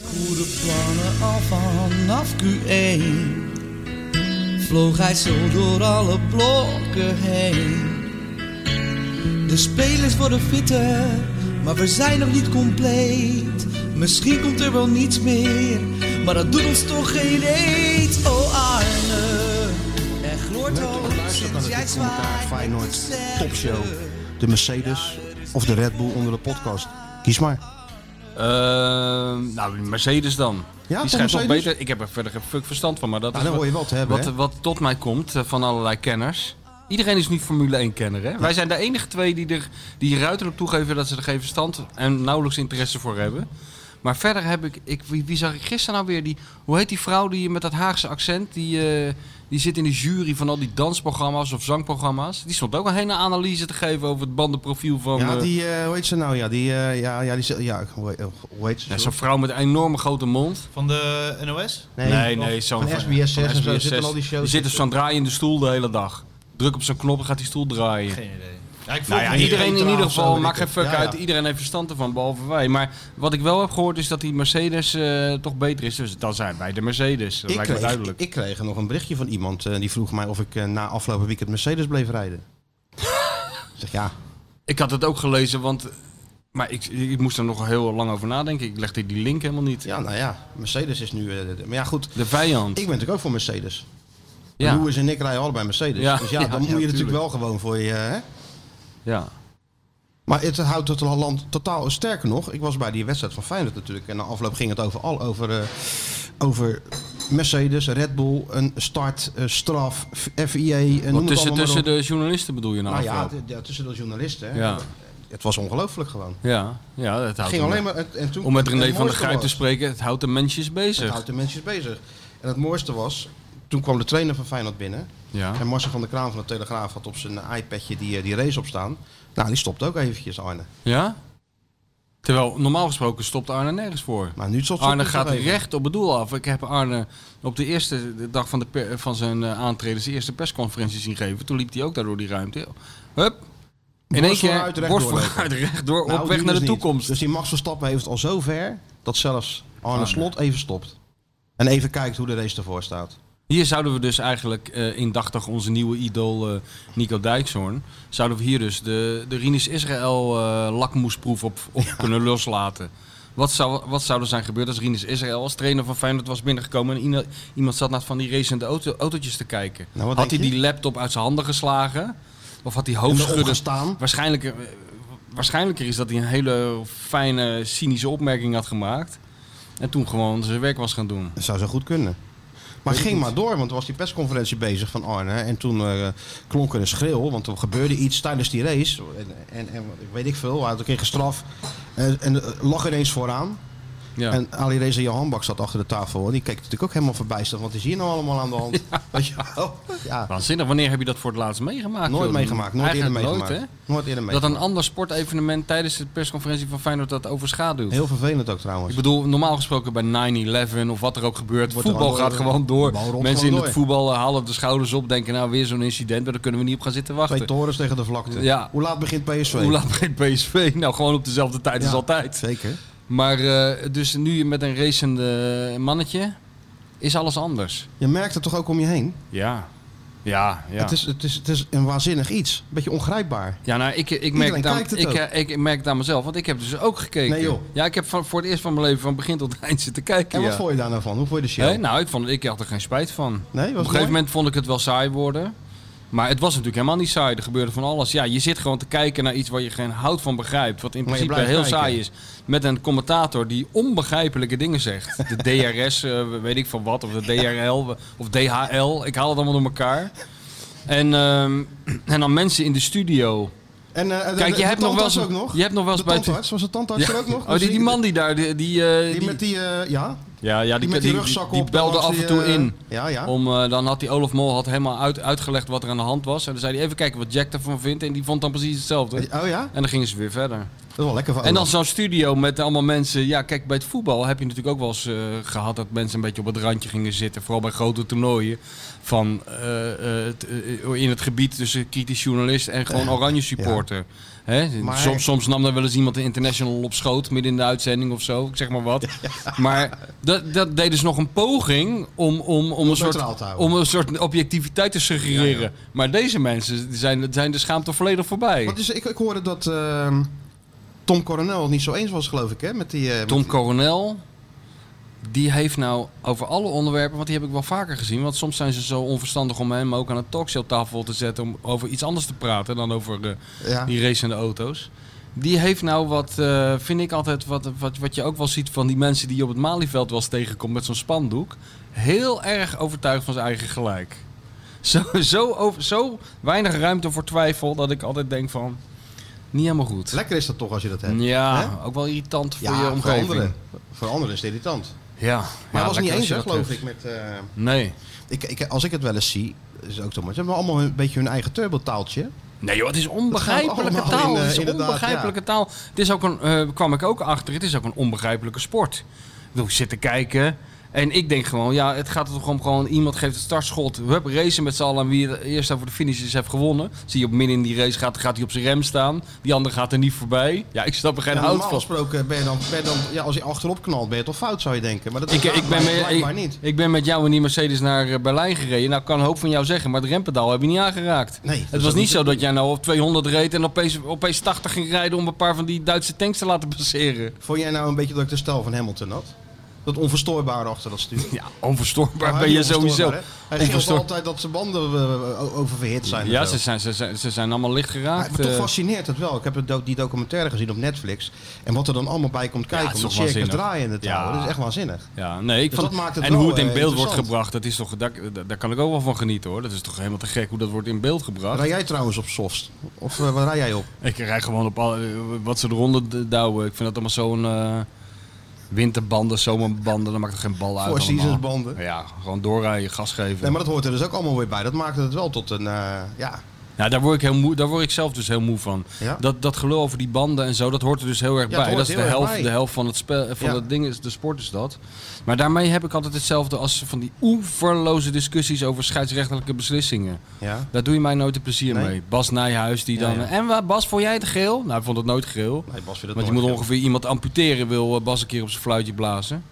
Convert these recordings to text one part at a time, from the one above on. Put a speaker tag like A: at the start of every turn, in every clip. A: goede plannen al vanaf Q1 Vloog hij zo door alle blokken heen De spelers worden fitter, maar we zijn nog niet compleet Misschien komt er wel niets meer, maar dat doet ons toch geen eet Oh Arne, er gloort
B: Leuk dat
A: hoop
B: je luistert naar
A: sinds
B: de
A: jij
B: Dik voor elkaar
A: zwaait met
B: Feyenoord
A: de
C: eh,
A: sterren.
B: topshow. De Mercedes of de Red Bull onder de podcast. Kies maar.
D: Ehm, nou, die Mercedes dan.
B: Ja,
D: die
B: toch
D: schijnt toch
B: Mercedes?
D: beter. Ik heb er verder geen fuck verstand van, maar dat
B: Ja,
D: is
B: dan hoor je wat te hebben,
D: wat,
B: hè?
D: wat tot mij komt eh, van allerlei kenners. Iedereen is nu Formule 1 kenner, hè? Wij zijn de enige twee die, er, die ruiterlijk toegeven dat ze er geen verstand en nauwelijks interesse voor hebben. Maar verder heb ik, ik wie, wie zag ik gisteren nou weer? Die, hoe heet die vrouw die met dat Haagse accent, die, eh, die zit in de jury van al die dansprogramma's of zangprogramma's. Die stond ook een hele analyse te geven over het bandenprofiel van...
B: Ja,
D: eh,
B: die, eh, hoe heet ze nou? Ja, die, eh, ja, ja, die, ze- ja, hoe heet- hoe heet ze?
D: ja, zo'n vrouw met een enorme grote mond.
C: Van de NOS?
B: nee,
D: Nee, nee, zo'n
B: van SBS6 en zo
D: SBS6.
B: zitten al die shows.
D: Die zitten zo'n draaiende stoel de hele dag. Druk op zo'n knop en gaat die stoel draaien.
C: Geen idee. Ja, ik volg
D: Nou ja,
C: het niet.
D: iedereen in
B: eten
D: ieder
B: aan, zo,
D: geval,
B: weet
D: maakt
B: ik
D: geen
B: het.
D: fuck
B: Ja, ja.
D: uit. Iedereen heeft verstand ervan, behalve wij. Maar wat ik wel heb gehoord is dat die Mercedes eh, toch beter is. Dus dan zijn wij de Mercedes. Dat
B: ik,
D: lijkt me
B: kreeg,
D: duidelijk.
B: ik kreeg nog een berichtje van iemand eh, die vroeg mij of ik eh, na afgelopen weekend Mercedes bleef rijden. ik zeg ja,
D: Ik had het ook gelezen, want... Maar ik, ik moest er nog heel lang over nadenken. Ik legde die link helemaal niet.
B: ja, nou ja, Mercedes is nu. eh, de- maar ja, goed, ik
D: De vijand.
B: ben natuurlijk ook voor Mercedes.
D: ja.
B: Louis en ik rijden allebei Mercedes.
D: Ja,
B: Dus ja,
D: ja,
B: dan
D: ja,
B: moet je natuurlijk
D: tuurlijk.
B: wel gewoon voor je. eh, Hè?
D: ja.
B: Maar het houdt het land totaal sterker nog. Ik was bij die wedstrijd van Feyenoord natuurlijk. En na afloop ging het over, al, over, eh, over Mercedes, Red Bull, een start, eh, straf, F- FIA. eh, noem
D: Want
B: het
D: tussen,
B: allemaal
D: tussen
B: maar op.
D: de journalisten bedoel je nou?
B: Nou ja,
D: afloop?
B: t- ja, tussen de journalisten. hè.
D: ja.
B: Het was ongelooflijk gewoon.
D: Ja. Ja, dat
B: Het
D: houdt
B: ging
D: hem-
B: alleen maar, en- en toen,
D: Om met
B: en
D: René
B: het
D: van der
B: mooiste
D: Grijp te
B: was-
D: spreken, het houdt de mensjes
B: Het
D: bezig.
B: houdt de mensen bezig. En het mooiste was, toen kwam de trainer van Feyenoord binnen.
D: Ja.
B: En Marcel van der Kraan van de Telegraaf had op zijn iPadje die, eh, die race op staan. Nou, die stopt ook eventjes Arne.
D: ja? Terwijl normaal gesproken stopt Arne nergens voor.
B: Maar nu stopt ze
D: Arne
B: ook
D: gaat
B: nog even.
D: recht op het doel af. Ik heb Arne op de eerste de dag van, de per- van zijn eh, aantreden, zijn eerste persconferentie zien geven. Toen liep hij ook daar door die ruimte. Hup. In één
B: Borst
D: keer
B: vooruit, recht
D: borst
B: doorlopen.
D: vooruit, rechtdoor,
B: Nou,
D: op
B: die
D: weg naar de
B: dus niet.
D: toekomst. Ah,
B: Dus die Max Verstappen heeft al zo ver dat zelfs Arne
D: Arne.
B: Slot even stopt. En even kijkt hoe de race ervoor staat.
D: Hier zouden we dus eigenlijk eh, indachtig onze nieuwe idool eh, Nico Dijkshoorn... zouden we hier dus de, de Rinus Israël eh lakmoesproef op, op kunnen loslaten. Wat zou, wat zou er zijn gebeurd als Rinus Israël als trainer van Feyenoord was binnengekomen... en iene- iemand zat naar van die racende auto, autootjes te kijken?
B: Nou, wat
D: had hij
B: denk je?
D: die laptop uit zijn handen geslagen? Of had hij
B: Hoofdschudden
D: hoofdschudden...
B: staan.
D: Waarschijnlijk, eh, waarschijnlijker is dat hij een hele fijne, cynische opmerking had gemaakt... en toen gewoon zijn werk was gaan doen.
B: Dat zou zo goed kunnen. Maar ging maar door, want er was die persconferentie bezig van Arne. En toen eh, klonk er een schreeuw, want er gebeurde iets tijdens die race. En, en, en ik weet ik veel, hij had een keer gestraf. En, en eh, lag ineens vooraan.
D: Ja.
B: En Ali Reza Johanbak zat achter de tafel. En die keek natuurlijk ook helemaal verbijsterd. Wat is hier nou allemaal aan de hand? Weet je wel? Ja,
D: Waanzinnig, wanneer heb je dat voor het laatst meegemaakt?
B: nooit
D: joh?
B: meegemaakt. Nooit eerder
D: Eigenlijk
B: meegemaakt.
D: Nooit,
B: nooit eerder
D: hè? Dat
B: meegemaakt.
D: een ander sportevenement tijdens de persconferentie van Feyenoord dat overschaduwt.
B: Heel vervelend ook trouwens.
D: Ik bedoel, normaal gesproken bij 9-11 of wat er ook gebeurt,
B: Wordt er
D: voetbal
B: gewoon-
D: gaat gewoon door.
B: bal rolt
D: Mensen
B: gewoon
D: in
B: door.
D: het voetbal eh, halen de schouders op, denken nou weer zo'n incident, maar daar kunnen we niet op gaan zitten
B: Twee
D: wachten.
B: torens tegen de vlakte.
D: Ja.
B: Hoe laat begint PSV?
D: Hoe laat begint PSV? Nou, gewoon op dezelfde tijd
B: Ja.
D: als altijd.
B: Zeker.
D: Maar eh, dus nu met een racende mannetje is alles anders.
B: Je merkt het toch ook om je heen?
D: Ja. Ja, ja.
B: Het, is, het, is, het is een waanzinnig iets. Beetje ongrijpbaar.
D: Ja, nou, ik, ik, merk
B: Iedereen
D: het aan,
B: kijkt het
D: ik,
B: ook.
D: eh, ik merk het aan mezelf, want ik heb dus ook gekeken.
B: Nee, joh.
D: Ja, ik heb van, voor het eerst van mijn leven van begin tot eind zitten kijken.
B: En wat
D: ja.
B: vond je daar nou van? Hoe vond je de show?
D: Nee, nou, ik, vond, ik had er geen spijt van. Op
B: Nee, was
D: een gegeven moment vond ik het wel saai worden. Maar het was natuurlijk helemaal niet saai. Er gebeurde van alles. Ja, je zit gewoon te kijken naar iets waar je geen hout van begrijpt. Wat in
B: Maar je
D: principe heel
B: blijft kijken.
D: saai is. Met een commentator die onbegrijpelijke dingen zegt. De DRS, eh, weet ik van wat. Of de DRL. Of DHL. Ik haal het allemaal door elkaar. En, ehm, en dan mensen in de studio.
B: En, eh, de-
D: Kijk,
B: de-
D: je
B: de
D: hebt nog wel
B: tandarts
D: eens,
B: ook nog.
D: Je hebt nog wel
B: de
D: eens bij het-
B: tandarts, was de tandarts
D: Ja.
B: er ook nog? dus
D: Oh, die, die man die daar, die, die, eh,
B: Die,
D: die-
B: met die, eh, ja,
D: ja, ja,
B: die,
D: die,
B: met
D: die-
B: die
D: die-
B: rugzak op.
D: die
B: dan
D: belde
B: was
D: af en toe
B: eh,
D: in.
B: Ja, ja.
D: Om, eh, dan had die Olaf Mol had helemaal uit, uitgelegd wat er aan de hand was. En dan zei hij even kijken wat Jack ervan vindt. En die vond dan precies hetzelfde.
B: Oh ja,
D: En dan gingen ze weer verder.
B: dat is wel lekker van
D: En dan
B: Olaf.
D: zo'n studio met allemaal mensen. Ja, kijk, bij het voetbal heb je natuurlijk ook wel eens eh, gehad dat mensen een beetje op het randje gingen zitten. Vooral bij grote toernooien. Van, eh, eh, t- eh, in het gebied tussen kritisch journalist en gewoon oranje supporter. Hè?
B: Maar-
D: Soms, soms nam er wel eens iemand een international op schoot, midden in de uitzending of zo. Ik zeg maar wat. Maar dat, dat deed dus nog een poging om, om, om, een soort,
B: neutraal te houden.
D: om een soort objectiviteit te suggereren. Maar deze mensen die zijn, zijn de schaamte volledig voorbij.
B: Want dus, ik, ik hoorde dat ehm, Tom Coronel het niet zo eens was, geloof ik, hè? Met die, eh, met
D: Tom Coronel, die heeft nou over alle onderwerpen, want die heb ik wel vaker gezien. Want soms zijn ze zo onverstandig om hem ook aan een talkshowtafel te zetten om over iets anders te praten dan over eh,
B: die- ja.
D: die racende auto's. Die heeft nou wat, eh, vind ik altijd, wat, wat, wat je ook wel ziet van die mensen die je op het Malieveld wel eens tegenkomt met zo'n spandoek. Heel erg overtuigd van zijn eigen gelijk. Zo, zo, over, zo weinig ruimte voor twijfel dat ik altijd denk van, niet helemaal goed.
B: Lekker is dat toch als je dat hebt.
D: Ja, ook wel irritant voor je
B: voor
D: omgeving.
B: anderen. Voor anderen is het irritant.
D: Ja,
B: Maar
D: ja,
B: hij was niet
D: lekker als
B: eens,
D: je
B: hè,
D: dat
B: geloof
D: treft.
B: ik, met... eh,
D: Nee.
B: Ik, ik, als ik het wel eens zie, is het ook toch maar. Ze hebben allemaal een beetje hun eigen turbotaaltje.
D: Nee joh, het is
B: Dat
D: onbegrijpelijke
B: gaan we allemaal
D: taal.
B: in, eh,
D: het is
B: inderdaad,
D: onbegrijpelijke taal. Het is ook een, eh, kwam ik ook achter, het is ook een onbegrijpelijke sport. Ik bedoel, ik zit te kijken en ik denk gewoon, ja, het gaat er toch om gewoon, iemand geeft het startschot, hup, racen met z'n allen en wie er eerst over de finish is heeft gewonnen. Zie je op midden in die race gaat, gaat hij op zijn rem staan, die ander gaat er niet voorbij. Ja, ik snap er geen
B: En
D: hout
B: normaal
D: van.
B: gesproken ben je dan, ben je dan ja, als je achterop knalt, ben je toch fout, zou je denken. Maar dat is
D: Ik, ik, ben
B: blijkbaar
D: met,
B: blijkbaar
D: ik,
B: niet.
D: ik ben met jou in die Mercedes naar eh, Berlijn gereden. Nou, ik kan een hoop van jou zeggen, maar het rempedaal heb je niet aangeraakt.
B: Nee, dat
D: het
B: is
D: was
B: ook
D: niet
B: niet
D: zo dat jij nou op 200 reed en opeens, opeens 80 ging rijden om een paar van die Duitse tanks te laten passeren.
B: Vond jij nou een beetje dat ik de stijl van Hamilton had? Dat onverstoorbare achter dat stuur.
D: Ja, onverstoorbaar
B: Maar
D: ben
B: hij
D: je
B: is onverstoorbaar,
D: sowieso.
B: hè? Hij gilt
D: Onverstoor-
B: altijd dat zijn banden eh, o- oververhit zijn. en
D: Ja,
B: zo.
D: ze zijn, ze, zijn, ze zijn allemaal licht
B: Maar
D: geraakt.
B: toch
D: eh.
B: fascineert het wel. Ik heb het do- die documentaire gezien op Netflix. En wat er dan allemaal bij komt kijken.
D: het is
B: om het
D: toch
B: circus
D: waanzinnig.
B: draaiende te
D: Ja.
B: houden. Dat is echt waanzinnig.
D: Ja, nee, ik
B: Dus
D: vond
B: dat maakt het
D: En
B: wel,
D: hoe het in
B: eh,
D: beeld wordt
B: interessant.
D: gebracht, dat is toch, daar, daar- daar kan ik ook wel van genieten hoor. Dat is toch helemaal te gek hoe dat wordt in beeld gebracht.
B: Rij jij trouwens op soft? Of eh, waar rij jij op?
D: Ik rijd gewoon op al, wat ze eronder d- douwen. Ik vind dat allemaal zo'n eh, winterbanden, zomerbanden. Dan maakt er geen bal uit.
B: Four Seasons
D: allemaal.
B: banden.
D: Ja, gewoon doorrijden, gas geven.
B: Nee, maar dat hoort er dus ook allemaal weer bij. Dat maakt het wel tot een... eh, ja,
D: ja, daar, word ik heel moe, daar word ik zelf dus heel moe van.
B: Ja.
D: Dat, dat gelul over die banden en zo, dat hoort er dus heel erg
B: Ja, het
D: bij.
B: hoort
D: Dat is de
B: heel erg
D: helft,
B: bij.
D: de helft van het spel, van
B: Ja.
D: dat ding, is, de sport is dat. Maar daarmee heb ik altijd hetzelfde als van die oeverloze discussies over scheidsrechtelijke beslissingen.
B: ja.
D: Daar doe je mij nooit een plezier
B: Nee.
D: mee. Bas Nijhuis die
B: Ja,
D: dan...
B: ja.
D: En wa- Bas, vond jij het geel? Nou, hij vond het nooit geel.
B: Nee, Bas vindt het
D: Want je
B: nooit
D: moet
B: gek.
D: ongeveer iemand amputeren, wil eh, Bas een keer op zijn fluitje blazen.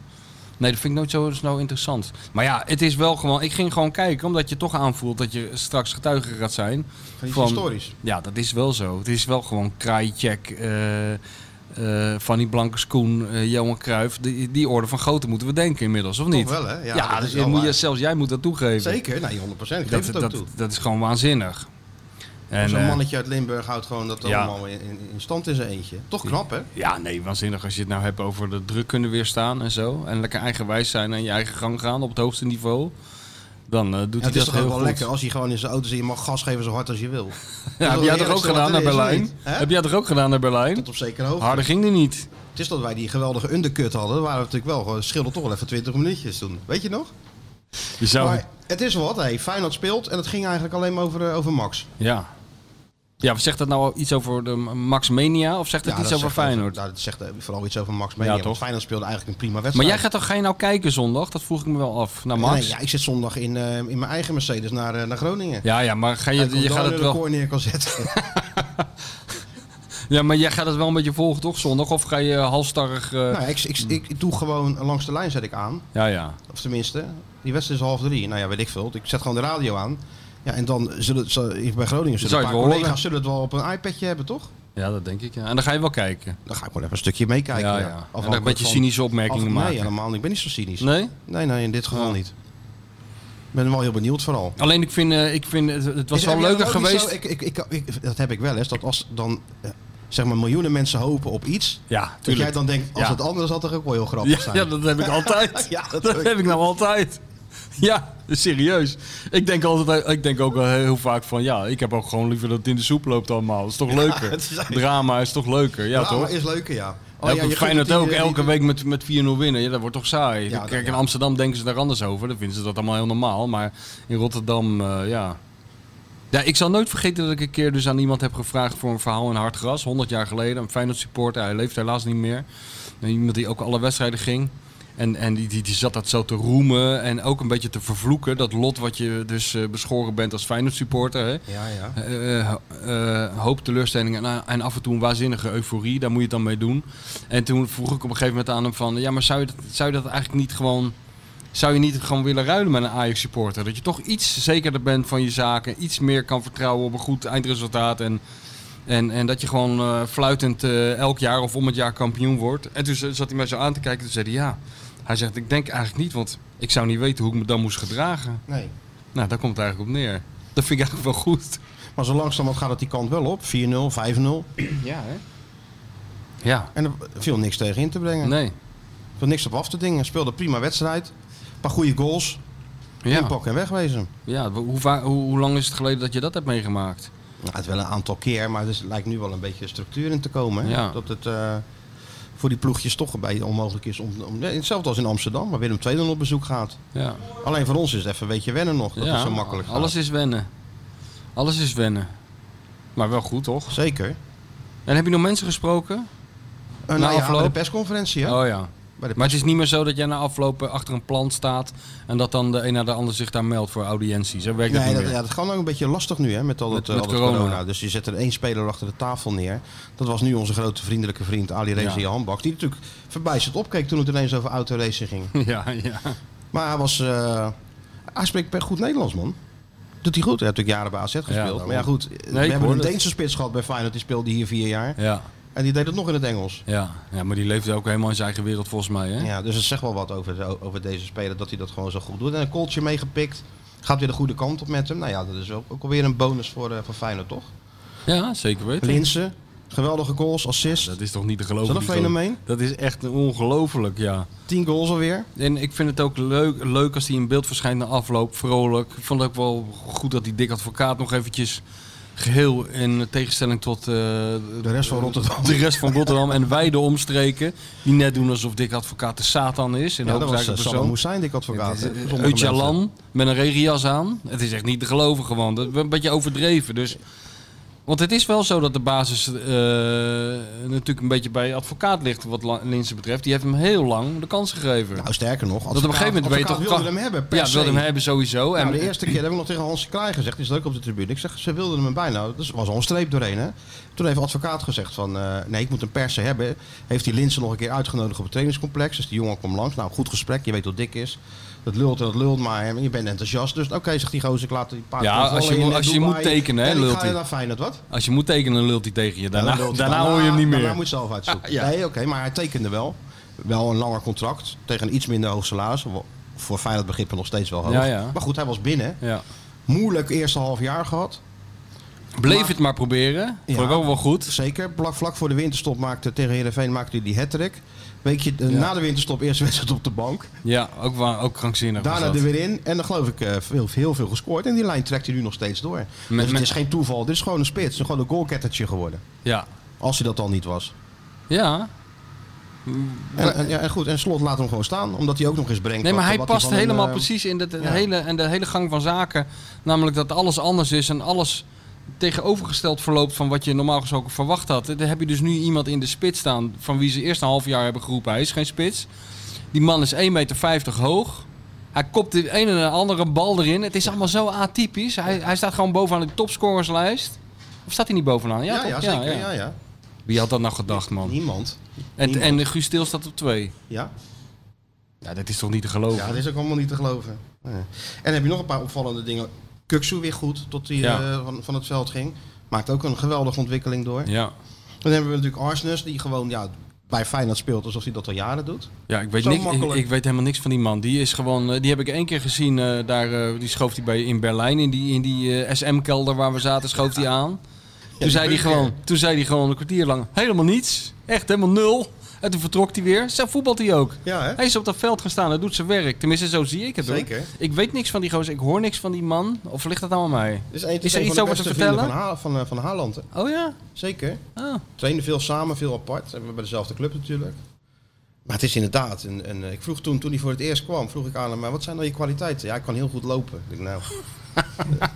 D: Nee, dat vind ik nooit zo snel interessant. Maar ja, het is wel gewoon. Ik ging gewoon kijken, omdat je toch aanvoelt dat je straks getuige gaat zijn.
B: Van iets
D: van-
B: historisch.
D: Ja, dat is wel zo. Het is wel gewoon kraaicheck, eh eh Fanny Blankers-Koen, eh, Johan Cruijff. Die, die orde van grootte moeten we denken inmiddels, of niet?
B: Toch wel, hè?
D: Ja,
B: Ja, dat
D: dus
B: is wel
D: moet je,
B: waar.
D: zelfs jij moet dat toegeven.
B: Zeker, nee, 100 procent. Geef
D: Dat,
B: het ook
D: dat,
B: toe.
D: dat is gewoon waanzinnig. En,
B: Zo'n
D: eh,
B: mannetje uit Limburg houdt gewoon dat
D: ja.
B: allemaal in, in, in stand in zijn eentje. Toch knap, hè?
D: Ja, nee, waanzinnig als je het nou hebt over de druk kunnen weerstaan en zo. En lekker eigenwijs zijn en je eigen gang gaan op het hoogste niveau. Dan eh, doet
B: Ja,
D: hij
B: het is
D: dat
B: toch
D: heel
B: ook wel
D: goed.
B: lekker als hij gewoon in zijn auto zit. Je mag gas geven zo hard als je wil.
D: Ja, heb
B: wel
D: jij
B: het
D: toch ook
B: eerste wat
D: gedaan
B: er
D: naar
B: is, of
D: Berlijn?
B: niet? Hè?
D: Heb jij toch ook gedaan naar Berlijn?
B: Tot op zekere hoogte.
D: Harder ging die niet.
B: Het is dat wij die geweldige undercut hadden. Daar waren we natuurlijk wel gewoon schilder toch wel even 20 minuutjes toen. Weet je nog?
D: Je zou-
B: Maar het is wat, hey. Feyenoord speelt en het ging eigenlijk alleen maar over, eh, over Max.
D: Ja. Ja, zegt dat nou iets over de Max Mania of zegt het iets over
B: zegt
D: Feyenoord?
B: over- nou, dat zegt eh, vooral iets over Max Menia.
D: Ja, toch?
B: want Feyenoord speelde eigenlijk een prima
D: maar
B: wedstrijd.
D: jij gaat toch geen nou kijken zondag? Dat vroeg ik me wel af. Naar Max?
B: Nee, ja, ik zit zondag in, eh, in mijn eigen Mercedes naar, eh, naar Groningen.
D: ja, ja, maar ga
B: En
D: je,
B: of ik
D: je
B: daar
D: gaat
B: een
D: het wel...
B: record neer kan zetten.
D: Ja, maar jij gaat het wel een beetje volgen toch zondag? Of ga je halstarrig... eh,
B: nou, ik, ik, ik doe gewoon langs de lijn zet ik aan.
D: Ja, ja.
B: Of tenminste, die wedstrijd is half drie. Nou ja, weet ik veel. Ik zet gewoon de radio aan. Ja, en dan zullen ze, bij Groningen zullen
D: Zou je
B: een paar
D: het wel horen?
B: collega's zullen het wel op een iPadje hebben, toch?
D: Ja, dat denk ik. Ja. En dan ga je wel kijken.
B: Dan ga ik maar even een stukje meekijken.
D: ja, ja. En dan een beetje cynische opmerkingen
B: maken. Nee,
D: maken.
B: helemaal niet. Ik ben niet zo cynisch. Nee,
D: nee?
B: nee, in dit geval
D: Ja.
B: niet. Ik ben wel heel benieuwd vooral.
D: Alleen ik vind, eh, ik vind het, het was
B: Is-
D: wel
B: heb jij
D: leuker
B: dat ook niet
D: geweest.
B: zo? ik, ik, ik, ik- dat heb ik wel eens. Dat als dan eh, zeg maar miljoenen mensen hopen op iets.
D: Ja,
B: Dat jij dan denkt, als
D: Ja.
B: het anders had, dan ook wel heel grappig
D: Ja,
B: zijn.
D: ja, dat heb ik altijd.
B: Ja,
D: dat
B: dat
D: heb ik nou altijd. Ja, serieus. Ik denk, altijd, eh, ik denk ook wel heel vaak van, ja, ik heb ook gewoon liever dat het in de soep loopt allemaal. Dat is toch leuker?
B: het is eigenlijk-
D: Drama is toch leuker? Ja,
B: Ja,
D: toch?
B: maar is leuker, ja.
D: Elke,
B: Oh ja, je gunt
D: Feyenoord
B: het die-
D: ook,
B: die-
D: elke week met, met 4-0 winnen. Ja, dat wordt toch saai.
B: Ja,
D: Kijk, in
B: ja.
D: Amsterdam denken ze daar anders over. Dan vinden ze dat allemaal heel normaal. Maar in Rotterdam, eh, ja. Ja, ik zal nooit vergeten dat ik een keer dus aan iemand heb gevraagd voor een verhaal in hard gras. 100 jaar geleden. Een Feyenoord supporter. Hij leeft helaas niet meer. En Iemand die ook alle wedstrijden ging. En, en die, die, die zat dat zo te roemen en ook een beetje te vervloeken. Dat lot wat je dus eh, beschoren bent als Feyenoord supporter. Hè?
B: Ja, ja.
D: Eh, eh, eh, hoop teleurstellingen en, eh, en af en toe een waanzinnige euforie. Daar moet je het dan mee doen. En toen vroeg ik op een gegeven moment aan hem van... Ja, maar zou je dat, zou je dat eigenlijk niet gewoon... Zou je niet gewoon willen ruilen met een Ajax supporter? Dat je toch iets zekerder bent van je zaken. Iets meer kan vertrouwen op een goed eindresultaat. En, en, en dat je gewoon eh, fluitend eh, elk jaar of om het jaar kampioen wordt. En toen zat hij mij zo aan te kijken. Toen zei hij ja. Hij zegt, ik denk eigenlijk niet. Want ik zou niet weten hoe ik me dan moest gedragen.
B: Nee.
D: Nou, daar komt het eigenlijk op neer. Dat vind ik eigenlijk wel goed.
B: Maar zo langzamerhand gaat het die kant wel op. 4-0, 5-0.
D: Ja, hè? Ja.
B: En er viel niks tegen in te brengen.
D: Nee.
B: Er viel niks op af te dingen. Speelde prima wedstrijd. Een paar goede goals.
D: Ja.
B: Inpakken en wegwezen.
D: ja hoe, va- hoe, hoe lang is het geleden dat je dat hebt meegemaakt?
B: Nou, het is wel een aantal keer, maar er is- lijkt nu wel een beetje structuur in te komen. Hè?
D: Ja.
B: Dat het eh, voor die ploegjes toch bij onmogelijk is om, om- nee, Hetzelfde als in Amsterdam, waar Willem II dan op bezoek gaat.
D: Ja.
B: Alleen voor ons is het even een beetje wennen nog. Dat
D: ja.
B: is zo makkelijk. gaat.
D: Alles is wennen. Alles is wennen. Maar wel goed, toch?
B: Zeker.
D: En heb je nog mensen gesproken?
B: Eh,
D: Na
B: nou ja,
D: afloop?
B: bij de persconferentie, hè?
D: Oh ja.
B: Bij de
D: Maar het is niet meer zo dat jij na aflopen achter een plan staat en dat dan de een naar de ander zich daar meldt voor audiënties. Zo werkt dat
B: Nee,
D: niet
B: dat,
D: meer.
B: ja, dat gaat ook een beetje lastig nu hè, met al dat,
D: Met-
B: eh,
D: met
B: al dat
D: corona.
B: corona. Dus je zet er één speler achter de tafel neer. Dat was nu onze grote vriendelijke vriend Ali Reza
D: Ja.
B: Handbak. Die natuurlijk verbijsterd opkeek toen het ineens over autoracing ging.
D: Ja, ja.
B: Maar hij was... eh, hij spreekt bij goed Nederlands, man. Doet hij goed. Hij heeft natuurlijk jaren bij AZ gespeeld.
D: daarom.
B: maar ja, goed. we
D: ik
B: hebben
D: hoor
B: een
D: het.
B: Deense spits gehad bij Feyenoord. Die speelde hier vier jaar.
D: Ja,
B: En die deed het nog in het Engels.
D: ja. ja maar die leefde ook helemaal in zijn eigen wereld volgens mij. Hè?
B: Ja, dus het zegt wel wat over, de- over deze speler. Dat hij dat gewoon zo goed doet. En een kooltje meegepikt. Gaat weer de goede kant op met hem. Nou ja, dat is ook, ook alweer een bonus voor, eh, voor Feyenoord, toch?
D: ja zeker weten.
B: Linsen, geweldige goals, assist.
D: Dat is toch niet te
B: Is
D: geloven?
B: dat een
D: die goal.
B: fenomeen?
D: Dat is echt ongelooflijk, ja.
B: 10 goals alweer.
D: En ik vind het ook leuk, leuk als hij in beeld verschijnt na afloop, vrolijk. Ik vond het ook wel goed dat die dik advocaat nog eventjes geheel in tegenstelling tot eh,
B: De rest van Rotterdam.
D: de rest van Rotterdam en wij de omstreken. Die net doen alsof dik advocaat de Satan is. In
B: Ja, dat was
D: hoogste
B: eh, Saddam
D: persoon. Eh,
B: Hussein, dik advocaat. hè, voor sommige mensen.
D: Öcalan met een regenjas aan. Het is echt niet te geloven gewoon. Dat is een beetje overdreven. Dus, want het is wel zo dat de basis eh, natuurlijk een beetje bij advocaat ligt wat La- Linsen betreft. Die heeft hem heel lang de kans gegeven.
B: Nou, sterker nog.
D: Dat op een gegeven moment ben je toch... Ah,
B: wilde hem hebben, per
D: ja,
B: se.
D: wilde hem hebben sowieso.
B: Nou,
D: en,
B: de eerste keer dat heb ik nog tegen Hans Kraai gezegd. Die is ook op de tribune. Ik zeg, ze wilden hem bijna. Dus er was al een streep doorheen. Hè? Toen heeft advocaat gezegd van... eh, nee, ik moet een persen hebben. Heeft die Linsen nog een keer uitgenodigd op het trainingscomplex. Dus die jongen kwam langs. Nou, goed gesprek. Je weet hoe dik is. Dat lult en dat lult. Maar hè, je bent enthousiast. Dus oké, zegt die gozer. Ik laat die paar
D: Ja,
B: vallen
D: als je
B: in
D: moet- als je
B: Dubai.
D: moet tekenen, hè,
B: En ik
D: lult
B: ga
D: hij.
B: je naar Feyenoord. Wat?
D: Als je moet tekenen, dan lult hij tegen je. Daarna,
B: Ja, dan lult hij.
D: daarna hoor je hem niet meer.
B: Daarna moet je zelf uitzoeken.
D: Ja.
B: Nee, oké, maar hij tekende wel. Wel een langer contract. Tegen een iets minder hoog salaris. Wel- Voor Feyenoord begrippen nog steeds wel hoog.
D: Ja, ja.
B: Maar goed, hij was binnen.
D: ja.
B: Moeilijk eerste half jaar gehad.
D: Bleef
B: Maar-
D: het maar proberen.
B: Ja.
D: Vond ik ook wel goed.
B: Zeker. Vlak, vlak voor de winterstop maakte tegen Heerenveen maakte hij die hat-trick. Weekje eh, na de winterstop eerste wedstrijd op de bank.
D: Ja, ook, wa- ook krankzinnig was
B: Daarna
D: dat.
B: er weer in. En dan geloof ik eh, veel, heel veel gescoord. En die lijn trekt hij nu nog steeds door. dus het
D: met-
B: is geen toeval. Dit is gewoon een spits. Gewoon een goalkettertje geworden.
D: Ja.
B: Als hij dat al niet was.
D: Ja.
B: En, en- ja, en goed, en Slot laat hem gewoon staan. Omdat hij ook nog eens brengt.
D: Nee, maar
B: wat-
D: hij
B: wat
D: past
B: van een,
D: helemaal
B: eh,
D: precies in de, de
B: ja.
D: hele, en de hele gang van zaken. Namelijk dat alles anders is en alles tegenovergesteld verloopt van wat je normaal gesproken verwacht had. Dan heb je dus nu iemand in de spits staan van wie ze eerst een half jaar hebben geroepen. Hij is geen spits. Die man is 1,50 meter hoog. Hij kopt de een en de andere bal erin. Het is allemaal zo atypisch. Hij, hij staat gewoon bovenaan de topscorerslijst. Of staat hij niet bovenaan? Ja,
B: Ja, ja,
D: toch?
B: zeker. Ja, ja.
D: Wie had dat nou gedacht, man?
B: Niemand.
D: En,
B: niemand.
D: en Guus Stil staat op twee.
B: Ja.
D: Ja, dat is toch niet te geloven?
B: ja, dat is ook allemaal niet te geloven. Nee. En dan heb je nog een paar opvallende dingen. Kuksu weer goed, tot hij
D: Ja.
B: eh, van, van het veld ging. Maakt ook een geweldige ontwikkeling door.
D: ja.
B: Dan hebben we natuurlijk Arsnes, die gewoon ja, bij Feyenoord speelt alsof hij dat al jaren doet.
D: Ja, ik weet,
B: Zo
D: niks, ik,
B: makkelijk.
D: ik weet helemaal niks van die man. Die is gewoon, eh, die heb ik één keer gezien. eh, daar, eh, die schoof hij bij in Berlijn in die, in die eh, SM-kelder waar we zaten, schoof hij aan. Toen zei hij
B: bunker.
D: gewoon, toen zei hij gewoon een kwartier lang helemaal niets, echt helemaal nul. En toen vertrok hij weer. Zo voetbalt hij ook.
B: Ja, hè?
D: Hij is op dat veld gaan staan. Hij doet zijn werk. Tenminste, zo zie ik het. hoor.
B: Zeker.
D: Ik weet niks van die gozer. Ik hoor niks van die man. Of ligt dat nou aan mij?
B: Dus een,
D: Is er
B: een
D: iets
B: van de
D: over te
B: beste vrienden
D: vertellen?
B: Van, ha van, eh, van Haaland, hè.
D: Oh ja.
B: zeker.
D: Ah.
B: Trainen veel samen, veel apart. Hebben we bij dezelfde club natuurlijk. Maar het is inderdaad. En, en eh, ik vroeg toen, toen hij voor het eerst kwam, vroeg ik aan hem, maar wat zijn nou je kwaliteiten? Ja, ik kan heel goed lopen. Ik denk, nou,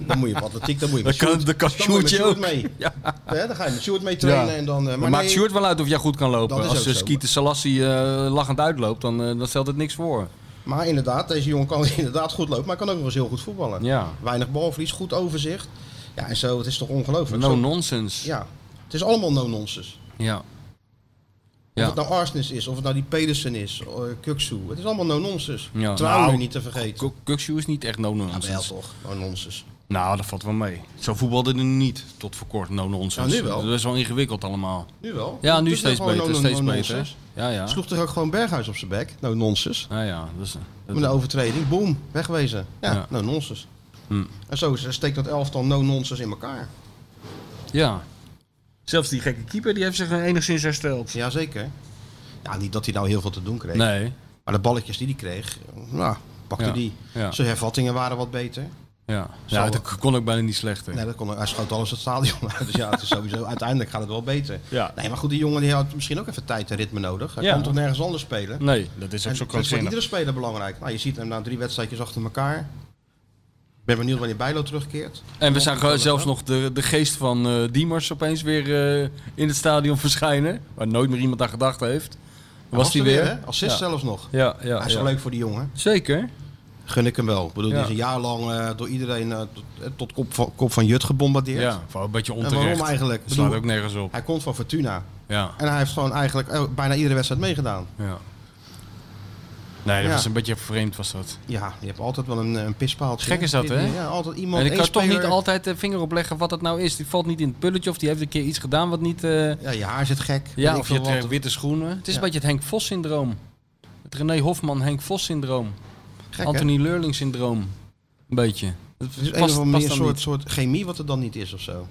B: dan moet je op atletiek, dan moet je met
D: Dan kan-
B: Sjoerd.
D: dan kan
B: Dan moet je met
D: Sjoerd je
B: Sjoerd mee.
D: Ja.
B: Hè, dan ga je met Sjoerd mee trainen.
D: Ja.
B: En dan, eh,
D: Maar maakt
B: nee,
D: Sjoerd wel uit of jij goed kan lopen.
B: Dat is
D: Als
B: ook
D: uh,
B: zo.
D: Skeeter Salassi eh, lachend uitloopt, dan, eh, dan stelt het niks voor.
B: maar inderdaad, deze jongen kan inderdaad goed lopen, maar hij kan ook nog eens heel goed voetballen.
D: Ja.
B: Weinig balverlies, goed overzicht. Ja, en zo, het is toch ongelooflijk.
D: No
B: Zo-
D: nonsense.
B: Ja, het is allemaal no-nonsense.
D: Ja.
B: Of
D: Ja.
B: het nou Arsnes is, of het nou die Pedersen is, eh, Kuksu. Het is allemaal no-nonsense.
D: Ja.
B: Trouwen
D: Nou,
B: niet te vergeten.
D: Kuk- Kukshoe is niet echt no
B: Ja, wel
D: nonsense.
B: toch, no-nonsense.
D: nou, dat valt wel mee. Zo voetbalde hij niet tot voor kort no nonsense.
B: Nou, nu wel.
D: Dat is wel ingewikkeld allemaal.
B: Nu wel.
D: Ja,
B: Het
D: nu
B: is
D: steeds
B: gewoon
D: beter.
B: no-
D: steeds
B: no-nonsense.
D: beter. Ja, ja.
B: Sloeg toch ook gewoon Berghuis op zijn bek? No-nonsense.
D: Ja, ja. Dat is, dat-
B: Met een overtreding, boom, wegwezen. Ja,
D: Ja.
B: no-nonsense.
D: Hm.
B: En zo is- steekt dat elftal no-nonsense in elkaar.
D: ja. Zelfs die gekke keeper die heeft zich enigszins hersteld.
B: Jazeker. Ja, niet dat hij nou heel veel te doen kreeg.
D: Nee.
B: Maar de balletjes die hij kreeg, eh, nou, pakte
D: Ja.
B: die.
D: Ja.
B: Zijn hervattingen waren wat beter.
D: Ja.
B: Zo.
D: ja, dat kon ook bijna niet slechter.
B: Nee, dat kon, hij schoot alles het stadion uit. Dus ja, het is sowieso, uiteindelijk gaat het wel beter.
D: Ja.
B: Nee, maar goed, die jongen die had misschien ook even tijd en ritme nodig. Hij
D: Ja.
B: kan toch nergens anders spelen?
D: Nee, dat is ook
B: En
D: zo
B: dat is voor
D: krankzinnig.
B: iedere speler belangrijk. Nou, je ziet hem na drie wedstrijdjes achter elkaar. Ik ben benieuwd wanneer Bijlo terugkeert.
D: En we zagen zelfs nog de, de geest van eh, Diemers opeens weer eh, in het stadion verschijnen. Waar nooit meer iemand aan gedacht heeft. Was hij
B: er
D: weer?
B: hè? Assist
D: ja.
B: zelfs nog.
D: Ja, ja,
B: hij is
D: ja.
B: wel leuk voor die jongen.
D: Zeker.
B: Gun ik hem wel. Ik bedoel,
D: Ja.
B: die is een jaar lang eh, door iedereen eh, tot, eh, tot kop, van, kop van Jut gebombardeerd.
D: Ja, vooral een beetje
B: En
D: onterecht.
B: waarom eigenlijk? Ik
D: Het slaat
B: bedoel,
D: ook nergens op.
B: Hij komt van Fortuna.
D: Ja,
B: En hij heeft gewoon eigenlijk eh, bijna iedere wedstrijd meegedaan.
D: ja. Nee, dat
B: Ja.
D: was een beetje vreemd was dat.
B: Ja, je hebt altijd wel een, eh, een pispaaltje.
D: Gek is dat, hè?
B: Ja, altijd iemand.
D: en ik
B: één
D: kan toch
B: speler-
D: niet altijd de vinger opleggen wat dat nou is. Die valt niet in het pulletje of die heeft een keer iets gedaan wat niet... eh,
B: Ja, je haar zit gek.
D: ja,
B: weet
D: of
B: ik
D: je eh,
B: veel
D: trekt
B: wat.
D: witte schoenen. Het is
B: Ja.
D: een beetje het Henk Vos syndroom. Het René Hofman Henk Vos syndroom.
B: Gek, hè?
D: Anthony Leurling syndroom. Een beetje.
B: Het is een
D: past-
B: of andere manier
D: past
B: een
D: dan
B: soort, soort chemie wat er dan niet is of zo.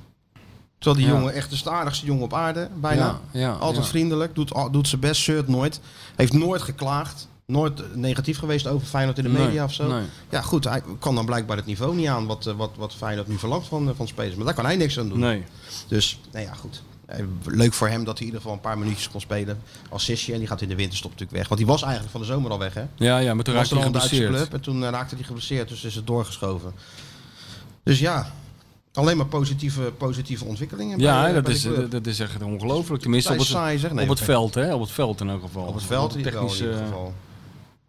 B: Terwijl die
D: Ja.
B: jongen echt de aardigste jongen op aarde, bijna.
D: Ja, ja,
B: Ah, Altijd
D: ja.
B: vriendelijk, doet, al- doet zijn best, shirt nooit. Heeft nooit geklaagd. Nooit eh, negatief geweest over Feyenoord in de media
D: Nee,
B: of zo.
D: nee.
B: Ja goed, hij kan dan blijkbaar het niveau niet aan wat, eh, wat, wat Feyenoord nu verlangt van, eh, van spelers. Maar daar kan hij niks aan doen.
D: Nee.
B: Dus, nou ja goed. Eh, Leuk voor hem dat hij in ieder geval een paar minuutjes kon spelen. Assistje, en die gaat in de winterstop natuurlijk weg. Want die was eigenlijk van de zomer al weg hè.
D: Ja, ja, maar toen
B: was er
D: raakte hij
B: al een Duitse
D: geblesseerd.
B: club en toen eh, raakte hij geblesseerd, dus is het doorgeschoven. Dus ja, alleen maar positieve, positieve ontwikkelingen.
D: Ja,
B: bij, eh,
D: dat
B: bij
D: is, eh,
B: de club.
D: dat is echt ongelooflijk. Tenminste, op
B: Thijs
D: het,
B: Saai zegt- nee,
D: op het
B: oké.
D: veld, hè? Op het veld in elk geval.
B: op het veld
D: de
B: in ieder geval, in
D: technische-
B: ieder geval.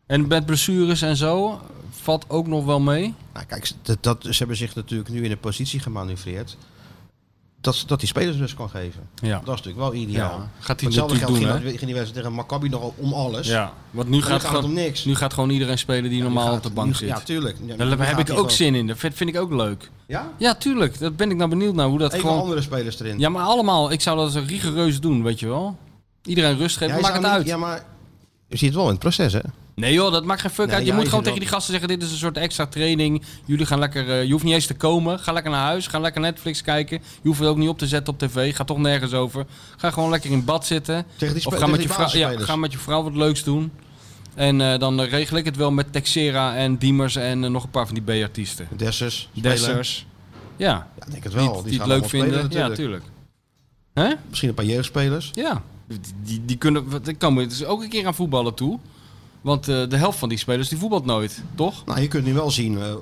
D: En met blessures en zo valt ook nog wel mee.
B: Nou, kijk, ze- dat, dat, ze hebben zich natuurlijk nu in een positie gemanoeuvreerd dat, ze- dat die spelers dus kan geven.
D: Ja.
B: Dat is natuurlijk wel ideaal.
D: Ja,
B: Ja.
D: gaat hij natuurlijk doen,
B: ging,
D: hè?
B: dat- ging die wedstrijd tegen Maccabi nogal om alles.
D: Ja, want nu
B: Maar
D: gaat,
B: nu gaat het
D: gewoon-
B: om niks.
D: nu gaat gewoon iedereen spelen die
B: Nu
D: normaal
B: gaat-
D: op de bank
B: nu-
D: zit.
B: Ja, tuurlijk. Ja, nu
D: Daar
B: gaat
D: heb ik
B: hij
D: ook
B: gewoon-
D: zin in. Dat vind vind ik ook leuk.
B: Ja?
D: Ja, tuurlijk. Daar ben ik nou benieuwd naar hoe dat
B: Even
D: gewoon...
B: andere spelers erin.
D: Ja, maar allemaal. Ik zou dat zo rigoureus doen, weet je wel. Iedereen rust geven.
B: Jij
D: maakt
B: zou
D: het
B: niet-
D: uit.
B: Ja, maar je ziet het wel in het proces, hè?
D: Nee joh, dat maakt geen fuck
B: Nee,
D: uit. Je
B: ja,
D: moet
B: je
D: gewoon
B: zit
D: tegen die
B: wel-
D: gasten zeggen, dit is een soort extra training. Jullie gaan lekker, eh, je hoeft niet eens te komen. Ga lekker naar huis, ga lekker Netflix kijken. Je hoeft het ook niet op te zetten op tv, gaat toch nergens over. Ga gewoon lekker in bad zitten.
B: Tegen die spe-
D: of ga
B: tegen
D: met,
B: die
D: je vrouw, ja,
B: basisspelers.
D: ga met je vrouw wat leuks doen. En eh, dan eh, regel ik het wel met Texera en Diemers en eh, nog een paar van die B-artiesten.
B: Dessers. spelen.
D: Dessers. Ja,
B: Ja, ik denk het
D: die,
B: wel.
D: die,
B: Oh, gaan
D: het leuk
B: allemaal spelen
D: vinden. ja,
B: natuurlijk.
D: tuurlijk. Hè?
B: Misschien een paar jeugdspelers.
D: Ja, die, die, die kunnen, die komen dus ook een keer aan voetballen toe. Want eh, de helft van die spelers die voetbalt nooit, toch?
B: Nou, je kunt nu wel zien eh,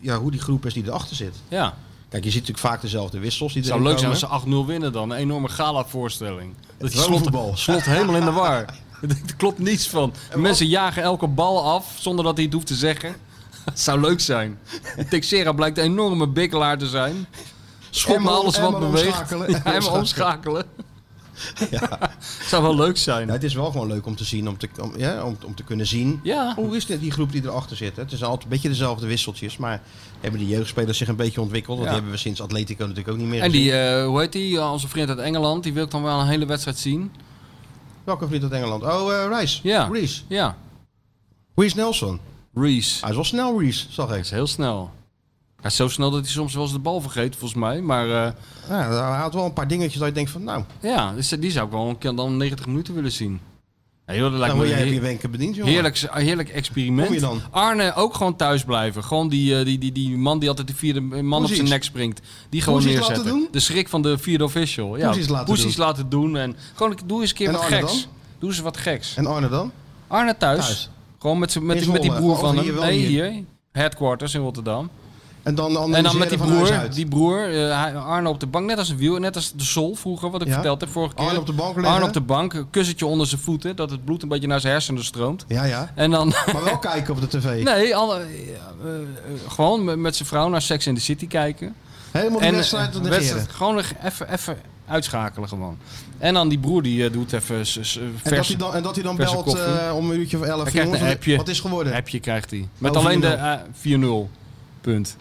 B: ja, hoe die groep is die erachter zit.
D: Ja.
B: Kijk, je ziet natuurlijk vaak dezelfde wissels die
D: Het
B: erin
D: zou leuk zijn als
B: komen.
D: ze 8-0 winnen dan. Een enorme gala-voorstelling. Dat die
B: droomvoetbal.
D: slot, slot helemaal in de war. Er klopt niets van. Mensen jagen elke bal af zonder dat hij het hoeft te zeggen. Het zou leuk zijn. Die Texera blijkt een enorme bikkelaar te zijn. Schop
B: Emmer
D: maar
B: om-
D: alles wat
B: emmer
D: beweegt.
B: omschakelen,
D: Ja,
B: emmer
D: Helemaal omschakelen. zou wel leuk
B: Nou,
D: zijn.
B: het is wel gewoon leuk om te zien, om te, om, ja, om, om te kunnen zien.
D: Ja.
B: Hoe is dit, die groep die erachter zit? hè? Het zijn altijd een beetje dezelfde wisseltjes, maar hebben die jeugdspelers zich een beetje ontwikkeld? Want die
D: Ja.
B: hebben we sinds Atletico natuurlijk ook niet meer
D: En
B: gezien.
D: die, eh, hoe heet die? Onze vriend uit Engeland. Die wil ik dan wel een hele wedstrijd zien.
B: Welke vriend uit Engeland? Oh, eh Rice.
D: eh, Ja.
B: Reece.
D: Ja.
B: Reece Nelson.
D: Reese.
B: Hij is wel snel, Reece, zag
D: Hij
B: ik.
D: is heel snel. Hij is zo snel dat hij soms wel eens de bal vergeet, volgens mij. Maar... eh,
B: Ja, hij had wel een paar dingetjes dat je denkt van, nou,
D: Ja, dus die zou ik wel een keer dan 90 minuten willen zien. Ja, joh, dat lijkt
B: dan wil
D: me
B: Nou, jij
D: een
B: even je
D: heer-
B: wenken bediend, jongen.
D: heerlijk, eh, heerlijk experiment.
B: Kom je dan?
D: Arne ook gewoon thuis blijven. Gewoon die, eh, die, die, die man die altijd de vierde man op
B: Poesies.
D: zijn nek springt. Die gewoon
B: Poesies
D: neerzetten.
B: laten doen?
D: De schrik van de vierde official. Ja,
B: Poesies laten
D: poesies laten doen. En gewoon doe eens een keer
B: En
D: wat
B: Arne
D: geks.
B: dan?
D: Doe eens wat geks.
B: En Arne dan?
D: Arne thuis.
B: Thuis.
D: Gewoon met, z'n- met,
B: In
D: die- met die
B: Zwolle.
D: broer
B: Of
D: van
B: hier,
D: hem.
B: wel
D: Nee,
B: hier.
D: hier. Headquarters in Rotterdam.
B: En dan,
D: En dan met die broer,
B: Uit.
D: die broer eh, hij- Arne op de bank, net als een wiel, net als de sol vroeger, wat ik
B: Ja.
D: verteld heb vorige keer.
B: Arne op de bank liggen.
D: Arne op de bank, een kussentje onder zijn voeten, dat het bloed een beetje naar zijn hersenen stroomt.
B: Ja, ja.
D: En dan,
B: Maar wel kijken op de tv.
D: nee, alle- eh, eh, gewoon met- met zijn vrouw naar Sex in the City kijken.
B: Helemaal de
D: eh,
B: wedstrijd te
D: wedstrijd-
B: negeren.
D: Gewoon even, even uitschakelen gewoon. En dan die broer, die eh, doet even s- s-
B: En dat,
D: vers
B: hij dan, en dat hij dan
D: verse
B: belt
D: koffie.
B: eh, om een uurtje of elf.
D: Hij krijgt
B: Jongens,
D: een
B: wat-
D: appje.
B: Wat is geworden?
D: appje krijgt hij. Met
B: Oh,
D: alleen de eh, 4-0 punt.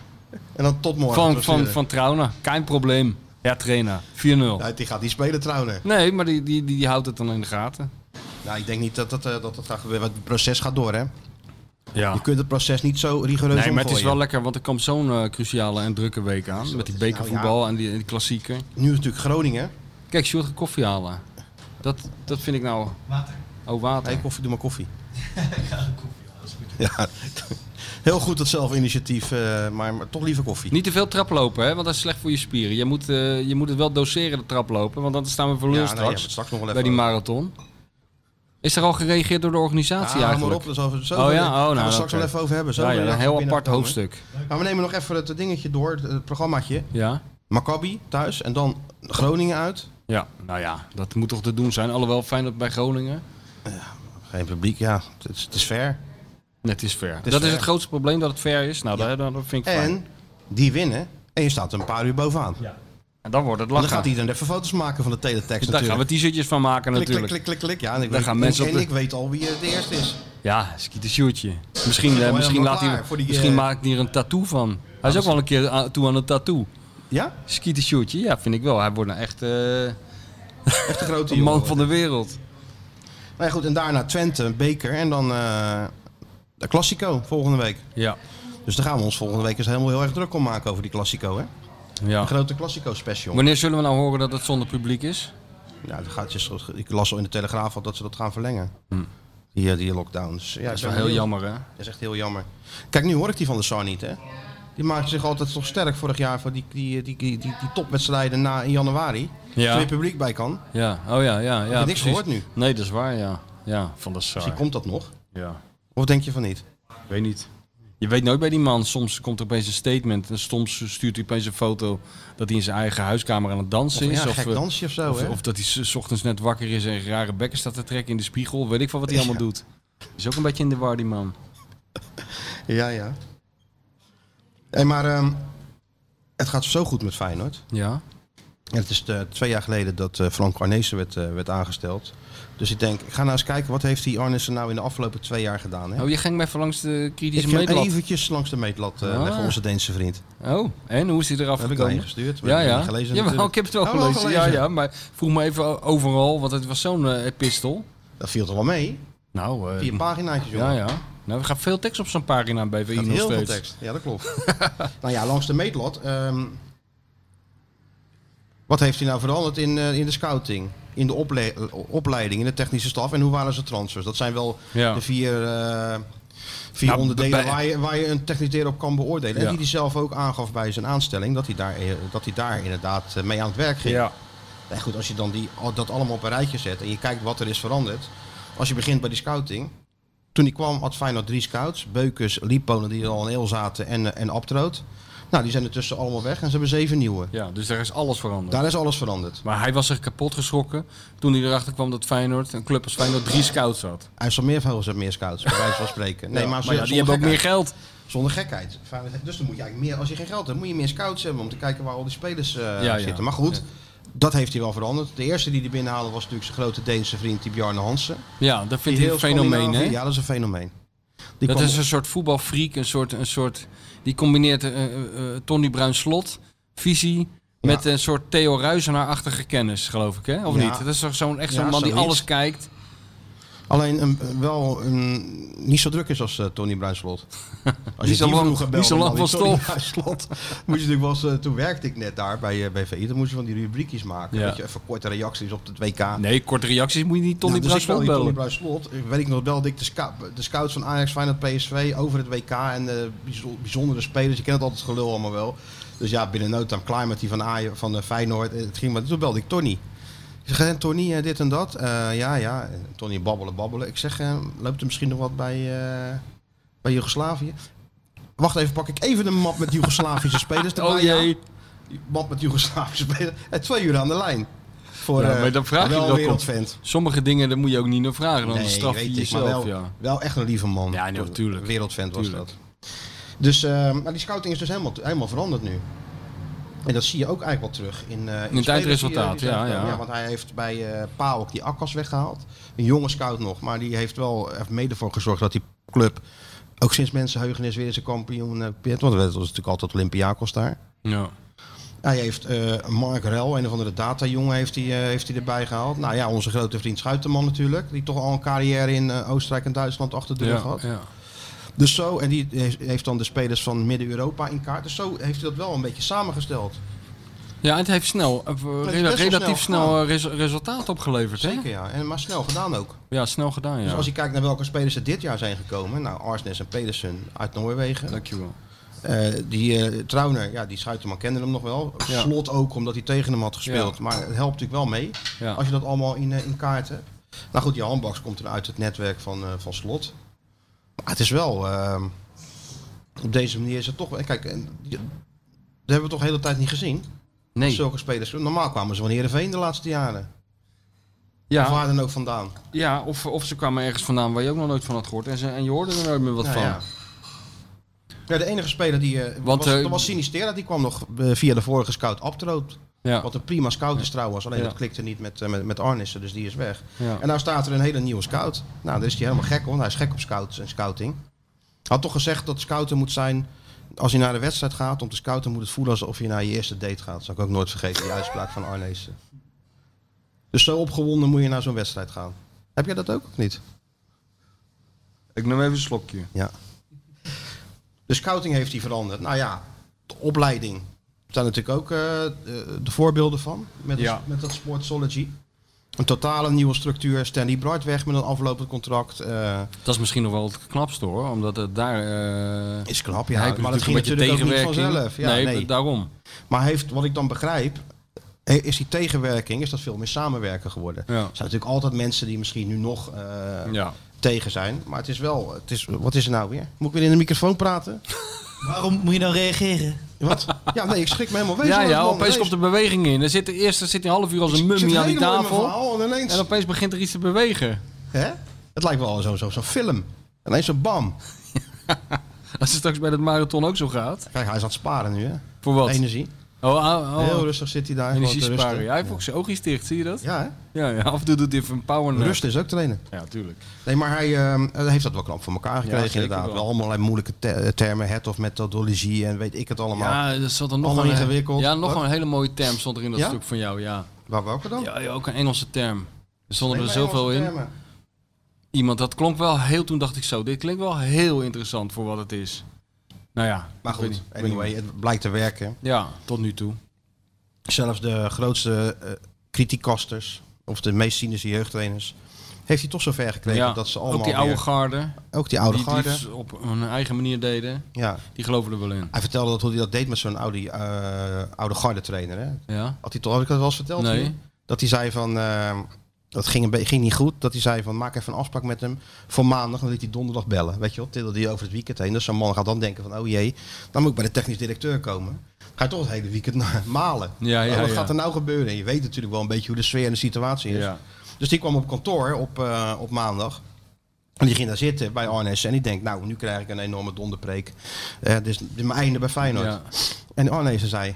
B: En dan tot morgen.
D: Van,
B: tot
D: van,
B: vieren.
D: van Trauner, geen probleem. Ja, trainer, 4-0.
B: Ja, die gaat niet spelen trouwens.
D: Nee, maar die, die, die, die houdt het dan in de gaten.
B: Nou, ik denk niet dat dat, eh, dat, dat gaat gebeuren. want Het proces gaat door, hè?
D: Ja.
B: Je kunt het proces niet zo rigoureus
D: Ah. Nee, maar het is
B: omgooien.
D: wel lekker, want er komt zo'n eh, cruciale en drukke week aan. Met die
B: Nou
D: bekervoetbal en die, en die klassieker.
B: Nu is natuurlijk Groningen.
D: Kijk, Sjoerd gaat koffie halen. Dat, dat vind ik nou...
C: Water.
D: Oh, water.
B: Hey, koffie, doe maar koffie.
C: is goed.
B: Ja. Heel goed dat zelfinitiatief, eh, maar, maar toch liever koffie.
D: Niet te veel traplopen, hè? want dat is slecht voor je spieren. Je moet, eh, je moet het wel doseren, de traplopen, want dan staan we voor lul
B: nee, hebben we
D: straks
B: nou, het straks nog wel
D: bij
B: even
D: die
B: over.
D: marathon. Is er al gereageerd door de
B: Ah,
D: organisatie
B: hou maar
D: eigenlijk?
B: op, dat is over, zo
D: Oh ja, oh, nou,
B: gaan we
D: oké.
B: straks wel even over hebben. Zo
D: Ja,
B: wil
D: ja,
B: je
D: een
B: daar
D: heel
B: binnen
D: apart
B: komen.
D: hoofdstuk.
B: Maar we nemen nog even het dingetje door, het, het programmaatje.
D: Ja?
B: Maccabi thuis en dan Groningen uit.
D: Ja, nou ja, dat moet toch te doen zijn. Alhoewel, fijn dat bij Groningen.
B: Geen publiek, ja, het is, het is ver.
D: Net is ver.
B: is
D: dat is
B: ver.
D: het grootste probleem, dat het ver is. Nou, daar dat, vind ik fijn.
B: En die winnen en je staat een paar uur bovenaan.
D: En dan wordt het
B: Want
D: lachen. Dus
B: dan gaat iedereen even foto's maken van de teletext
D: Daar gaan we
B: natuurlijk.
D: t-shirtjes van maken
B: Klik, klik,
D: natuurlijk.
B: klik, klik, klik. Ja, en ik,
D: Daar
B: weet,
D: gaan
B: en-
D: mensen op
B: en
D: de-
B: ik weet al wie eh, de eerste is.
D: Ja, Skeeter Sjoerdje. Misschien, eh,
B: helemaal
D: misschien, laat
B: klaar
D: hij,
B: voor die,
D: misschien
B: eh,
D: maakt hij er een tattoo van. Hij is ook wel een keer aan- toe aan een tattoo.
B: Ja?
D: Skeeter Sjoerdje, ja, vind ik wel. Hij wordt nou echt eh,
B: Echt een grote
D: een man
B: jongen.
D: van de wereld.
B: Nou ja, goed, en daarna Twente, een beker en dan eh, de Classico volgende week.
D: Ja.
B: Dus daar gaan we ons volgende week eens helemaal heel erg druk om maken over die Classico, hè?
D: ja.
B: Een grote Classico special.
D: Wanneer zullen we nou horen dat het zonder publiek is?
B: Ja, dat gaat, is- ik las al in de Telegraaf al dat ze dat gaan verlengen. Die, eh, die lockdowns. Ja,
D: Hm. Dat is wel heel jammer, hè?
B: Dat is echt heel jammer. Kijk, nu hoor ik die van de Sar niet, hè? Die maakte zich altijd toch sterk vorig jaar voor die, die, die, die, die, die topwedstrijden na in januari.
D: Ja.
B: Ja. Waar je publiek bij kan.
D: Ja, oh ja, ja.
B: niks
D: ja precies.
B: gehoord nu.
D: Nee, dat is waar, ja. Ja, van de Sar.
B: Misschien komt dat nog.
D: Ja,
B: Of denk je van niet?
D: ik weet niet. Je weet nooit bij die man. Soms komt er opeens een statement en soms stuurt hij opeens een foto dat hij in zijn eigen huiskamer aan het dansen
B: Of,
D: is.
B: ja,
D: of,
B: gek
D: eh,
B: dansje of zo,
D: Of,
B: hè?
D: of dat hij s- s ochtends net wakker is en rare bekken staat te trekken in de spiegel. Weet ik van wat hij
B: Ja.
D: allemaal doet. Is ook een beetje in de war, die man.
B: Ja, ja. Hey, maar ehm, het gaat zo goed met Feyenoord.
D: Ja.
B: En het is eh, twee jaar geleden dat eh Frank Arnezen werd, eh, werd aangesteld. Dus ik denk, ik ga nou eens kijken, wat heeft die Arnezen nou in de afgelopen twee jaar gedaan? Hè?
D: Oh, je ging mij even langs de
B: ik
D: kritische
B: ga
D: meetlat.
B: eventjes langs de meetlat eh,
D: Ah.
B: leggen, onze Deense vriend.
D: Oh, en hoe is hij
B: Dat heb ik
D: eraf gekomen?
B: daarheen gestuurd.
D: Ja, ja.
B: Gelezen,
D: ja maar
B: natuurlijk.
D: ik heb het wel
B: Oh, wel
D: gelezen. Ja,
B: gelezen.
D: ja, maar vroeg me even overal, want het was zo'n eh, epistel.
B: Dat viel toch wel mee?
D: Nou, eh,
B: Vier paginaatjes, jongen.
D: ja, ja. Nou, er gaat veel tekst op zo'n pagina bij VI
B: Gaat
D: nog
B: heel
D: steeds.
B: veel tekst. Ja, dat klopt. nou ja, langs de meetlat. ehm, wat heeft hij nou veranderd in, eh, in de scouting? In de ople- eh, opleiding, in de technische staf? En hoe waren zijn transfers? Dat zijn wel
D: Ja.
B: de vier, eh, vier
D: Nou,
B: onderdelen
D: bij-
B: waar je, waar je een technisch directeur op kan beoordelen.
D: Ja.
B: En die hij zelf ook aangaf bij zijn aanstelling, dat hij daar, eh, dat hij daar inderdaad eh, mee aan het werk ging.
D: Ja.
B: Nou goed, als je dan die, al- dat allemaal op een rijtje zet en je kijkt wat er is veranderd. Als je begint bij die scouting. Toen ik kwam had Feyenoord drie scouts. Beukers, Liponen die er al in heel zaten en, eh, en Abtroot. Nou, die zijn ertussen allemaal weg en ze hebben zeven nieuwe.
D: ja, dus daar is alles veranderd.
B: Daar is alles veranderd.
D: Maar hij was zich kapot geschrokken toen hij erachter kwam dat Feyenoord, een club als Feyenoord, drie scouts had.
B: IJsselmeervogels hebben meer scouts, bij wijze van spreken. Nee,
D: Ja,
B: maar,
D: ja,
B: zonder
D: die hebben ook meer
B: gekheid.
D: geld.
B: Zonder gekheid. Feyenoord heeft- Dus dan moet je eigenlijk meer, als je geen geld hebt, moet je meer scouts hebben om te kijken waar al die spelers eh,
D: ja.
B: zitten. Maar goed, dat heeft hij wel veranderd. De eerste die hij binnenhaalde was natuurlijk zijn grote Deense vriend, die Bjarne Hansen.
D: Ja, dat vind
B: Die
D: ik een
B: heel
D: fenomeen, hè?
B: Scandinavië- Ja, dat is een fenomeen. Die
D: dat
B: kwam
D: is een soort voetbalfreak, een soort, een soort... Die combineert eh eh, eh, Tony Bruin slot, visie... Met een soort Theo Ruizenaar-achtige kennis, geloof ik, hè? Of
B: Ja.
D: niet? Dat is toch zo'n echt zo'n
B: Ja,
D: man die
B: zoiets.
D: alles kijkt.
B: Alleen een, wel een, niet zo druk is als eh, Tony Bruinslot. Als
D: zo lang-
B: vroeger
D: niet
B: belde,
D: zo lang
B: man,
D: van
B: Tony
D: stof.
B: Bruinslot. Moest je natuurlijk wel eens, eh, toen werkte ik net daar bij, eh, bij VI. Dan moest je van die rubriekjes maken.
D: Ja.
B: Dat je even korte reacties op het WK.
D: Nee, korte reacties moet je niet Tony
B: Nou, dus
D: Bruin
B: ik belde
D: slot
B: die Tony
D: bellen.
B: Bruinslot. Ik Weet ik nog wel, dik de, scout, de scouts van Ajax, Feyenoord, PSV over het WK. En eh, bijzo- bijzondere spelers. Je kent het altijd gelul allemaal wel. Dus ja, binnen no time klaar met die van, Ajax, van eh, Feyenoord. Eh, Het ging maar, toen belde ik Tony. Ik Ik zeg, eh, Tony, eh, dit en dat. Eh, ja, ja. En Tony babbelen, babbelen. Ik zeg, eh, loopt er misschien nog wat bij, eh, bij Joegoslavië? Wacht even, pak ik even de map met Joegoslavische spelers. erbij,
D: Oh
B: ja.
D: jee.
B: Map met Joegoslavische spelers. En twee uur aan de lijn. Voor
D: Ja,
B: eh,
D: maar dan vraag je
B: wel
D: dat
B: een
D: ook.
B: wereldvent.
D: Sommige dingen, daar moet je ook niet naar vragen. Dan
B: Nee,
D: straf
B: weet
D: je
B: ik,
D: jezelf.
B: maar wel,
D: ja.
B: wel echt een lieve man.
D: Ja, nee,
B: Een
D: tuurlijk.
B: Wereldvent was
D: Tuurlijk.
B: dat. Dus, eh, maar die scouting is dus helemaal, helemaal veranderd nu. En dat zie je ook eigenlijk wel terug in, eh, in,
D: het
B: spelers
D: eindresultaat,
B: die, eh, die
D: ja,
B: zijn-
D: ja.
B: Want hij heeft bij eh Pa ook die Akkas weggehaald. Een jonge scout nog, maar die heeft wel eh, heeft mede voor gezorgd dat die club ook sinds mensenheugenis weer eens een kampioen eh, werd. Want dat was natuurlijk altijd Olympiakos daar.
D: Ja.
B: Hij heeft eh, Mark Rel, een of andere datajongen, heeft hij, eh, heeft hij erbij gehaald. Nou ja, onze grote vriend Schuitenman natuurlijk. Die toch al een carrière in eh, Oostenrijk en Duitsland achter de rug
D: Ja,
B: had.
D: ja.
B: Dus zo, en die heeft- heeft dan de spelers van Midden-Europa in kaart. Dus zo heeft hij dat wel een beetje samengesteld.
D: ja, het heeft snel, eh,
B: is
D: rela-
B: best wel
D: relatief
B: snel
D: snel eh, res- resultaat opgeleverd. Hè?
B: Zeker ja, en maar snel gedaan ook.
D: Ja, snel gedaan. Ja.
B: Dus als je kijkt naar welke spelers er dit jaar zijn gekomen. Nou, Arsnes en Pedersen uit Noorwegen.
D: Dankjewel.
B: Eh, die eh, Trauner, ja, die Schuitenman kende hem nog wel.
D: Ja.
B: Slot ook, omdat hij tegen hem had gespeeld.
D: Ja.
B: Maar het helpt natuurlijk wel mee.
D: Ja.
B: Als je dat allemaal in, eh, in kaart hebt. Nou goed, die handbaks komt dan uit het netwerk van, eh, van Slot. Maar het is wel... ehm, op deze manier is het toch... eh, Kijk, en die- dat hebben we toch de hele tijd niet gezien.
D: Nee.
B: Zulke spelers. Normaal kwamen ze van Heerenveen de laatste jaren. Of
D: Ja,
B: waar dan ook vandaan.
D: ja of, of ze kwamen ergens vandaan waar je ook nog nooit van had gehoord. En, ze, en je hoorde er nooit meer wat
B: Nou
D: van.
B: Ja. Ja, de enige speler die... eh,
D: Want,
B: was,
D: eh,
B: dat was Sinistera. Die kwam nog eh, via de vorige scout Abtroot.
D: Ja.
B: Wat een prima scout is trouwens. Alleen
D: Ja.
B: dat klikte niet met, eh, met, met Arnissen, dus die is weg.
D: Ja.
B: En nou staat er een hele nieuwe scout. Nou, daar is hij helemaal gek op. want Hij is gek op scouts en scouting. Had toch gezegd dat scouten moet zijn... Als je naar de wedstrijd gaat om te scouten, moet het voelen alsof je naar je eerste date gaat. Dat zal ik ook nooit vergeten, die uitspraak van Arnezen. Dus zo opgewonden moet je naar zo'n wedstrijd gaan. Heb jij dat ook of niet?
D: Ik neem even een slokje.
B: Ja. De scouting heeft die veranderd. Nou ja, de opleiding. Er zijn natuurlijk ook eh, de, de voorbeelden van. Met,
D: Ja.
B: dat, met dat Sportsology. Een totale nieuwe structuur. Stanley Bright weg met een aflopend contract. eh,
D: Dat is misschien nog wel het knapste hoor. Omdat het daar... eh,
B: is knap, ja.
D: hij heeft
B: maar dat ging natuurlijk ook niet vanzelf. Ja,
D: nee,
B: nee,
D: daarom.
B: Maar heeft, wat ik dan begrijp, eh, is die tegenwerking is dat veel meer samenwerken geworden.
D: Ja.
B: Er zijn natuurlijk altijd mensen die misschien nu nog eh,
D: Ja.
B: tegen zijn. Maar het is wel, het is, wat is er nou weer? Moet ik weer in de microfoon praten?
A: Waarom moet je dan reageren?
B: Wat? Ja, nee, ik schrik me helemaal wezen.
D: Ja,
B: van het
D: ja,
B: man.
D: opeens komt er beweging in. Er zit, eerst er zit een half uur als een
B: Ik zit
D: mummie aan die
B: helemaal in mijn
D: tafel.
B: verhaal en ineens-
D: En opeens begint er iets te bewegen.
B: Hè? Het lijkt wel zo'n zo, zo'n film. Ineens zo bam.
D: Als het straks bij dat marathon ook zo gaat.
B: Kijk, hij is aan het sparen nu, hè?
D: Voor wat?
B: Energie.
D: Oh, oh, oh.
B: Heel rustig zit hij daar. gewoon
D: energie
B: te rusten.
D: sparen. Ja, hij heeft ook zijn oogjes dicht, zie je dat?
B: Ja, hè?
D: Ja, ja. Af en toe doet hij even een power nap.
B: Rust is ook trainen.
D: Ja, tuurlijk.
B: Nee, maar hij ehm, heeft dat wel knap voor elkaar gekregen,
D: zeker
B: inderdaad.
D: wel.
B: Wel allemaal moeilijke te- eh, termen. Het of methodologie en weet ik het allemaal.
D: Ja, dat zat er nog
B: Allemaal
D: een, eh,
B: ingewikkeld.
D: Ja, nog
B: Wat?
D: een hele mooie term stond er in dat
B: Ja?
D: stuk van jou, ja.
B: Waar welke dan?
D: ja. ja, ook een Engelse term. Er stonden
B: Nee,
D: er
B: maar
D: zoveel
B: Engelse
D: in.
B: termen.
D: Iemand, dat klonk wel heel, toen dacht ik zo, dit klinkt wel heel interessant voor wat het is. Nou ja.
B: Maar
D: ik weet
B: goed,
D: niet, ik weet niet
B: anyway, het blijkt te werken.
D: meer. Ja, tot nu toe.
B: Zelfs de grootste eh criticasters, of de meest cynische jeugdtrainers, heeft hij toch zover gekregen
D: ja,
B: dat ze allemaal
D: ook die oude
B: weer-
D: garde,
B: ook die oude
D: die het
B: garde.
D: liefst op hun eigen manier deden,
B: Ja,
D: die geloven er wel in.
B: Hij vertelde dat hoe hij dat deed met zo'n oude, eh, oude garde trainer. Hè?
D: Ja,
B: Had hij toch had ik dat wel eens verteld?
D: Nee.
B: hier? Dat hij zei van. eh, dat ging, een be- ging niet goed. Dat hij zei van maak even een afspraak met hem voor maandag. Dan liet hij donderdag bellen. Weet je wel, tilde die over het weekend heen. Dus zo'n man gaat dan denken van oh jee, dan moet ik bij de technisch directeur komen. Ga je toch het hele weekend naar malen.
D: Ja, ja,
B: Oh, wat
D: ja.
B: gaat er nou gebeuren? En je weet natuurlijk wel een beetje hoe de sfeer en de situatie is.
D: Ja.
B: Dus die kwam op kantoor op, eh, op maandag. En die ging daar zitten bij Arnes. En die denkt, nou, nu krijg ik een enorme donderpreek. Eh dus dit is mijn einde bij Feyenoord.
D: Ja.
B: En Arnes zei,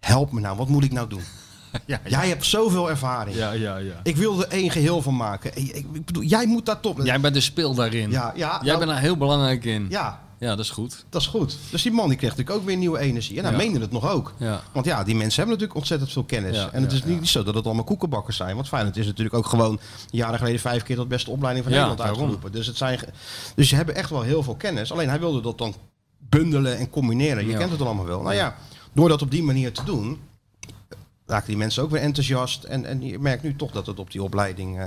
B: help me nou, wat moet ik nou doen?
D: ja, ja.
B: Jij hebt zoveel ervaring.
D: ja, ja, ja.
B: Ik wil er één geheel van maken. Ik, ik- ik bedoel, jij moet daar top...
D: Jij bent de speel daarin.
B: ja, ja,
D: Jij
B: nou,
D: bent daar heel belangrijk in.
B: ja,
D: Ja, dat is goed.
B: dat is goed. Dus die man die kreeg natuurlijk ook weer nieuwe energie. En hij
D: Ja.
B: meende het nog ook.
D: Ja.
B: Want ja, die mensen hebben natuurlijk ontzettend veel kennis.
D: Ja,
B: en het
D: ja,
B: is niet niet zo dat het allemaal koekenbakkers zijn. Want Feyenoord is natuurlijk ook gewoon jaren geleden vijf keer tot beste opleiding van
D: Ja,
B: Nederland
D: daarom.
B: uitgeroepen. Dus, het zijn, ge- dus ze hebben echt wel heel veel kennis. Alleen hij wilde dat dan bundelen en combineren. Je
D: Ja.
B: kent het allemaal wel. Nou ja, door dat op die manier te doen, raken die mensen ook weer enthousiast. En, en je merkt nu toch dat het op die opleiding... eh,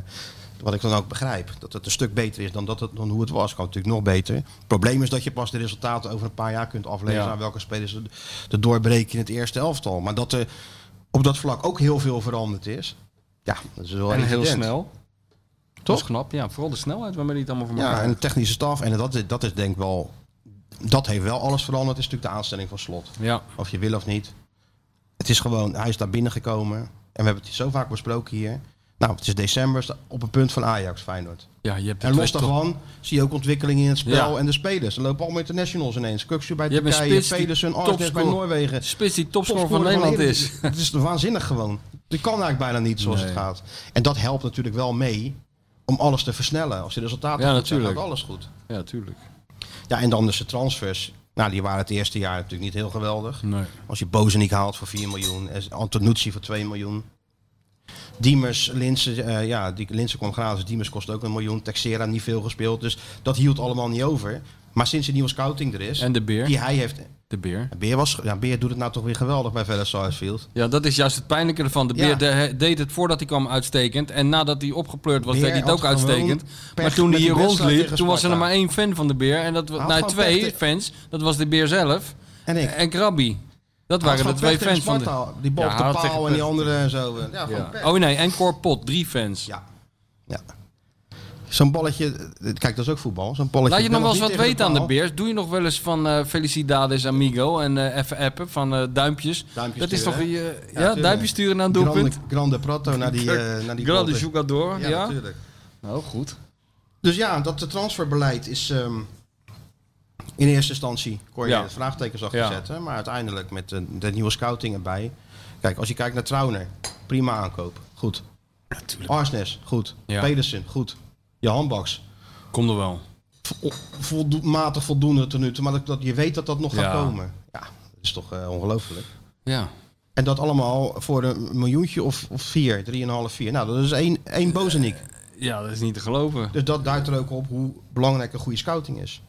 B: wat ik dan ook begrijp, dat het een stuk beter is dan, dat het, dan hoe het was. Kan natuurlijk nog beter. Het probleem is dat je pas de resultaten over een paar jaar kunt aflezen.
D: Ja.
B: Aan welke spelers er- er doorbreken in het eerste elftal. Maar dat er op dat vlak ook heel veel veranderd is. Ja, dat is wel
D: en heel
B: evident.
D: snel. Dat is knap. Ja, vooral de snelheid waarmee die het allemaal voor elkaar
B: Ja, en de technische staf. En dat, is- dat is denk ik wel... Dat heeft wel alles veranderd. is natuurlijk de aanstelling van Slot.
D: Ja,
B: Of je wil of niet. Het is gewoon... Hij is daar binnengekomen. En we hebben het zo vaak besproken hier. Nou, het is december. sta- Op een punt van Ajax, Feyenoord.
D: ja je hebt de
B: En
D: twee
B: los
D: top-
B: daarvan zie je ook ontwikkeling in het spel
D: Ja.
B: en de spelers. Er lopen allemaal internationals ineens. Kuksu bij
D: Je hebt een
B: Turkije,
D: spits die
B: Pedersen, Arnes bij
D: topscorer-
B: Noorwegen.
D: Spits die topscorer van
B: Topscorer
D: Nederland
B: Nederland.
D: is.
B: Het is waanzinnig gewoon. Dat kan eigenlijk bijna niet zoals
D: Nee.
B: het gaat. En dat helpt natuurlijk wel mee om alles te versnellen. Als de resultaten
D: Ja,
B: goed zijn,
D: natuurlijk.
B: gaat alles goed.
D: Ja, tuurlijk.
B: Ja, en dan dus de transfers. Nou, die waren het eerste jaar natuurlijk niet heel geweldig.
D: Nee.
B: Als je Bozenik haalt voor 4 miljoen, en Antonucci voor 2 miljoen. Diemers, Linsen, eh, ja, die Linsen kwam gratis. dus Diemers kost ook een miljoen. Texera niet veel gespeeld. Dus dat hield allemaal niet over. Maar sinds de nieuwe scouting er is,
D: En de beer.
B: die hij heeft.
D: De beer.
B: Beer, was, ja, Beer doet het nou toch weer geweldig bij Villa Sarsfield.
D: Ja, dat is juist het pijnlijke ervan. De beer
B: Ja.
D: de- he- deed het voordat hij kwam uitstekend. En nadat hij opgepleurd was,
B: Beer
D: deed hij het
B: had
D: ook uitstekend.
B: gewoon pech
D: Maar toen
B: met
D: hij hier
B: die wedstrijd
D: rondliep,
B: tegen
D: toen was er nog
B: Sparta.
D: maar één fan van de beer. En dat
B: Hij
D: was
B: had
D: nou,
B: gewoon
D: twee
B: pech te-
D: fans. Dat was de beer zelf
B: En ik.
D: en Krabby. Dat waren de
B: Had
D: twee
B: pech tegen
D: fans van de...
B: Sparta. Die bal
D: Ja,
B: op
D: hij
B: de
D: had tegen
B: paal en
D: pech.
B: die andere en zo. eh, Ja, gewoon
D: Ja.
B: pech.
D: Oh nee, en Corpot, drie fans.
B: Ja. ja. Zo'n balletje, eh, kijk, dat is ook voetbal. Zo'n balletje.
D: Laat je nog wel
B: bal
D: eens wat
B: niet tegen
D: weten aan de
B: paal.
D: beers. Doe je nog wel eens van eh, Felicidades Amigo en eh, even appen van eh, duimpjes.
B: Duimpjes
D: dat is toch...
B: sturen,
D: je- ja,
B: tuurlijk.
D: duimpjes sturen naar een doelpunt.
B: Grande, grande Prato naar die, eh naar die
D: Grande
B: bal.
D: Jugador,
B: Ja,
D: ja.
B: natuurlijk.
D: Nou, goed.
B: Dus ja, dat de transferbeleid is ehm, in eerste instantie kon je
D: Ja.
B: het vraagtekens achter
D: Ja.
B: zetten. Maar uiteindelijk met de, de nieuwe scouting erbij. Kijk, als je kijkt naar Trauner, prima aankoop. Goed. Arsnes, goed.
D: Ja.
B: Pedersen, goed. Je handbaks.
D: Kom er wel.
B: Voldo matig voldoende ten nu toe, maar dat, dat, je weet dat dat nog gaat
D: Ja.
B: komen. Ja, dat is toch eh, ongelooflijk.
D: Ja.
B: En dat allemaal voor een miljoentje of, of vier, drieënhalf, vier. Nou, dat is één, één Bozeniek.
D: Ja, dat is niet te geloven.
B: Dus dat duidt er ook op hoe belangrijk een goede scouting is.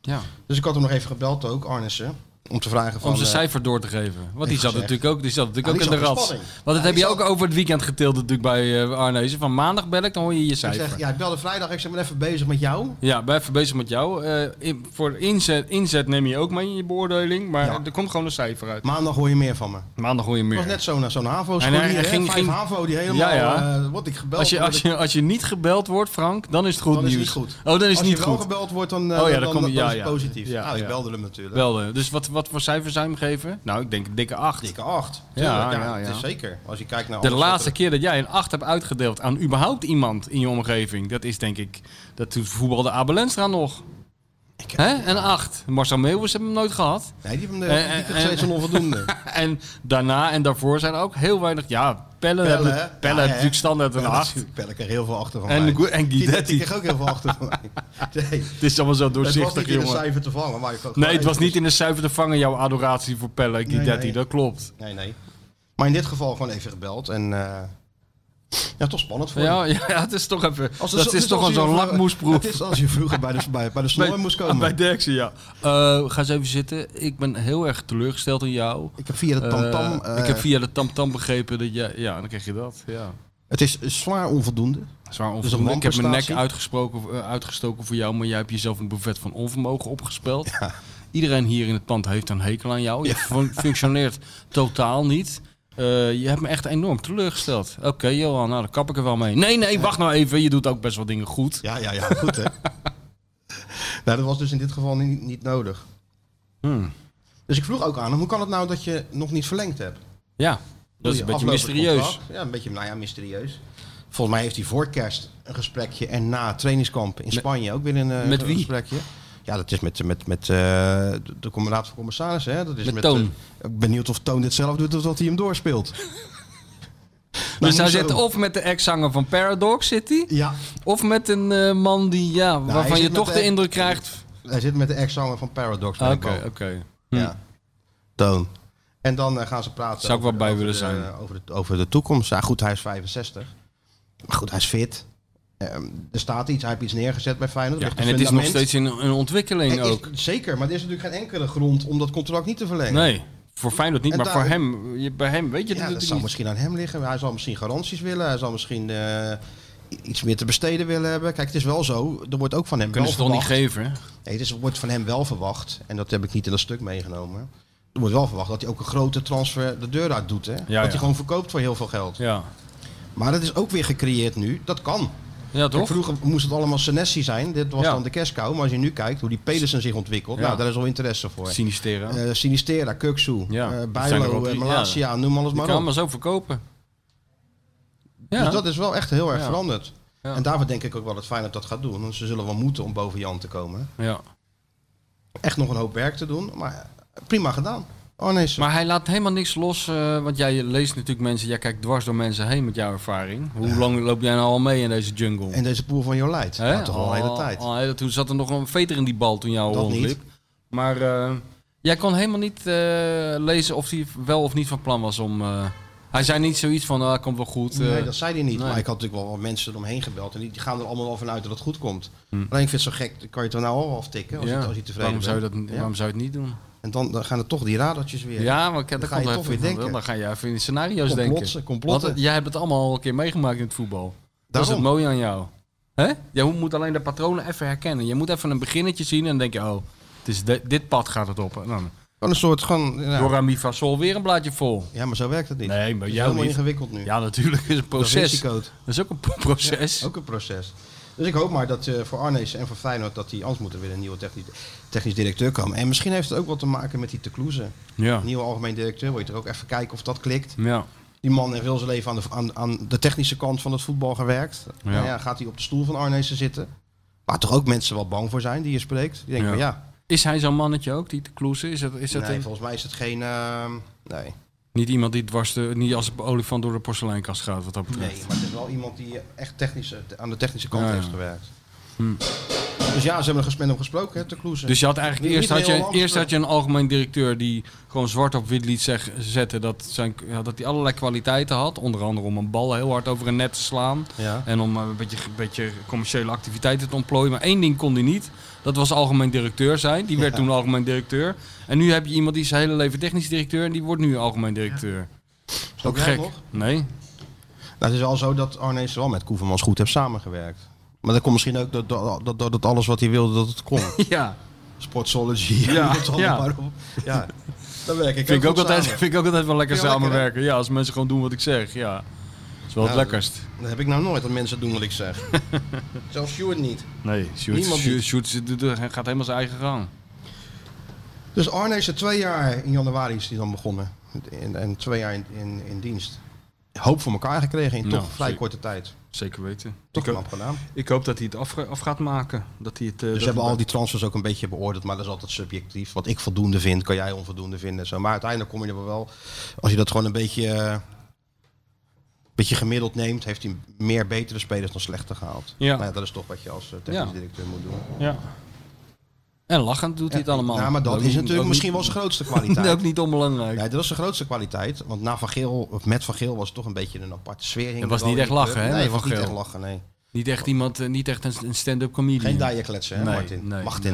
D: Ja.
B: Dus ik had hem nog even gebeld ook, Arnissen. Om te vragen van...
D: Om zijn
B: eh,
D: cijfer door te geven. Want die
B: heeft
D: zat
B: gezegd.
D: natuurlijk ook, die zat
B: Ja,
D: natuurlijk
B: die
D: ook in de
B: zat in
D: rat. Want
B: spanning.
D: dat
B: Ja,
D: heb
B: die
D: je
B: zat-
D: ook over het weekend getild natuurlijk bij eh Arnezen. Van maandag bel ik, dan hoor je je
B: ik
D: cijfer.
B: zeg, ja, ik belde vrijdag. Ik zeg, ben even bezig met jou.
D: Ja, ben even bezig met jou. Eh, in- voor inzet, inzet neem je ook mee in je beoordeling. Maar
B: Ja.
D: er komt gewoon een cijfer uit.
B: Maandag hoor je meer van me.
D: Maandag hoor je
B: Het
D: meer.
B: was net zo'n zo'n havo
D: En hij-
B: hier,
D: hij
B: hè?
D: ging-
B: Vijf
D: ging-
B: havo die helemaal...
D: Ja,
B: Ja,
D: ja.
B: word ik gebeld.
D: als, je, als, je, als je niet gebeld wordt, Frank, dan is het goed
B: dan is het
D: nieuws.
B: niet goed.
D: Oh, dan is
B: als
D: het niet
B: je wel
D: goed.
B: gebeld wordt, dan, eh,
D: Oh
B: dan,
D: ja, dan
B: dan,
D: kom je-
B: dan
D: ja,
B: is het
D: ja.
B: positief.
D: Ja,
B: nou, ik
D: ja.
B: belde hem natuurlijk.
D: Belden. Dus wat, wat voor cijfer zou je hem geven? Nou, ik denk een dikke 8.
B: Dikke acht.
D: Ja,
B: Tuurlijk,
D: ja,
B: Het
D: ja.
B: is zeker. Als je kijkt naar...
D: De
B: alles wat
D: laatste
B: er-
D: keer dat jij een 8 hebt uitgedeeld aan überhaupt iemand in je omgeving, dat is denk ik, dat toen voetbalde Abel Lenstra nog. Hè? Een 8. Marcel Meeuwis hebben hem nooit gehad.
B: Nee, die, die,
D: Eh,
B: die
D: eh,
B: kreeg
D: eh,
B: steeds een onvoldoende.
D: En daarna en daarvoor zijn er ook heel weinig. Ja, Pelle,
B: Pelle,
D: hebben-
B: hè?
D: Pelle
B: Ja,
D: heeft
B: hè?
D: natuurlijk standaard een
B: Ja,
D: 8.
B: natuurlijk. Pelle kreeg heel veel achter van
D: En
B: mij.
D: Gu- en
B: Die-
D: Guidetti.
B: Die kreeg ook heel veel achter van mij. Nee,
D: Het is allemaal zo
B: het was
D: doorzichtig,
B: niet in de
D: jongen.
B: cijfer te vangen. Maar je kan
D: Nee,
B: gelijk-
D: het was niet in de cijfer te vangen, jouw adoratie voor Pelle en Guidetti.
B: nee.
D: Dat klopt.
B: Nee, nee. Maar in dit geval gewoon even gebeld. En eh, ja, toch spannend voor
D: Ja,
B: je.
D: ja, het is toch even.
B: Als het
D: dat
B: zo-
D: is
B: dus
D: toch
B: als
D: wel
B: je
D: zo'n
B: vroeger-
D: lakmoesproef.
B: Het is als je vroeger bij de, bij, bij de snor moest komen.
D: Bij Derksen, ja. Eh, ga eens even zitten. Ik ben heel erg teleurgesteld in jou.
B: ik heb via de
D: Eh,
B: tamtam... eh,
D: ik heb via de tamtam begrepen dat jij... Ja, dan krijg je dat. Ja.
B: Het is zwaar onvoldoende.
D: Zwaar
B: Dus een
D: onvoldoende. ik heb mijn nek
B: wanprestatie.
D: uitgesproken, eh, uitgestoken voor jou, maar jij hebt jezelf een buffet van onvermogen opgespeld. Iedereen hier in het pand heeft een hekel aan jou. Je fun- functioneert totaal niet. Eh, je hebt me echt enorm teleurgesteld. Oké, Johan, nou, dan kap ik er wel mee. Nee, nee, wacht nou even. Je doet ook best wel dingen goed.
B: Ja, ja, ja. Goed, hè? nou, dat was dus in dit geval niet, niet nodig.
D: Hmm.
B: Dus ik vroeg ook aan hem, hoe kan het nou dat je nog niet verlengd hebt?
D: Ja, dat is een beetje
B: Aflopend
D: mysterieus.
B: contract. Ja, een beetje, nou ja, mysterieus. Volgens mij heeft hij voor kerst een gesprekje en na het trainingskamp in Spanje ook weer een eh,
D: met wie?
B: gesprekje. Ja, dat is met, met, met eh, de- de commandant van commissarissen. Hè? Dat is
D: Met Toon.
B: eh, ik ben benieuwd of Toon dit zelf doet of dat hij hem doorspeelt.
D: Dus hij
B: moet
D: zit
B: zo.
D: of met de ex-zanger van Paradox zit hij,
B: Ja,
D: of met een eh, man die, ja,
B: Nou, hij
D: waarvan
B: zit
D: je
B: met
D: toch
B: de-
D: de indruk krijgt.
B: hij zit met de ex-zanger van Paradox.
D: Oké,
B: bij
D: oké.
B: de bal.
D: Hm.
B: Ja. Toon. En dan eh, gaan ze praten.
D: Zou ik
B: over-
D: wel bij
B: over
D: willen
B: de-
D: zijn.
B: Over de, over de toekomst. Ja, goed, hij is 65. Maar goed, hij is fit. Ehm, er staat iets, hij heeft iets neergezet bij Feyenoord.
D: Ja,
B: Ligt een
D: en het is nog
B: fundament.
D: steeds in, in ontwikkeling
B: Er is-
D: ook.
B: zeker, maar er is natuurlijk geen enkele grond om dat contract niet te verlengen.
D: Nee, voor Feyenoord niet,
B: En
D: maar voor
B: daar-
D: hem, je, bij hem weet
B: Ja,
D: je dat
B: dat
D: natuurlijk
B: zou
D: niet.
B: misschien aan hem liggen. Hij zal misschien garanties willen. Hij zal misschien eh, i- iets meer te besteden willen hebben. Kijk, het is wel zo. Er wordt ook van hem
D: Kunnen
B: wel
D: ze toch niet
B: verwacht.
D: geven? hè?
B: Nee, het is, er wordt van hem wel verwacht. En dat heb ik niet in dat stuk meegenomen. Er wordt wel verwacht dat hij ook een grote transfer de deur uit doet. Hè? dat
D: ja.
B: hij gewoon verkoopt voor heel veel geld.
D: Ja.
B: Maar dat is ook weer gecreëerd nu. Dat kan.
D: Ja, toch?
B: Kijk, vroeger moest het allemaal Senesi zijn. Dit was
D: Ja.
B: dan de kerstkou. Maar als je nu kijkt hoe die Pedersen zich ontwikkelt.
D: Ja.
B: Nou, daar is al interesse voor.
D: Sinistera.
B: Eh, Sinistera, Kuksu,
D: Ja.
B: eh,
D: Dat zijn er wel
B: Bijlo, eh,
D: drie.
B: Malasia, noem alles
D: Die
B: maar
D: kan
B: op.
D: maar zo verkopen. Ja.
B: Dus dat is wel echt heel erg
D: Ja.
B: veranderd.
D: Ja.
B: En daarvoor denk ik ook wel dat Feyenoord dat gaat doen. Want ze zullen wel moeten om boven Jan te komen.
D: ja.
B: Echt nog een hoop werk te doen. Maar prima gedaan. Oh nee,
D: Maar hij laat helemaal niks los, eh, want jij leest natuurlijk mensen, jij kijkt dwars door mensen heen met jouw ervaring. Hoe lang loop jij nou al mee in deze jungle?
B: En deze pool van Jolijt.
D: Hè? Oh,
B: Ja, toch al een hele tijd.
D: al een hele- toen zat er nog een veter in die bal toen jou
B: Dat
D: rondliep. Maar eh, jij kon helemaal niet eh, lezen of hij wel of niet van plan was om... eh, hij zei niet zoiets van, ah, komt wel goed. eh.
B: Nee, dat zei hij niet.
D: nee.
B: Maar ik had natuurlijk wel wat mensen eromheen gebeld. En die die gaan er allemaal wel vanuit dat het goed komt. Alleen ik vind het zo gek. dan Kan je het er nou al aftikken als,
D: Hmm. Ja.
B: je, als je tevreden
D: waarom
B: bent.
D: zou je, dat, niet-
B: Ja.
D: waarom zou je het niet doen?
B: En dan, dan gaan er toch die radertjes weer.
D: Ja, maar ik-
B: Dan
D: dat
B: ga
D: komt
B: je
D: er
B: toch
D: even
B: weer
D: van-
B: denken.
D: Dan ga je even in scenario's denken.
B: Complotsen, complotten.
D: Want eh, jij hebt het allemaal al een keer meegemaakt in het voetbal. Dat is het
B: Daarom.
D: mooie aan jou. Hè? Jij moet alleen de patronen even herkennen. Je moet even een beginnetje zien en dan denk je, oh, het is de- dit pad gaat het op. En dan
B: Gewoon een soort gewoon. ja.
D: Dora Mi fa sol weer een blaadje vol.
B: Ja, maar zo werkt het niet.
D: Nee, maar
B: het is
D: jou
B: helemaal
D: niet.
B: ingewikkeld nu.
D: Ja, natuurlijk is een
B: Dat
D: proces. Dat
B: code.
D: is ook een pro- proces.
B: Ook een proces. Dus ik hoop maar dat eh, voor Arnees en voor Feyenoord dat die anders moeten weer een nieuwe technisch, technisch directeur komen. En misschien heeft het ook wat te maken met die te kloezen.
D: Ja.
B: Nieuwe algemeen directeur, wil je er ook even kijken of dat klikt.
D: Ja.
B: Die man heeft heel zijn leven aan de, aan, aan de technische kant van het voetbal gewerkt.
D: Ja.
B: Nou ja, gaat hij op de stoel van Arnezen zitten. Waar toch ook mensen wel bang voor zijn die je spreekt. Die denken
D: Ja.
B: ja. van ja,
D: Is hij zo'n mannetje ook, die te kloesen? Is dat, is dat
B: nee,
D: een-
B: volgens mij is het geen... eh, nee.
D: niet iemand die dwars de, niet als een olifant door de porseleinkast gaat, wat dat betreft?
B: nee, maar het is wel iemand die echt technische, aan de technische kant
D: Ja, ja.
B: heeft gewerkt.
D: Hm.
B: Dus ja, ze hebben er ges- met hem gesproken, hè, te kloezen.
D: Dus je had eigenlijk
B: Niet-
D: eerst,
B: niet
D: had je,
B: heel
D: eerst had je een algemeen directeur die gewoon zwart op wit liet zeg, zetten dat, zijn, ja, dat hij allerlei kwaliteiten had. Onder andere om een bal heel hard over een net te slaan.
B: ja.
D: En om eh, een beetje, een beetje commerciële activiteiten te ontplooien. Maar één ding kon hij niet. Dat was algemeen directeur zijn. Die werd toen algemeen directeur. En nu heb je iemand die is zijn hele leven technisch directeur. En die wordt nu algemeen directeur. Is
B: Snap
D: Ook
B: jij
D: gek.
B: het nog?
D: Nee.
B: Nou, het is wel zo dat Arnees wel met Koevermans goed heeft samengewerkt. Maar dat komt misschien ook dat, dat, dat, dat alles wat hij wilde, dat het kon.
D: Ja.
B: Sportsology,
D: Ja,
B: ja, het allemaal
D: ja.
B: maar op. Ja, daar werk ik
D: Vind ik,
B: ook
D: ook
B: goed
D: altijd,
B: samen.
D: vind ik ook altijd wel lekker
B: Vind je wel
D: samenwerken. ja, als mensen gewoon doen wat ik zeg. Ja. Dat is wel
B: Ja,
D: het lekkerst.
B: Dat heb ik nou nooit, dat mensen doen wat ik zeg. Zelfs Stuart niet.
D: Nee,
B: Niemand
D: Sjoerd
B: niet.
D: Sjoerd zit- doet- gaat helemaal zijn eigen gang.
B: Dus Arnees is twee jaar in januari is hij dan begonnen. En, en twee jaar in, in, in dienst. Hoop voor elkaar gekregen in
D: Nou,
B: toch vrij
D: zeker.
B: korte tijd.
D: Zeker weten.
B: Toch
D: ik,
B: knap
D: hoop,
B: gedaan.
D: ik hoop dat hij het af, af gaat maken. Dat hij het, eh,
B: Dus
D: dat
B: we hebben
D: hij-
B: al die transfers ook een beetje beoordeeld, maar dat is altijd subjectief. Wat ik voldoende vind, kan jij onvoldoende vinden. en Zo. Maar uiteindelijk kom je er wel, als je dat gewoon een beetje, eh, beetje gemiddeld neemt, heeft hij meer betere spelers dan slechte gehaald.
D: Ja.
B: Maar ja, dat is toch wat je als eh, technisch
D: Ja.
B: directeur moet doen.
D: Ja. En lachend doet hij het allemaal.
B: Ja, maar dat, is
D: niet-
B: natuurlijk
D: ook
B: misschien wel
D: niet-
B: zijn grootste kwaliteit.
D: Ook niet onbelangrijk.
B: Ja, dat was zijn grootste kwaliteit. Want na Van Geel, of met Van Geel was het toch een beetje een aparte sfeer. hing
D: Het was
B: er wel
D: niet
B: in
D: echt
B: de club.
D: lachen, hè,
B: Nee,
D: met
B: het was
D: Van
B: niet echt
D: Geel.
B: lachen, nee.
D: Niet echt iemand, eh, niet echt een, een stand-up comedian.
B: Geen dijen kletsen, hè,
D: Nee,
B: Martin?
D: nee,
B: Martin.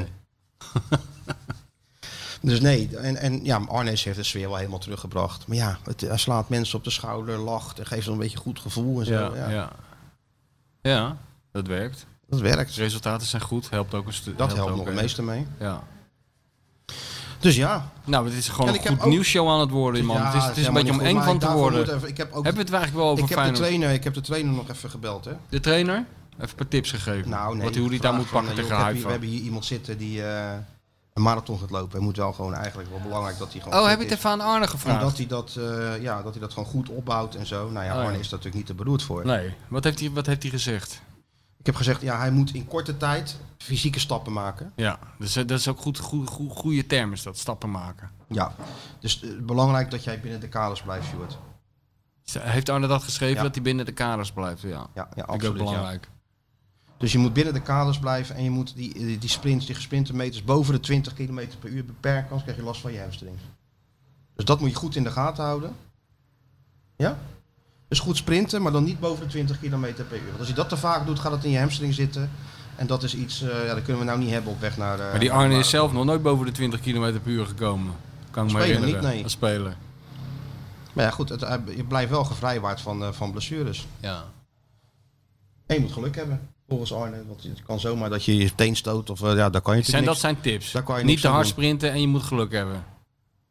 D: nee.
B: dus nee, en, en ja, Arnees heeft de sfeer wel helemaal teruggebracht. Maar ja, het, hij slaat mensen op de schouder, lacht en geeft ze een beetje goed gevoel en zo.
D: Ja,
B: Ja,
D: ja. ja. Ja, dat werkt.
B: Dat werkt.
D: De resultaten zijn goed. Helpt ook een stuk.
B: Dat helpt nog
D: ook
B: het
D: erg.
B: meeste mee.
D: Ja.
B: Dus ja.
D: Nou, het is gewoon
B: En
D: een
B: ik heb
D: goed
B: ook-
D: nieuwsshow aan het worden, man.
B: Ja,
D: het is, het is een
B: helemaal
D: beetje om
B: niet goed,
D: eng
B: maar
D: van te
B: daarvoor
D: worden.
B: moet even- ik heb ook...
D: Hebben we het eigenlijk wel over
B: ik heb, de
D: Feyenoord?
B: trainer, ik heb de trainer nog even gebeld, hè?
D: De trainer? Even een paar tips gegeven.
B: Nou, nee.
D: Wat, hoe die daar
B: vraag
D: moet
B: van,
D: pakken
B: eh, joh, ik
D: tegen
B: heb hier-
D: Hype.
B: We hebben hier iemand zitten die eh, een marathon gaat lopen. Het moet wel gewoon eigenlijk wel belangrijk dat hij gewoon.
D: Oh,
B: fit
D: heb je het
B: is.
D: even aan Arne
B: En
D: gevraagd?
B: dat hij dat, eh, ja, dat hij dat gewoon goed opbouwt en zo. Nou ja,
D: Oh,
B: Arne
D: ja.
B: is daar natuurlijk niet te bedoeld voor.
D: Nee. Wat heeft hij, wat heeft hij gezegd?
B: Ik heb gezegd, ja, hij moet in korte tijd fysieke stappen maken.
D: Ja, dus eh, dat is ook goed, goed, goed, goede term is dat, stappen maken.
B: Ja. Dus eh, belangrijk dat jij binnen de kaders blijft, Stuart.
D: Heeft Arne dat geschreven
B: Ja.
D: dat hij binnen de kaders blijft? Ja,
B: Ja, ja
D: vind ik ook
B: absoluut. ja.
D: belangrijk.
B: Dus je moet binnen de kaders blijven en je moet die, die, die sprints, die gesprinte meters boven de 20 km per uur beperken, anders krijg je last van je hamstrings. Dus dat moet je goed in de gaten houden. Ja? Dus goed sprinten, maar dan niet boven de 20 km per uur. Want als je dat te vaak doet, gaat het in je hamstring zitten. En dat is iets, eh, ja, dat kunnen we nou niet hebben op weg naar... eh,
D: Maar die
B: naar de
D: Arne is
B: marathon.
D: zelf nog nooit boven de 20 km per uur gekomen. Kan ik me
B: Speler
D: herinneren.
B: niet, nee.
D: Als speler.
B: Maar ja, goed, het, eh, je blijft wel gevrijwaard van, eh, van blessures.
D: Ja.
B: En je moet geluk hebben, volgens Arne. Want het kan zomaar dat je je teen stoot of eh, ja, daar kan je natuurlijk
D: Zijn, dat
B: niks-
D: zijn tips.
B: Daar kan je
D: Niet
B: niks
D: te
B: aan
D: hard
B: doen.
D: sprinten en je moet geluk hebben.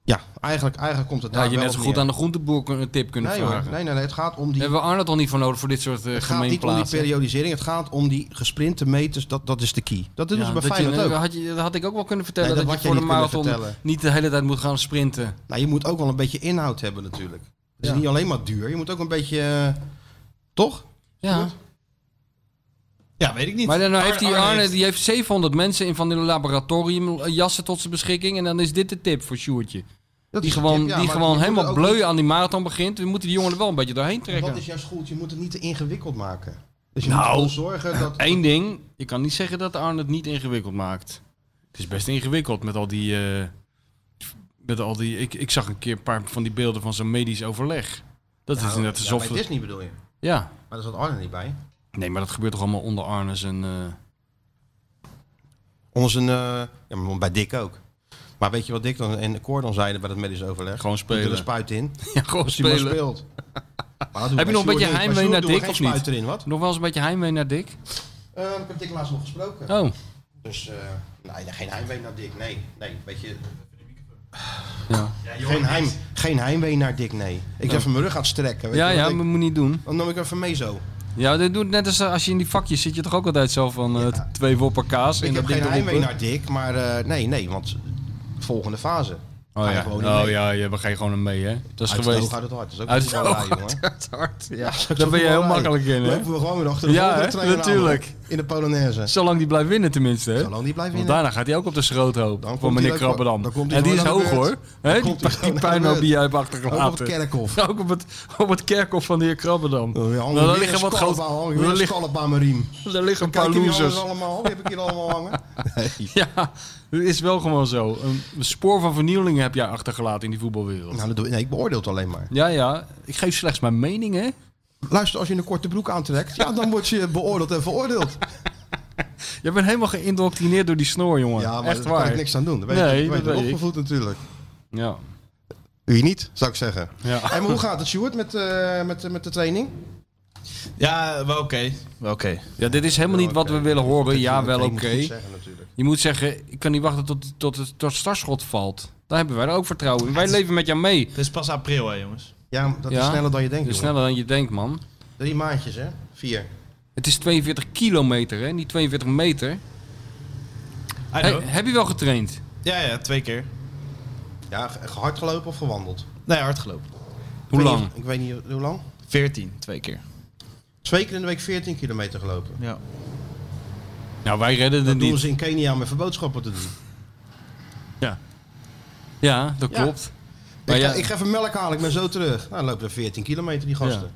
B: Ja, Eigenlijk, eigenlijk komt het
D: Dan
B: daar
D: had je
B: wel
D: net zo
B: op
D: goed
B: neer.
D: aan de groenteboer kun- een tip kunnen
B: nee, hoor,
D: vragen.
B: nee, nee, nee, het gaat om die...
D: Hebben we Arnold al niet voor nodig voor dit soort eh
B: Het gaat niet om die
D: gemeenplaatsen?
B: periodisering, het gaat om die gesprinte meters. Dat, dat is de key. Dat doen
D: Ja,
B: ze bij
D: dat je-
B: Feyenoord ook.
D: dat Had je, dat had ik ook wel kunnen vertellen.
B: Nee, dat
D: dat je
B: had jij
D: voor de
B: niet kunnen
D: marathon
B: vertellen.
D: niet de hele tijd moet gaan sprinten.
B: Nou, je moet ook wel een beetje inhoud hebben natuurlijk. Het is
D: Ja.
B: niet alleen maar duur. Je moet ook een beetje... eh, toch?
D: Ja.
C: Ja, weet ik niet.
D: Maar dan nou
C: Ar-
D: heeft
B: Ah,
D: die
C: Arne
D: Arne, die heeft 700 mensen in van die laboratoriumjassen tot zijn beschikking. En dan is dit de tip voor Sjoertje.
B: Dat
D: Die
B: is de
D: gewoon,
B: tip, ja,
D: die
B: maar
D: gewoon
B: je moet er
D: helemaal
B: ook
D: bleu
B: niet-
D: aan die marathon begint. We moeten die jongen er wel een beetje doorheen
B: Dat
D: trekken.
B: is jouw school. Je moet het niet te ingewikkeld maken. Dus je
D: Nou.
B: moet wel zorgen dat...
D: Eén ding, je kan niet zeggen dat Arne het niet ingewikkeld maakt. Het is best ingewikkeld met al die... eh, met al die ik, ik zag een keer een paar van die beelden van zo'n medisch overleg. Dat is net
B: Nou, ja,
D: alsof...
B: bij Disney bedoel je.
D: ja,
B: Maar daar zat Arne niet bij.
D: nee, maar dat gebeurt toch allemaal onder Arne zijn... eh,
B: Onder zijn... eh, ja, maar bij Dick ook. Maar weet je wat Dick dan en Cor dan zeiden bij dat medisch overleg?
D: Gewoon
B: Doe er
D: spelen.
B: een spuit in.
D: ja, gewoon
B: Als hij maar
D: spelen.
B: speelt.
D: Heb je nog een beetje heimwee naar Dick of niet?
B: Spuit erin, wat?
D: Nog wel eens een beetje heimwee naar Dick?
B: Eh, ik heb Dick laatst nog gesproken.
D: Oh.
B: Dus eh, nee, geen heimwee naar Dick, nee. Nee, weet je,
D: Ja,
C: Ja, je hoort
B: geen, heim,
C: niks.
B: geen heimwee naar Dick, nee. Ik
D: Oh.
B: even mijn rug aan het strekken. Weet
D: ja,
B: je, want
D: ja
B: ik-
D: maar moet niet doen.
B: Dan nam ik even mee zo.
D: Ja, dit doet net als eh, als je in die vakjes zit, je toch ook altijd zo van eh,
B: Ja.
D: twee woppen kaas. en
B: ik heb
D: dat ding
B: geen heimwee
D: erop,
B: naar Dick, maar eh, nee, nee, want volgende fase.
D: hè?
B: Ga je
D: Oh
B: gewoon
D: ja,
B: niet
D: oh,
B: mee.
D: ja je begreep gewoon een mee, hè? Dat is
B: Uit het
D: geweest.
B: oog, uit het hart. Dat is ook
D: Uit
B: een
D: het
B: voetballerij,
D: oog,
B: jongen.
D: uit het hart. Ja.
B: dat is ook
D: Daar ben je heel
B: voetballerij.
D: makkelijk in, hè?
B: Lopen we gewoon weer achter de
D: Ja,
B: volgende
D: hè?
B: trainer aan,
D: Natuurlijk.
B: hoor. In de Polonaise.
D: Zolang die blijft winnen tenminste, hè?
B: Zolang die blijft
D: Want
B: winnen.
D: daarna gaat hij ook op de schroothoop
B: Dan
D: van
B: komt hij
D: meneer
B: ook-
D: Krabberdam.
B: dan komt hij
D: En die is
B: gewoon aan de
D: hoog,
B: beurt.
D: hoor. Hè? Die,
B: komt hij
D: pa- die
B: gewoon aan de
D: puinhoop die
B: beurt.
D: jij hebt
B: Ook op het
D: achtergelaten.
B: kerkhof.
D: Ook op het, op het kerkhof van de heer Krabberdam.
B: Oh, ja, hangen
D: Nou, daar
B: weer
D: liggen
B: een
D: wat
B: scalp
D: groot-
B: aan, hangen
D: daar
B: weer een
D: liggen-
B: scalp aan mijn riem.
D: Daar liggen een paar
B: Kijk je die alles
D: losers.
B: allemaal? Die heb ik hier allemaal hangen.
D: Ja, dat is wel gewoon zo. Een spoor van vernielingen heb jij achtergelaten in die voetbalwereld.
B: Nou, dat doe ik, nee, ik beoordeel het alleen maar.
D: Ja, ja. Ik geef slechts mijn mening, hè.
B: Luister, als je een korte broek aantrekt, ja, dan word je beoordeeld en veroordeeld.
D: Je bent helemaal geïndoctrineerd door die snor, jongen.
B: Ja, maar
D: Echt
B: daar
D: waar.
B: kan ik niks aan doen. Dat weet
D: Nee,
B: je,
D: dat
B: weet je,
D: weet ik.
B: opgevoed natuurlijk.
D: Ja.
B: Wie niet, zou ik zeggen.
D: Ja.
B: Hey, maar hoe gaat het, Sjoerd, met, eh, met, eh, met de training?
C: Ja, wel oké. Wel oké.
D: ja, dit is helemaal niet wat we willen horen. Ja, wel oké.
B: Ik moet goed zeggen natuurlijk.
D: Je moet zeggen, ik kan niet wachten tot, tot het tot het startschot valt. Daar hebben wij er ook vertrouwen in. Wij leven met jou mee.
C: Het is pas april, hè, jongens.
B: Ja, dat
D: Ja.
B: is sneller dan je denkt,
D: Dat is
B: jongen.
D: sneller dan je denkt, man.
B: Drie maandjes, hè? Vier.
D: Het is 42 kilometer, hè? Niet 42 meter.
C: I
D: Hey,
C: know.
D: heb je wel getraind?
C: Ja, ja, twee keer.
B: Ja, ge- hard gelopen of gewandeld?
C: Nee, hard gelopen.
D: Hoe
B: Ik weet
D: lang?
B: niet- ik weet niet hoe lang.
C: 14, twee keer.
B: Twee keer in de week 14 kilometer gelopen.
C: Ja.
D: Nou, wij redden het
B: Dat doen
D: niet.
B: ze in Kenia met verboodschappen te doen.
D: Ja, dat
B: Ja.
D: klopt. Maar
B: Ik,
D: ja-
B: ga, ik ga even melk halen, ik ben zo terug. Nou, dan lopen er 14 kilometer, die gasten.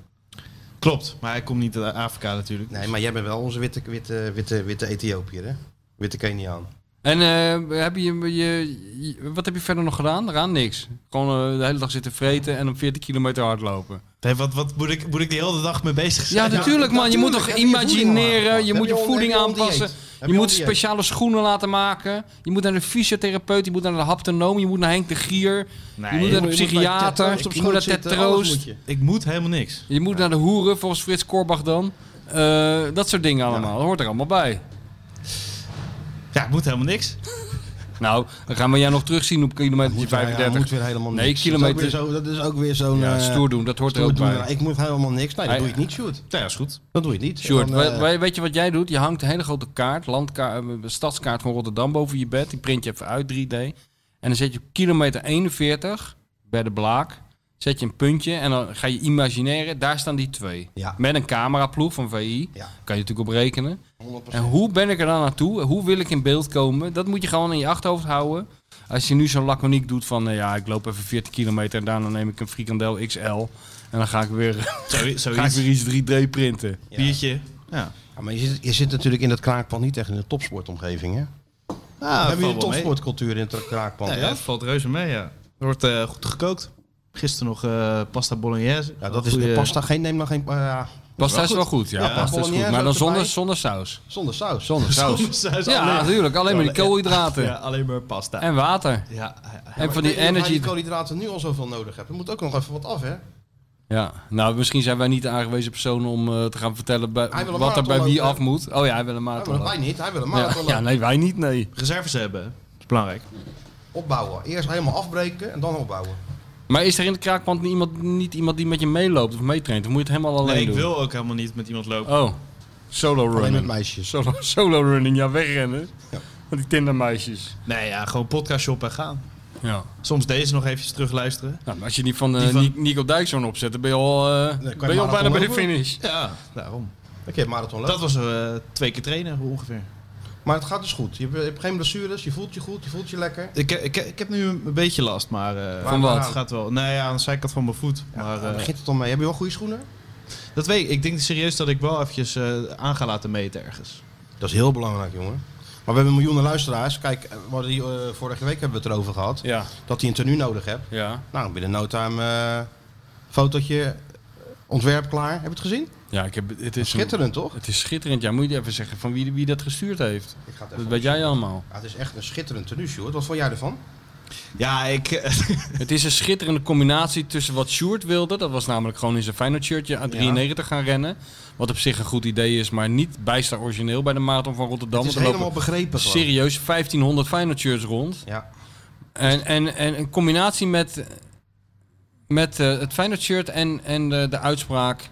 C: Klopt, maar hij komt niet uit Afrika natuurlijk.
B: Nee, maar jij bent wel onze witte, witte, witte, witte Ethiopiër, hè? Witte Keniaan.
D: En eh, heb je, je, je- wat heb je verder nog gedaan? Eraan niks. Gewoon eh, de hele dag zitten vreten en om 40 kilometer hardlopen.
C: Nee, wat, wat moet, ik, moet ik de hele dag mee bezig zijn?
D: Ja, natuurlijk man. Je moet
B: natuurlijk.
D: toch
B: Heb je je voeding
D: imagineren.
B: aangepast?
D: Je
B: Heb
D: moet je
B: je al-
D: voeding
B: heb je al
D: aanpassen.
B: dieet? Heb
D: Je
B: je
D: moet
B: al dieet?
D: speciale schoenen laten maken. Je moet naar de fysiotherapeut. Je moet naar de haptonoom. Je moet naar Henk de Gier.
C: Nee,
D: je moet naar de
C: joh, je moet bij
D: psychiater.
B: Tetroost op
D: Je moet naar
B: schoot
D: Ted
B: zitten, alles moet
D: Troost.
B: je.
C: Ik moet helemaal niks.
D: Je moet naar de hoeren, volgens Frits Korbach dan. Eh, dat soort dingen allemaal. Dat hoort er allemaal bij.
C: Ja, ik moet helemaal niks.
D: Nou, dan gaan we jou nog terugzien op kilometer
B: Moet weer- ja, moet
D: 35.
B: weer helemaal niks.
D: Nee, kilometer-
B: Dat is ook weer zo- Dat is ook weer zo'n...
D: Ja,
B: eh,
D: stoer doen. Dat hoort er
B: stoer
D: ook
B: doen.
D: bij.
B: Ik moet helemaal niks. Nee, dat
D: Hij-
B: doe ik niet, Sjoerd.
C: Nou ja, is goed.
B: Dat doe je niet.
D: Sjoerd,
B: Dan, eh,
D: we- we- weet je wat jij doet? Je hangt een hele grote kaart, landkaart, eh, stadskaart van Rotterdam boven je bed. Die print je even uit 3D. En dan zet je op kilometer 41 bij de blaak. Zet je een puntje en dan ga je imagineren. Daar staan die twee.
B: Ja.
D: Met een cameraploeg van VI.
B: Ja.
D: Kan je natuurlijk op rekenen.
B: 100%.
D: En hoe ben ik er dan naartoe? Hoe wil ik in beeld komen? Dat moet je gewoon in je achterhoofd houden. Als je nu zo laconiek doet van... eh, ja, ik loop even 40 kilometer en daarna neem ik een frikandel XL. En dan ga ik weer,
C: Zo,
D: ga ik
C: zoiets.
D: weer iets 3D printen.
B: Ja.
C: Biertje. Ja.
B: Ja, maar je zit, je zit natuurlijk in dat kraakpand niet echt in de topsportomgeving, hè?
C: Ah,
B: Hebben jullie een topsportcultuur in het kraakpand?
C: Nee,
B: ja?
C: dat valt reuze mee, ja. Er wordt eh, goed gekookt. Gisteren nog eh, pasta bolognese.
B: Ja, dat is
C: Goeie-
B: de pasta. Geen, neem dan geen... eh, ja,
D: Pasta is wel goed, ja.
C: Ja,
D: pasta is
B: bolognese
D: goed. Maar dan
B: ook
D: zonder,
B: erbij.
D: zonder saus.
B: zonder saus.
D: Zonder saus.
C: Saus
D: Ja,
C: alleen.
D: natuurlijk. Alleen maar die
C: Ja.
D: koolhydraten.
C: Ja, alleen maar pasta.
D: En water.
C: Ja, ja, ja.
D: En van die energy.
B: die koolhydraten nu al zoveel nodig hebt. Er moet ook nog even wat af, hè?
D: Ja, nou, misschien zijn wij niet de aangewezen personen om eh, te gaan vertellen bij,
B: Hij wil een
D: wat er bij
B: marathon
D: wie
B: lopen.
D: af moet. Oh ja, hij wil een
B: Hij
D: marathon.
B: wil,
D: lopen.
B: wij niet, hij wil een
D: Ja,
B: marathon.
D: ja, nee, wij niet, nee.
C: reserves hebben. Dat is belangrijk.
B: opbouwen. Eerst helemaal afbreken en dan opbouwen.
D: Maar is er in de kraakpand niet iemand, niet iemand die met je meeloopt of meetraint? Dan moet je het helemaal alleen
C: nee, ik
D: doen.
C: wil ook helemaal niet met iemand lopen.
D: Oh, solo
B: Alleen met
D: running.
B: meisjes.
D: Solo, solo running, ja, wegrennen.
B: Ja.
D: Met die tindermeisjes.
C: Nee, ja, gewoon podcast shoppen en gaan.
D: Ja.
C: Soms deze nog eventjes terugluisteren.
D: Nou, maar als je die van, eh
C: Die van-
D: Ni- Nico Dijkshoorn opzet, dan ben je al, eh,
B: kan je
D: ben je al
B: marathon
D: bijna bij de
B: lopen.
D: finish.
C: Ja, daarom.
B: Dan kun je marathon lopen.
C: Dat was eh, twee keer trainen ongeveer.
B: Maar het gaat dus goed. Je hebt, je hebt geen blessures, je voelt je goed, je voelt je lekker.
C: Ik, eh, ik, ik heb nu een beetje last, maar... eh,
D: Van wat?
C: Het gaat wel. Nee, ja, aan de zijkant van mijn voet. maar,
B: Maar,
C: eh,
B: begint het dan mee? Heb je wel goede schoenen?
C: dat weet ik. Ik denk serieus dat ik wel eventjes eh, aan ga laten meten ergens.
B: Dat is heel belangrijk, jongen. Maar we hebben miljoenen luisteraars. Kijk, eh, we hadden hier, eh, vorige week hebben we het erover gehad.
D: Ja,
B: Dat die een tenue nodig hebt.
D: ja.
B: Nou, binnen no time eh, fotootje, eh, ontwerp klaar. Heb je het gezien?
D: Ja, ik heb, het is een-
B: Schitterend, toch?
D: Het is schitterend. Ja, moet je even zeggen van wie, wie dat gestuurd heeft.
B: Ik ga het
D: Dat weet jij allemaal.
B: Ja, het is echt een schitterend tenue, Sjoerd. Wat vond jij ervan?
C: Ja, ik... eh,
D: Het is een schitterende combinatie tussen wat Sjoerd wilde. Dat was namelijk gewoon in zijn Feyenoord shirtje aan
B: Ja.
D: 93 gaan rennen. Wat op zich een goed idee is, maar niet bijster origineel bij de Marathon van Rotterdam.
B: het is
D: want er lopen
B: helemaal begrepen gewoon.
D: serieus 1500 Feyenoord shirts rond.
B: Ja.
D: En, en, en een combinatie met, met eh, het Feyenoord shirt en, en de, de uitspraak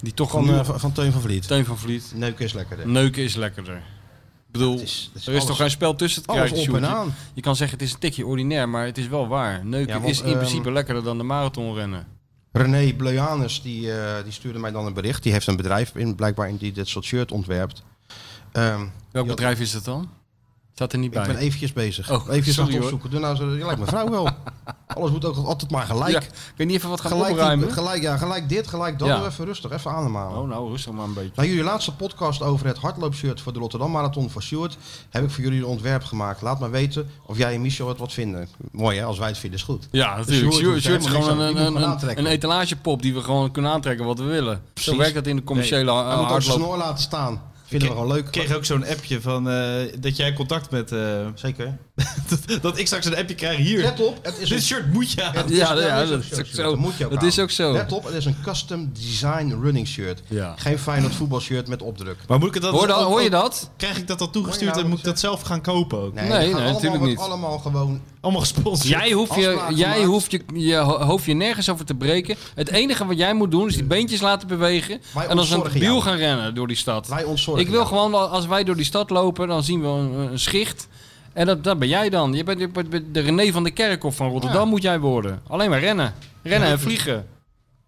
D: die toch
B: Van,
D: nu-
B: eh, van, van Teun van Vliet.
D: Teun van Vliet.
B: Neuk is lekker. hè.
D: Neuken is lekkerder. Ik bedoel,
B: Het is- het is
D: er is
B: alles-
D: toch geen spel tussen te
B: Alles
D: krijgen,
B: op
D: Sjoerd?
B: en
D: Je-
B: aan.
D: Je kan zeggen het is een tikje ordinair, maar het is wel waar. Neuken
B: Ja, want,
D: is in principe
B: ehm,
D: lekkerder dan de marathonrennen.
B: René Bleuanus die, eh, die stuurde mij dan een bericht. Die heeft een bedrijf in, blijkbaar in die dit soort shirt ontwerpt. Ehm,
D: Welk
B: ja,
D: bedrijf is dat dan? Staat er niet
B: ik
D: bij.
B: ben eventjes bezig.
D: Oh,
B: Even eventjes aan
D: sorry,
B: het
D: hoor.
B: opzoeken. Doe nou, zo- je lijkt mijn vrouw wel. Alles moet ook altijd maar
D: Ja,
B: gelijk.
D: kun je niet even wat gaan
B: gelijk,
D: opruimen?
B: die- gelijk, ja, gelijk dit, gelijk dat.
D: Ja.
B: Doe Even rustig, even ademhalen.
D: Oh, nou, rustig maar een beetje.
B: Na jullie laatste podcast over het hardloopshirt voor de Rotterdam Marathon voor Sjoerd... heb ik voor jullie een ontwerp gemaakt. Laat maar weten of jij en Michel het wat vinden. Mooi hè, als wij het vinden is goed.
D: Ja,
B: Sjoerd
D: natuurlijk. Sjoerd
B: hoeft
D: Sjoerd is
B: helemaal
D: gewoon
B: niks aan- die
D: een,
B: moet
D: een,
B: gewoon
D: een,
B: aantrekken.
D: etalagepop die we gewoon kunnen aantrekken wat we willen. Zo
B: Precies.
D: werkt dat in de commerciële eh,
B: Hij moet ook zijn
D: hardloop.
B: snor laten staan. Vinden we
C: Ik-
B: gewoon
C: Ik
B: leuk.
C: kreeg ook zo'n appje van eh, dat jij contact met... eh,
B: Zeker.
C: dat, dat ik straks een appje krijg hier.
B: Let op, het is
C: Dit
B: een...
C: shirt moet je aan.
B: het
D: Ja,
B: het
D: ja,
B: ook
D: dat
B: zo'n
D: is ook
B: shirt.
D: zo.
B: Dat moet je ook
D: Dat is
B: aan.
D: ook zo.
B: Let op, het is een custom design running shirt.
D: Ja.
B: Geen Feyenoord voetbalshirt met opdruk.
C: Maar moet ik het dan...
D: Hoor, dat-
C: ook-
D: hoor je
C: ook-
D: dat?
C: Krijg ik dat dan toegestuurd
B: Hoor je nou
C: en moet
B: wat
C: ik dat zelf gaan kopen ook?
D: Nee,
B: dat
D: nee,
B: gaat allemaal,
D: natuurlijk
B: wordt
D: niet.
B: allemaal gewoon...
C: Allemaal gesponsord.
D: Jij hoeft, je,
B: Afspraken
D: jij
B: gemaakt.
D: hoeft je, je ho- hoeft je nergens over te breken. Het enige wat jij moet doen is die beentjes laten bewegen.
B: Mm. Wij
D: en dan een
B: ontzorgen
D: biel
B: jou.
D: gaan rennen door die stad.
B: Wij ontzorgen.
D: Ik wil
B: jou.
D: gewoon, wel- als wij door die stad lopen, dan zien we een, een schicht. En dat, dat ben jij dan. Je bent, je bent de René van de Kerkhof van Rotterdam moet jij worden. Alleen maar rennen. Rennen en vliegen.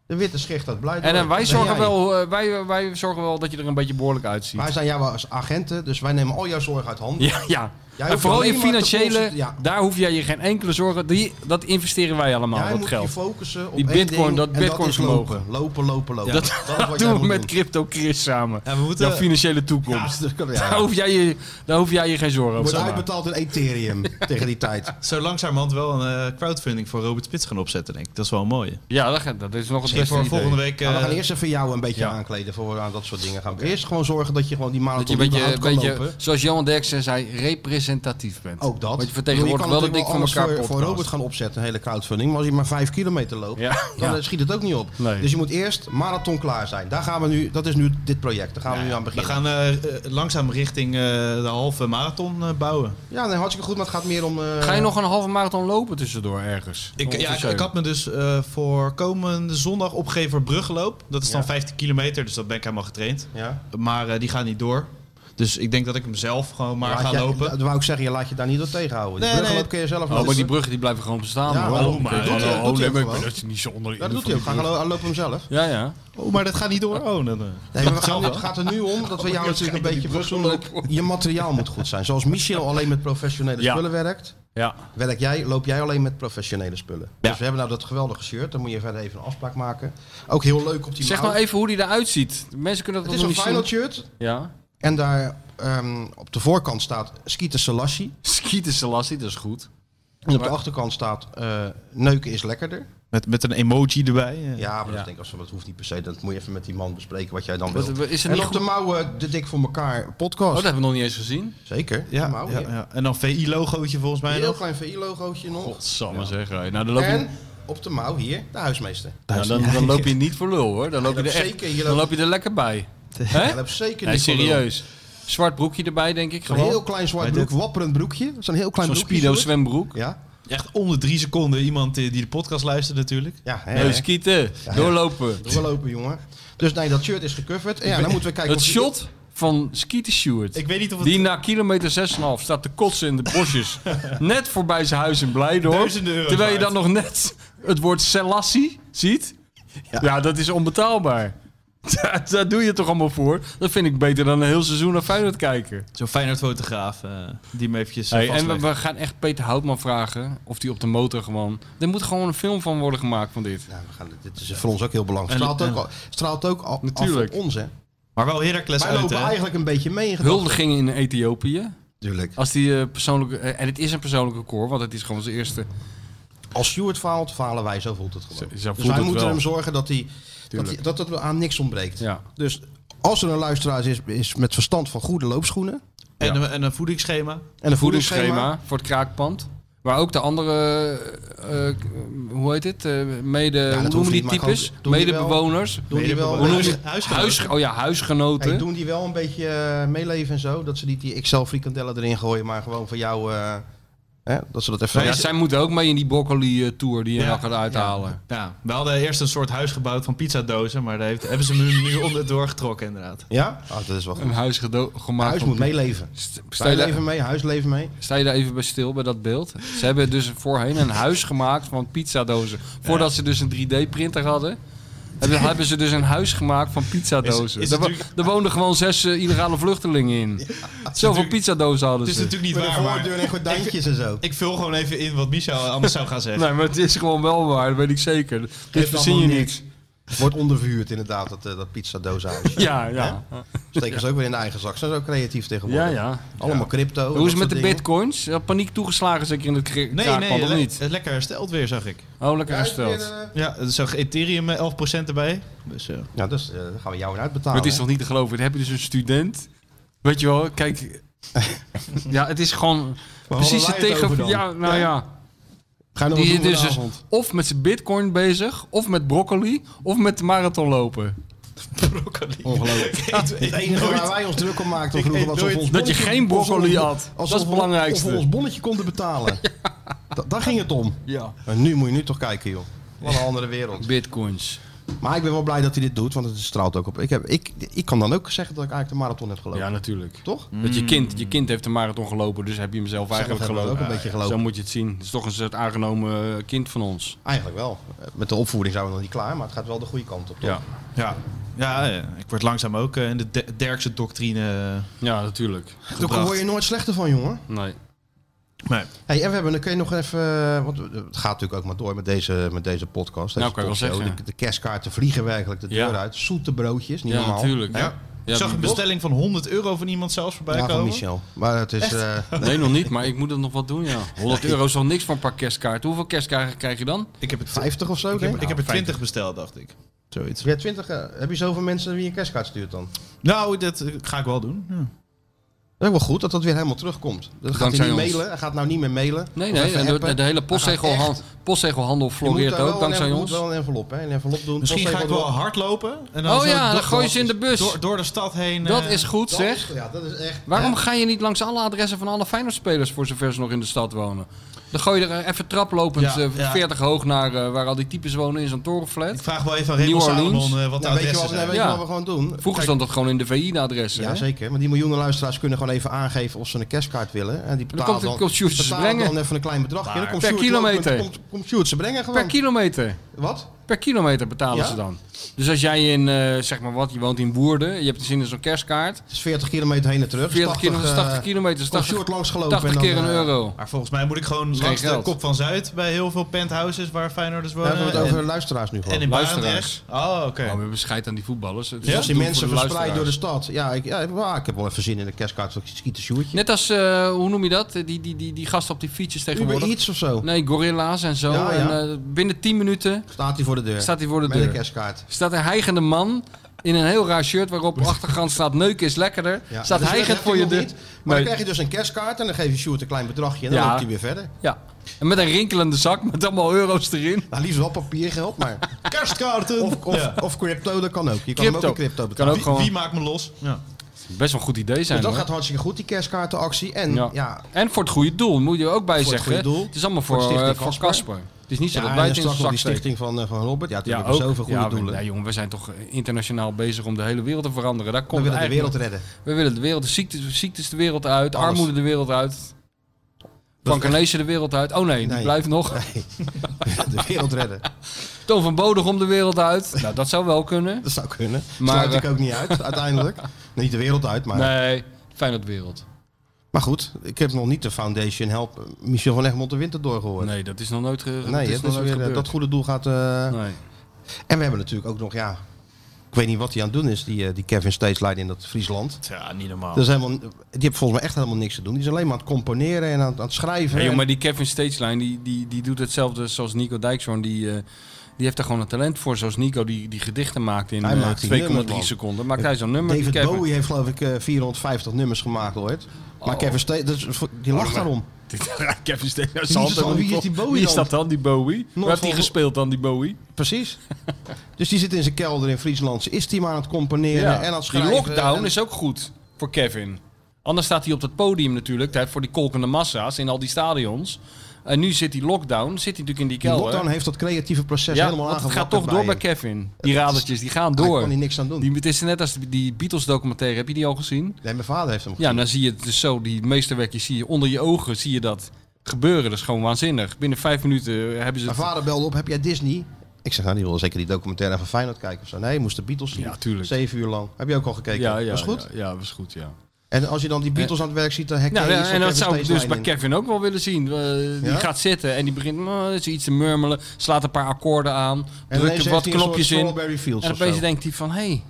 B: De witte schicht, dat blijft.
D: En eh,
B: wel.
D: wij,
B: Ben
D: zorgen
B: jij.
D: wel, eh, wij, wij zorgen wel dat je er een beetje behoorlijk uitziet.
B: Wij zijn jouw agenten, dus wij nemen al jouw zorg uit handen.
D: Ja, ja.
B: Jij
D: en
B: hoeft
D: vooral je
B: alleen maar te
D: financiële,
B: concentreren- ja.
D: daar hoef jij je geen enkele zorgen. Die, dat investeren wij allemaal,
B: jij
D: dat
B: moet
D: geld.
B: je focussen op
D: Die
B: één
D: bitcoin,
B: ding
D: dat
B: en
D: bitcoin
B: is
D: vermogen.
B: lopen. Lopen, lopen, lopen.
D: Dat,
B: is
D: dat,
B: wat jij
D: doen we
B: moet
D: met
B: doen. eh,
D: Crypto Chris samen.
C: Ja, we moeten...
D: Jouw financiële toekomst.
B: Ja, dat- ja.
D: Daar, hoef jij je, daar hoef jij je geen zorgen over
B: Wordt
D: te maken.
B: uitbetaald in Ethereum tegen die tijd.
C: Zo langzamerhand wel een eh, crowdfunding voor Robert Spits gaan opzetten, denk ik. Dat is wel mooi.
D: Ja, dat, gaat- dat is nog het
C: Misschien
D: beste
C: voor
D: idee.
C: volgende week... eh,
B: Nou, we gaan eerst even jou een beetje
D: ja.
B: aankleden voor we aan dat soort dingen gaan. Eerst gewoon zorgen dat je gewoon die
D: Dat je
B: marathon
D: een beetje,
B: überhaupt
D: een
B: kan
D: beetje
B: lopen.
D: zoals Johan Derksen zei, representatief bent.
B: Ook dat.
D: Want je
B: Ik bedoel, je
D: vertegenwoordigt
B: kan
D: wel de
B: natuurlijk
D: dik van
B: alles
D: elkaar
B: voor, voor
D: podcast.
B: Robert gaan opzetten, een hele crowdfunding. Maar als je maar vijf kilometer loopt,
D: Ja.
B: dan
D: Ja.
B: eh, schiet het ook niet op.
D: Nee.
B: Dus je moet eerst marathon klaar zijn. Daar gaan we nu, dat is nu dit project. Daar gaan we nu aan
C: we
B: beginnen.
C: gaan eh, eh, langzaam richting eh, de halve marathon eh, bouwen.
B: Ja, nee, hartstikke goed, maar het gaat meer om... eh,
D: Ga je nog een halve marathon lopen tussendoor ergens?
C: Ik, ja, ik,
D: Ongeveer.
C: ik had me dus eh, voor komende zondag opgegeven voor bruggeloop. Dat is dan
B: Ja.
C: 15 kilometer, dus dat ben ik helemaal getraind.
B: Ja.
C: Maar eh, die gaat niet door. Dus ik denk dat ik hem zelf gewoon maar
B: Laat
C: ga
B: jij-
C: lopen.
B: Dat wou ik zeggen, je laat je daar niet door tegenhouden.
C: Nee,
B: Nee, de bruggenloop
C: nee.
B: kun je zelf
D: Oh, maar die
B: lopen.
D: bruggen die blijven gewoon bestaan.
B: Ja,
D: hoor.
B: oh,
D: Oké,
C: maar-
D: hallo,
B: doet hij- doet hij
D: nee,
B: ook
D: maar
B: gewoon?
D: dat is niet zo onder.
B: Ja, dat doet hij ook. Ga lo- lopen hem zelf.
D: Ja, ja.
C: Oh, maar dat gaat niet door. Oh, dan, eh.
B: Nee, maar we gaan, het gaat er nu om
D: Oh,
B: dat we jou natuurlijk een beetje fatsoenlijk... Je materiaal moet goed zijn. Zoals Michel alleen met professionele
D: Ja.
B: spullen werkt,
D: Ja.
B: werk jij, loop jij alleen met professionele spullen.
C: Ja.
B: Dus we hebben nou dat geweldige shirt. Dan moet je verder even een afspraak maken. Ook heel leuk op die
D: Zeg
B: mouw.
D: nou even hoe die eruit ziet. De Mensen kunnen dat
B: Het is
D: nog
B: een
D: niet
B: final
D: zien.
B: shirt.
D: Ja.
B: En daar ehm, op de voorkant staat Skeeter Selassie.
D: Skieten Selassie, dat is goed.
B: En op de
D: Maar-
B: achterkant staat eh, Neuken is lekkerder.
C: Met, met een emoji erbij. eh.
B: Ja, maar dat
D: Ja.
B: denk ik, als, dat hoeft niet per se. Dat moet je even met die man bespreken wat jij dan
D: Wat-
B: wilt.
D: is er
B: En
D: niet
B: op de
D: goed?
B: mouwen eh, de Dik voor elkaar
D: Oh,
B: podcast.
D: dat hebben we nog niet eens gezien.
B: Zeker.
C: Ja,
B: de mouwen,
C: ja, ja. En dan VI-logootje volgens mij
B: Een heel
C: nog.
B: klein VI-logootje nog.
D: Godsamme zeg. hé. Nou, dan loop, je,
B: En op de mouw hier de huismeester.
D: nou, dan, dan loop je niet voor lul hoor. Dan loop je
B: loopt
D: er, echt,
B: zeker- je
D: dan
B: loopt-
D: loop je er lekker bij.
B: Ja,
D: Hè?
B: dat is zeker
D: Nee,
B: niet voor lul.
D: serieus. Zwart broekje erbij, denk ik
B: Een
D: gewoon.
B: heel klein zwart broek, wapperend broekje. Zo'n heel klein
D: Zo'n
B: broekje,
D: Speedo
B: soort.
D: zwembroek.
B: Ja.
C: Echt onder drie seconden iemand eh, die de podcast luistert natuurlijk.
B: Ja, hè,
D: Nee,
B: hè.
D: skieten. Doorlopen.
B: doorlopen, jongen. Dus nee, dat shirt is gecoverd. En ja, dan moeten we kijken
D: Het
B: of-
D: shot van Skeeter Stewart.
C: Ik weet niet of het
D: Die na kilometer 6,5 staat te kotsen in de bosjes. net voorbij zijn huis in Blijdorp.
C: Duizenden euro's
D: Terwijl je dan
C: waard.
D: nog net het woord Selassie ziet. Ja, dat is onbetaalbaar. Daar, daar doe je het toch allemaal voor? Dat vind ik beter dan een heel seizoen naar Feyenoord kijken.
C: zo'n Feyenoord fotograaf eh, die me eventjes eh,
D: Hey, en we,
C: vastlegt.
D: we gaan echt Peter Houtman vragen of die op de motor gewoon... Er moet gewoon een film van worden gemaakt van dit.
B: Ja, we gaan, dit is voor ons ook heel belangrijk.
C: En-
B: Straalt ook,
C: en-
B: al, straalt ook al,
D: Natuurlijk.
B: af op ons, hè.
C: Maar wel Heracles
B: Wij
C: uit,
B: lopen
C: hè?
B: eigenlijk een beetje mee in gedachten.
D: Huldigingen in Ethiopië.
B: Natuurlijk.
D: Als die eh, persoonlijke... eh, en het is een persoonlijk record, want het is gewoon zijn eerste...
B: Als Stuart faalt, falen wij. Zo voelt het gewoon.
D: Zo- zo
B: dus
D: voelt
B: wij
D: het
B: moeten
D: wel.
B: hem zorgen dat, hij, dat, hij,
D: Tuurlijk.
B: dat het aan niks ontbreekt.
D: Ja.
B: Dus als er een luisteraar is, is met verstand van goede loopschoenen...
C: En, een, en een voedingsschema.
B: En een voedingsschema.
D: voedingsschema voor het kraakpand. Waar ook de andere, eh, eh, hoe heet het, eh, mede,
B: dat
D: hoe
B: hoeft
D: noemen
B: niet,
D: die
B: maar
D: types?
B: gewoon- doen die wel.
D: Medebewoners.
B: Doen die, wel,
D: Hoe noem je-
C: Huis- eh, huisgenoten.
D: Huis, oh ja, huisgenoten.
B: Hey, doen die wel een beetje eh, meeleven en zo? Dat ze niet die XL frikandellen erin gooien, maar gewoon van jou... eh, hè, dat ze dat even...
D: ja, zij moeten ook mee in die broccoli-tour die je
C: Ja,
D: nou gaat uithalen.
C: Ja, we hadden eerst een soort huis gebouwd van pizzadozen, maar daar heeft, hebben ze hem nu onderdoor getrokken inderdaad.
B: Ja? Ah, dat is wel goed.
D: Een huis gedo- gemaakt.
B: Huis
D: van-
B: moet meeleven.
D: St- Sta
B: Wij
D: je,
B: leven
D: daar-
B: mee, huis leven mee.
D: sta je daar even bij stil bij dat beeld? Ze hebben dus voorheen een huis gemaakt van pizzadozen. Voordat ze dus een 3D-printer hadden. Hebben, hebben ze dus een huis gemaakt van pizzadozen.
C: is
D: er, wo-
C: natuurlijk-
D: er woonden gewoon zes eh, illegale vluchtelingen in. Zoveel
C: natuurlijk-
D: pizzadozen hadden
C: Het
D: ze.
C: is natuurlijk niet
B: Met een
C: waar, maar
B: voordeur en gordijntjes en zo.
C: ik vul gewoon even in wat Michel anders zou gaan zeggen.
D: Nee, maar het is gewoon wel waar, dat weet ik zeker. Dit verzin je
B: allemaal
D: niet.
B: Wordt ondervuurd inderdaad, dat, eh, dat pizzadooshuis.
D: Ja, ja.
B: Steken ze ook weer in de eigen zak. Ze zijn ook creatief tegenwoordig.
D: ja, ja.
B: Allemaal crypto.
D: Hoe is
B: dat
D: het met de
B: soort dingen.
D: bitcoins? Ja, paniek toegeslagen zeker in het kri-
C: Nee, nee,
D: kraakpand,
C: le-
D: of niet?
C: het lekker hersteld weer, zag ik.
D: Oh, lekker
B: Ja,
D: hersteld.
B: eh,
C: Ja, er zag Ethereum eh, 11% erbij. Dus, eh,
B: Ja, dus eh, dan gaan we jou weer
D: Maar
B: uitbetalen.
D: het is
B: hè?
D: toch niet te geloven? Dan heb je dus een student. Weet je wel, kijk. ja, het is gewoon
B: Waar
D: precies
B: hadden wij
D: het
B: het over
D: tegen...
B: dan?
D: Ja, nou ja.
B: Ga je nog
D: Die
B: wat
D: zit
B: doen
D: dus, dus
B: vanavond?
D: of met zijn bitcoin bezig, of met broccoli, of met de marathon lopen.
C: broccoli.
B: Ongelooflijk. Het enige waar wij ons druk om maakten vroeger
C: eet
B: was
C: nooit-
B: of we ons
D: Dat je
B: bonnetje-
D: geen broccoli
B: of we-
D: had.
B: als
D: Dat is
B: we-
D: het belangrijkste.
B: Of we ons bonnetje konden betalen. Da- daar ging het om.
D: Ja.
B: En nu moet je nu toch kijken, joh. Wat een andere wereld.
D: Bitcoins.
B: Maar ik ben wel blij dat hij dit doet, want het straalt ook op. Ik, heb, ik, ik kan dan ook zeggen dat ik eigenlijk de marathon heb gelopen.
D: Ja, natuurlijk.
B: Toch?
D: Dat je kind, je kind heeft de marathon gelopen, dus heb je hem zelf eigenlijk
B: Mm. hebben we
D: gelopen.
B: ook een beetje
D: Ja,
B: gelopen.
D: Zo moet je het zien. Het is toch een soort aangenomen eh, kind van ons.
B: Eigenlijk wel. Met de opvoeding zijn we nog niet klaar, maar het gaat wel de goede kant op. Toch?
D: Ja,
C: Ja. Ja, eh, ik word langzaam ook eh, in de de Derkse doctrine eh,
D: ja natuurlijk.
B: Daar
C: gebracht.
B: word je nooit slechter van, jongen.
D: Nee.
C: Nee.
B: Hey, en we hebben, dan kun je nog even, eh, want het gaat natuurlijk ook maar door met deze, met deze podcast. Deze
D: Nou, kan ik wel
B: talkshow.
D: zeggen.
B: De, de kerstkaarten vliegen werkelijk de deur
D: Ja.
B: uit. Zoete broodjes, niet
D: Ja,
B: normaal.
D: natuurlijk.
B: Hè?
D: Ja. Ja,
C: ik zag een
B: dus
D: die-
C: bestelling van 100 euro van iemand zelfs voorbij
B: Ja,
C: komen.
B: van Michel. Maar het is, eh,
D: Nee, nog niet, maar ik moet er nog wat doen, ja. 100 euro is al niks voor een paar kerstkaarten. Hoeveel kerstkaarten krijg je dan?
C: Ik heb het
B: 50 of zo,
C: Ik
B: denk
C: heb,
B: ik.
C: ik heb er 20 besteld, dacht ik. Zoiets.
B: Ja, 20, eh, heb je zoveel mensen wie een kerstkaart stuurt dan?
C: Nou, dat eh, ga ik wel doen. Ja.
B: Dat is ook wel goed dat dat weer helemaal terugkomt. Dat gaat hij
D: Dankzij
B: niet
D: ons.
B: mailen. Hij gaat nou niet meer mailen.
D: Nee,
B: Of
D: nee,
B: even
D: en de,
B: appen.
D: de hele
B: Hij gaat
D: postzegelhan-
B: echt-
D: postzegelhandel
B: Je moet
D: floreert
B: daar wel
D: ook
B: een
D: dankzij
B: envelop-
D: ons.
B: wel een envelop, hè? Een envelop doen.
C: Misschien ga ik
B: postzegel
C: wel hardlopen. En dan
D: Oh
C: zo
D: ja, dan
C: door-
D: gooi je ze in de bus.
C: Door, door de stad heen.
D: Dat
C: eh,
D: is goed,
B: door. Dat is-
D: zeg.
B: Ja, dat is echt.
D: Waarom ga je niet langs alle adressen van alle Feyenoord-spelers voor zover ze nog in de stad wonen? Dan gooi je er eh, even traplopend
C: Ja,
D: eh,
C: ja.
D: 40 hoog naar eh, waar al die types wonen in zo'n
C: Ik
D: torenflat.
C: vraag wel even aan
D: New
C: Raymond
D: Orleans.
C: Salomon eh, wat de
B: Ja, weet je
C: adressen
B: wat, nee,
C: zijn.
B: weet je
D: Ja.
B: wat we gewoon doen?
D: Vroeger stond dat gewoon in de VI-adressen.
B: Ja, zeker. Maar die miljoenen luisteraars kunnen gewoon even aangeven of ze een kerstkaart willen. En die betalen
D: komt-
B: dan,
D: komt Sjoerd ze
B: betalen
D: brengen.
B: dan even een klein bedrag.
C: Maar
B: dan komt
D: per
B: Sjoerd lopen-
D: kilometer.
B: Komt, komt Sjoerd ze brengen gewoon.
D: per kilometer.
B: Wat?
D: Per kilometer betalen
B: Ja?
D: ze dan. Dus als jij in, eh, zeg maar wat, je woont in Woerden, je hebt zin in zo'n kerstkaart.
B: Het is 40 kilometer heen en terug.
D: 40
B: 80,
D: kilometer,
B: eh,
D: 80 kilometer,
B: komt
D: 80,
B: Sjoerd langs gelopen.
D: 80 keer
B: en dan,
D: een
B: eh,
D: euro. Oh,
C: Maar volgens mij moet ik gewoon langs de
D: geld.
C: kop van Zuid bij heel veel penthouses waar Feyenoorders
B: Daar
C: wonen.
B: hebben we
C: en-
B: het over luisteraars nu gewoon.
C: en in
D: Luisteraars.
C: Barendrecht. Oh, oké.
D: Oh, we hebben scheid aan die voetballers. Het is
B: Dus als die
D: doen
B: mensen
D: voor de
B: verspreid door de
D: luisteraars.
B: stad. Ja, ik, ja, ik- ah, ik heb wel even zin in een kerstkaart. Ik schiet een Sjoerdje.
D: Net als, eh, hoe noem je dat? Die, die, die, die gasten op die fietsjes
B: Uber
D: tegenwoordig.
B: iets of zo.
D: Nee, gorilla's en zo.
B: Ja, ja.
D: En, eh, binnen 10 minuten
B: Staat hij voor de deur.
D: staat hij voor de
B: Met een
D: deur.
B: kerstkaart.
D: Staat een hijgende man in een heel raar shirt waarop op de achtergrond staat neuken is lekkerder.
B: Ja.
D: staat
B: Dus dat
D: hijgend
B: heeft
D: voor
B: hij
D: je
B: nog
D: deur.
B: niet. Maar dan
D: Nee.
B: krijg je dus een kerstkaart en dan geef je Sjoerd een klein bedragje. En dan
D: Ja.
B: loopt hij weer verder.
D: Ja. En met een rinkelende zak met allemaal euro's erin.
B: Nou, liefst wel papiergeld, maar...
C: Kerstkaarten!
B: Of, of,
C: Ja.
B: of crypto, dat kan ook. Je kan hem ook in crypto
D: Kan
B: betalen.
D: ook
C: Wie,
D: gewoon.
C: wie maakt me los? Ja.
D: Best wel een goed idee zijn.
B: dus dat
D: hoor.
B: gaat hartstikke goed, die kerstkaartenactie. En
D: Ja.
B: ja, ja,
D: En voor het goede doel, moet je ook bij
B: Voor het
D: zeggen.
B: goede doel.
D: Het is allemaal
B: Voor de
D: voor, eh,
B: stichting
D: voor
B: Casper.
D: Casper. Het is niet zo dat
B: en
D: wij
B: dan
D: het in de
B: straks nog
D: zak
B: die
D: steken.
B: stichting van, eh, van Robert. Ja,
D: Ja,
B: natuurlijk
D: ook.
B: zoveel goede
D: ja, we-
B: doelen.
D: nee, jongen, we zijn toch eh, internationaal bezig om de hele wereld te veranderen. Daar
B: we
D: komt
B: willen de
D: eigenlijk-
B: wereld redden.
D: We willen de wereld, de ziektes, ziektes de wereld uit,
B: Alles.
D: armoede de wereld uit. Kankernezen de wereld uit. Oh nee, die
B: Nee.
D: blijft nog.
B: de wereld redden.
D: Toon van Bodegom de wereld uit. Nou, dat zou wel kunnen.
B: Dat zou kunnen.
D: Maar,
B: Maar, Sluit
D: eh,
B: ik ook niet uit, uiteindelijk. niet de wereld uit, maar...
D: Nee, Feyenoord wereld.
B: Maar goed, ik heb nog niet de Foundation Help eh, Michel van Egmond de Winter doorgehoord.
D: Nee, dat is nog nooit, ge-
B: Nee,
D: dat is
B: het is
D: nog nooit
B: weer, eh,
D: gebeurd.
B: dat goede doel gaat... eh,
D: Nee.
B: En we hebben natuurlijk ook nog, ja... Ik weet niet wat hij aan het doen is, die, eh, die Kevin Steeslijn in dat Friesland.
C: Ja, niet normaal.
B: Dat is helemaal, die heeft volgens mij echt helemaal niks te doen. Die is alleen maar aan het componeren en aan, aan het schrijven.
D: Hey, joh,
B: en-
D: maar die Kevin Stageline, die, die, die doet hetzelfde zoals Nico Dijkshoorn. Die, eh, die heeft daar gewoon een talent voor. Zoals Nico die, die gedichten maakt in
B: Hij
D: eh,
B: maakt die
D: 2,3
B: nummers, man.
D: seconden. Maakt hij zo'n nummer.
B: David
D: die Kevin-
B: Bowie heeft geloof ik eh, 450 nummers gemaakt ooit. Maar
D: Oh.
B: Kevin Steen, dat is voor- die lacht daarom.
D: Kevin Stageline.
B: is
D: zal het
B: dan-
D: ook
B: wie
D: niet
B: is die
D: vol-
B: Bowie
D: Wie is
B: dan?
D: dat dan, die Bowie? Waar heeft hij
B: van-
D: gespeeld dan, die Bowie?
B: Precies. dus die zit in zijn kelder in Friesland. Ze Is die maar aan het componeren en aan het
D: die
B: schrijven.
D: lockdown
B: en-
D: is ook goed voor Kevin. Anders staat hij op dat podium natuurlijk, hè, voor die kolkende massa's in al die stadions. En nu zit die lockdown, zit hij natuurlijk in die
B: Die
D: kelder.
B: lockdown heeft dat creatieve proces
D: ja,
B: helemaal
D: want het
B: aangepakt.
D: gaat toch door bij Kevin. Die
B: Het is-
D: radertjes, die gaan
B: Daar
D: door.
B: kon hij niks aan doen.
D: Die, het is net als die Beatles documentaire, heb je die al gezien?
B: Nee, mijn vader heeft hem
D: Ja, en dan zie je het dus zo, die meesterwerkjes zie je onder je ogen, zie je dat gebeuren. Dat is gewoon waanzinnig. Binnen vijf minuten hebben ze
B: Mijn
D: het...
B: vader belde op, heb jij Disney? Ik zeg, nou die wil zeker die documentaire van Feyenoord kijken of zo. Nee, je moest de Beatles zien.
D: Ja, tuurlijk.
B: Zeven uur lang. Heb je ook al gekeken?
D: ja, ja,
B: was goed.
D: Ja, ja, was goed, ja.
B: En als je dan die Beatles aan het werk ziet, dan herken
D: Nou,
B: je
D: ja,
B: iets van
D: en dat
B: Kevin
D: zou ik dus
B: Steeslijn
D: bij
B: in.
D: Kevin ook wel willen zien. Eh, die
B: Ja?
D: gaat zitten en die begint mm, is iets te murmelen, slaat een paar akkoorden aan,
B: En ineens
D: drukt er
B: heeft
D: wat
B: hij een soort
D: knopjes in.
B: Strawberry Fields
D: En
B: of zo.
D: opeens denkt hij van, hey,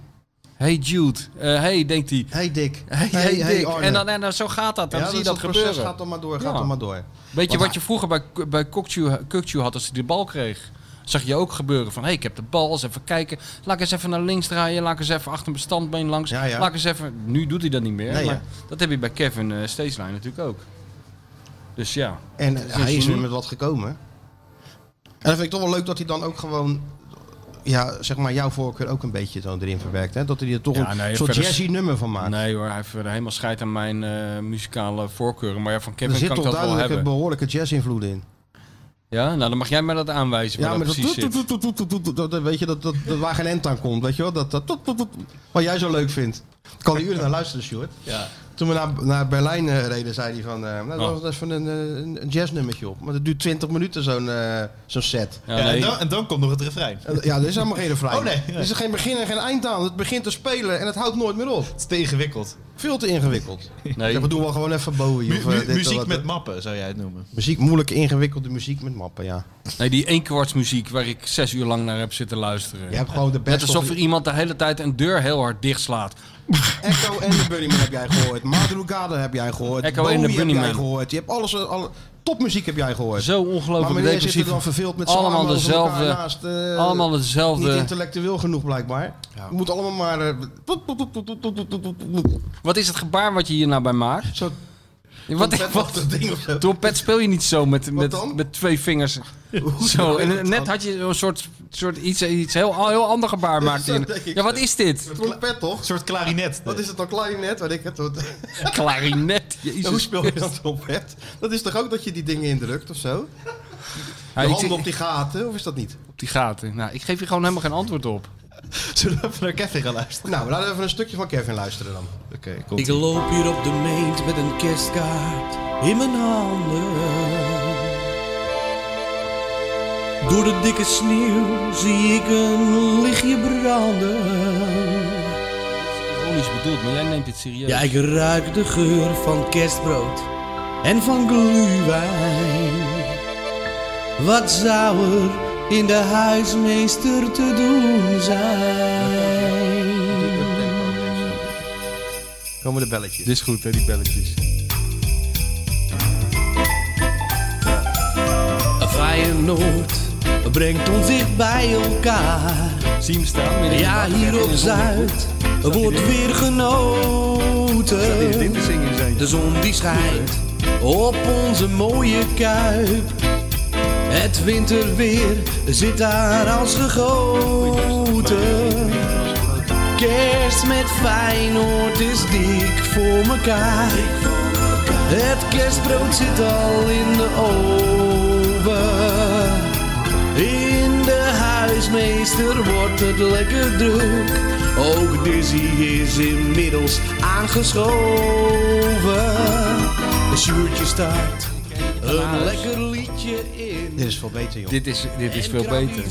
D: hey Jude, eh, hey, denkt hij.
B: Hey Dick.
D: Hey, hey, Dick.
B: Arne.
D: en, dan, en dan zo gaat dat, dan
B: Ja,
D: zie je
B: is
D: dat,
B: het proces
D: gebeuren.
B: gaat dan maar door, gaat
D: Ja.
B: dan maar door.
D: Weet je
B: Want
D: wat je vroeger bij, bij Kokju Kukju had als hij de bal kreeg? Zag je ook gebeuren van, hé, hey, ik heb de bal, eens even kijken. Laat ik eens even naar links draaien, laat ik eens even achter mijn standbeen langs.
B: Ja, ja.
D: Laat ik eens even... Nu doet hij dat niet meer,
B: Nee,
D: maar
B: ja.
D: dat heb je bij Kevin eh Steeslijn natuurlijk ook. Dus ja,
B: En eh, hij is
D: genie.
B: weer met wat gekomen. En dat vind ik toch wel leuk dat hij dan ook gewoon... Ja, zeg maar jouw voorkeur ook een beetje zo erin verwerkt. Hè? Dat hij er toch
D: Ja,
B: een
D: nee,
B: soort
D: verder-
B: jazzy nummer van maakt.
D: Nee hoor, hij heeft er helemaal scheid aan mijn eh, muzikale voorkeuren. Maar ja, van
B: er
D: Kevin
B: zit
D: kan ik
B: toch
D: dat wel
B: duidelijk een
D: hebben.
B: behoorlijke jazz-invloed in.
D: Ja, nou dan mag jij mij dat aanwijzen.
B: Ja,
D: waar
B: maar
D: dat
B: dat,
D: precies
B: toet,
D: zit.
B: toet, toet, toet, toet, toet, toet, dat- dat weet je, dat, dat, dat waar geen end aan komt, weet je wel? Dat, dat, toet, toet, toet, wat jij zo leuk vindt. Ik kan er uren naar luisteren, Stuart.
C: Ja.
B: Toen we naar, naar Berlijn eh, reden, zei hij van, eh nou, dat
D: Oh.
B: was even een, eh, een, een jazznummertje op. Maar dat duurt 20 minuten, zo'n eh, zo'n set.
D: Ja,
C: Ja,
D: nee.
C: en, dan, en dan komt nog het refrein.
B: Eh, Ja, er is helemaal geen refrein.
C: Oh, nee.
B: Er is geen begin en geen eind aan. Het begint te spelen en het houdt nooit meer op.
C: Het is te ingewikkeld.
B: Veel te ingewikkeld.
D: Nee.
B: Ja, we doen wel gewoon even Bowie.
C: Mu-
B: of, eh,
C: mu-
B: dit of
C: muziek
B: dat.
C: met mappen, zou jij het noemen.
B: Muziek, moeilijk ingewikkelde muziek met mappen, ja.
D: nee, die eenkwartsmuziek waar ik zes uur lang naar heb zitten luisteren.
B: Je hebt gewoon de
D: Net
B: beste...
D: alsof
B: of-
D: er iemand de hele tijd een deur heel hard dichtslaat.
B: Echo en de Bunnyman heb jij gehoord. Madrugada heb jij gehoord.
D: Echo en de
B: Bowie
D: Bunnyman.
B: heb jij gehoord. Je hebt alles, eh, alle, topmuziek heb jij gehoord.
D: Zo
B: maar
D: ongelooflijk
B: meneer zit er
D: depressief.
B: dan verveeld met z'n
D: allemaal
B: armen over elkaar
D: dezelfde,
B: naast, eh,
D: allemaal
B: Niet
D: dezelfde.
B: intellectueel genoeg blijkbaar. Je moet allemaal maar... eh, poep, poep, poep, poep, poep, poep, poep, poep.
D: Wat is het gebaar wat je hier nou bij maakt?
B: Zo'n
D: Wat, wat,
B: trompetachtig ding of zo.
D: trompet speel je niet zo met, met,
B: dan?
D: met twee vingers. Zo, en net had je een soort, soort iets, iets heel, heel ander gebaar maakt.
B: zo
D: in-
B: denk ik.
D: Ja, wat is dit?
B: Trompet toch?
C: Een soort klarinet.
B: Wat is het dan, klarinet? Weet ik het. Wat-
D: Klarinet.
B: Hoe speel je dan trompet? Dat is toch ook dat je die dingen indrukt of zo?
D: Ja,
B: je
D: ik
B: handen
D: zeg-
B: op die gaten, of is dat niet?
D: op die gaten. Nou, ik geef je gewoon helemaal geen antwoord op.
C: Zullen we even naar Kevin gaan luisteren?
B: Nou, laten we even een stukje van Kevin luisteren dan.
C: Oké, komt
A: Ik loop hier op de meent met een kerstkaart in mijn handen. Door de dikke sneeuw zie ik een lichtje branden.
D: Ironisch bedoeld, maar jij neemt dit serieus.
A: Ja, ik ruik de geur van kerstbrood en van glühwein. Wat zou er in de huismeester te doen zijn?
B: Komen de belletjes.
D: Dit is goed, hè, die belletjes.
A: Feyenoord brengt ons dicht bij elkaar.
D: Zie je hem staan? midden in de
A: Ja,
D: nacht,
A: hier
D: in
A: op
D: een
A: Zuid wordt weer genoten.
D: zonnebril. Zingen zijn.
A: De zon die schijnt op onze mooie kuip. Het winterweer zit daar als gegoten. Kerst met Feyenoord is dik voor mekaar. Het kerstbrood zit al in de oven. In de huismeester wordt het lekker druk. Ook Dizzy is inmiddels aangeschoven. Sjoertje staat een lekker liedje in.
B: Dit is veel beter, joh.
D: Dit is, dit is veel beter.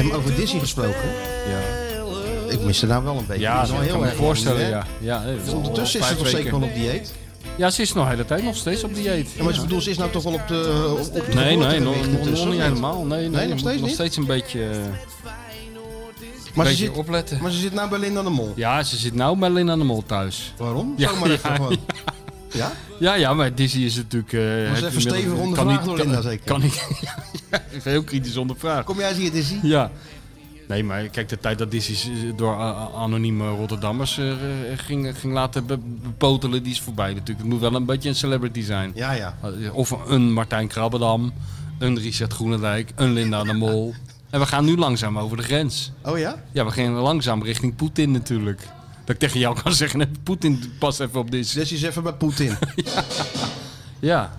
B: En over Disney gesproken.
D: Ja,
B: Ik mis er nou wel een beetje.
D: ja
B: Die is
D: dat
B: wel
D: kan
B: heel
D: me
B: erg
D: voorstellen.
B: lang, hè? Dus
D: Ja. Ja, nee, dat is al
B: Ondertussen is
D: vijf
B: ze toch zeker
D: weken.
B: wel op dieet?
D: Ja, ze is nog de hele tijd nog steeds op dieet.
B: Ja, maar ik bedoel, ze is nou toch wel op de op, op de
D: Nee, nee, nog,
B: geboortegewicht
D: nog- nog
B: intussen,
D: niet
B: of
D: helemaal. Nee, nee,
B: nog
D: je moet
B: steeds
D: nog
B: niet?
D: steeds een beetje, eh,
B: Maar ze,
D: beetje
B: zit,
D: opletten.
B: maar ze zit nou bij Linda de Mol.
D: Ja, ze zit nou met Lin aan de Mol thuis.
B: Waarom?
D: Ja,
B: Zeg maar even
D: ja,
B: gewoon. Ja?
D: Ja, ja, maar Dizzy is natuurlijk... eh, heb je
B: even
D: inmiddels-
B: stevig
D: kan
B: ondervraagd
D: niet-
B: door
D: kan-
B: Linda zeker.
D: Kan ik... Even heel kritisch ondervraagd.
B: Kom jij eens hier, Dizzy?
D: Ja. Nee, maar kijk, de tijd dat Dizzy eh, door a- a- anonieme Rotterdammers eh, eh, ging, ging laten be- bepotelen, die is voorbij natuurlijk. Het moet wel een beetje een celebrity zijn.
B: Ja, ja.
D: Of een Martijn Krabbedam, een Richard Groenendijk, een Linda de Mol. En we gaan nu langzaam over de grens.
B: Oh ja?
D: Ja, we gaan langzaam richting Poetin natuurlijk. Dat ik tegen jou kan zeggen, nee, Poetin past even op dit.
B: Dizzy is even bij Poetin.
D: Ja.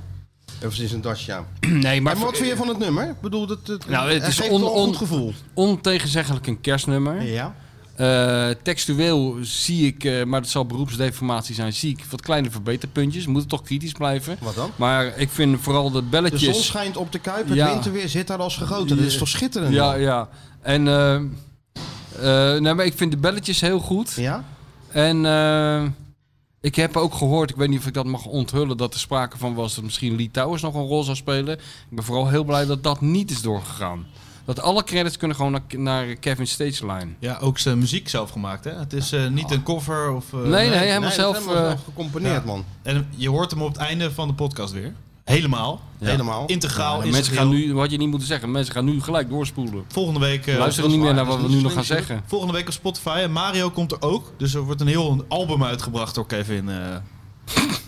B: Even sinds een dasje aan.
D: Nee, maar
B: Maar wat vind je van het nummer? Ik bedoel, het, het,
D: Nou, het
B: hij
D: is
B: geeft
D: on-
B: wel een
D: on-
B: goed gevoel.
D: ontegenzeggelijk een kerstnummer.
B: Ja.
D: Eh, textueel zie ik, eh, maar dat zal beroepsdeformatie zijn, zie ik wat kleine verbeterpuntjes. We moeten toch kritisch blijven.
B: Wat dan?
D: Maar ik vind vooral de
B: De
D: belletjes...
B: zon schijnt op de Kuip, het
D: Ja.
B: winterweer zit daar als gegoten. Dat is toch schitterend?
D: Ja,
B: man?
D: ja. En eh, eh, nee, maar ik vind de belletjes heel goed.
B: ja?
D: En eh, ik heb ook gehoord, ik weet niet of ik dat mag onthullen, dat er sprake van was dat misschien Lee Towers nog een rol zou spelen. Ik ben vooral heel blij dat dat niet is doorgegaan. Dat alle credits kunnen gewoon naar, naar Kevin Stageline.
C: Ja, ook zijn muziek zelf gemaakt, hè? Het is eh, niet een cover of... eh,
D: Nee, nee, helemaal
B: Nee, dat
D: zelf.
B: hebben we
D: eh,
B: zelf gecomponeerd,
C: ja.
B: man.
C: En je hoort hem op het einde van de podcast weer. Helemaal.
D: Ja.
B: Helemaal.
C: Integraal. in
D: mensen
C: zijn
D: gaan
C: geheel.
D: nu, wat je niet moet zeggen, mensen gaan nu gelijk doorspoelen.
C: Volgende week... eh,
D: Luisteren niet meer naar wat we nu nog gaan zeggen.
C: Volgende week op Spotify. En Mario komt er ook. Dus er wordt een heel album uitgebracht door Kevin. eh,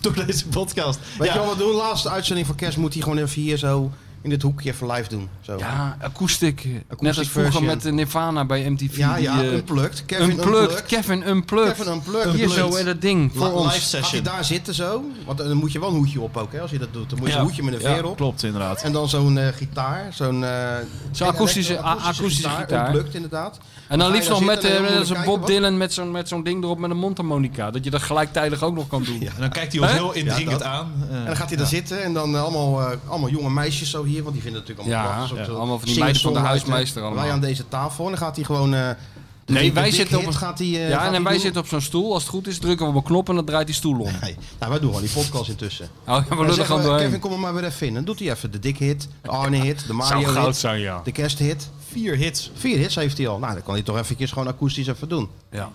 C: door deze podcast.
B: Weet
C: Ja.
B: je wel wat we doen? Laatste uitzending van kerst moet hij gewoon even hier zo in dit hoekje even live doen. Zo.
D: Ja, akoestiek. Net
B: Acoustic
D: als vroeger
B: version.
D: met eh, Nirvana bij MTV.
B: ja,
D: die,
B: ja,
D: eh,
B: unplugged. Kevin
D: Unplugged.
B: unplugged.
D: Kevin Unplugged.
B: Kevin unplugged.
D: Hier zo
C: Unplugged.
D: in dat ding voor
C: Li-
D: ons.
C: Live
B: Gaat hij
C: session.
B: daar zitten zo? Want eh, dan moet je wel een hoedje op ook, hè, als je dat doet. Dan moet je
C: Ja.
B: een hoedje met een veer
C: Ja,
B: op.
C: Klopt, inderdaad.
B: En dan zo'n eh, gitaar, zo'n... eh,
D: Zo'n
B: een
D: akoestische-
B: elektro-
D: a- akoestische gitaar.
B: Unplugged, inderdaad.
D: En dan liefst
B: Ga
D: nog
B: je daar
D: met,
B: zitten en
D: eh,
B: dan
D: met zo'n
B: kijken
D: Bob
B: wat-
D: Dylan met zo'n, met zo'n ding erop met een mondharmonica. Dat je dat gelijktijdig ook nog kan doen.
C: En dan kijkt hij ons
D: Hè?
C: heel indringend
B: Ja,
C: aan. eh,
B: En dan gaat hij daar zitten en dan eh, allemaal, eh, allemaal jonge meisjes zo hier, want die vinden het natuurlijk allemaal
D: Ja,
B: prachtig. Zo'n-
D: ja,
B: zo'n
D: allemaal van die meisjes van de
B: singer-songwriter.
D: huismeester allemaal.
B: Wij aan deze tafel en dan gaat hij gewoon... eh, de-
D: Nee,
B: de
D: wij
B: big
D: zitten op
B: hit
D: een-
B: Gaat hij, eh, gaat
D: Ja, en,
B: hij
D: wij
B: doen.
D: zitten op zo'n stoel. Als het goed is, drukken we op een knop en dan draait die stoel om. Oh,
B: Nee, nou, wij doen gewoon die podcast intussen.
D: ja, we
B: Dan
D: lullen
B: zeggen
D: gewoon
B: we, Kevin,
D: doorheen.
B: kom er maar weer even in. Dan doet hij even de dik hit, de Arne hit, de Mario hit,
D: zijn, ja.
B: de kersthit.
C: Vier hits.
B: Vier hits heeft hij al. Nou, dan kan hij toch eventjes gewoon akoestisch even doen.
D: Ja,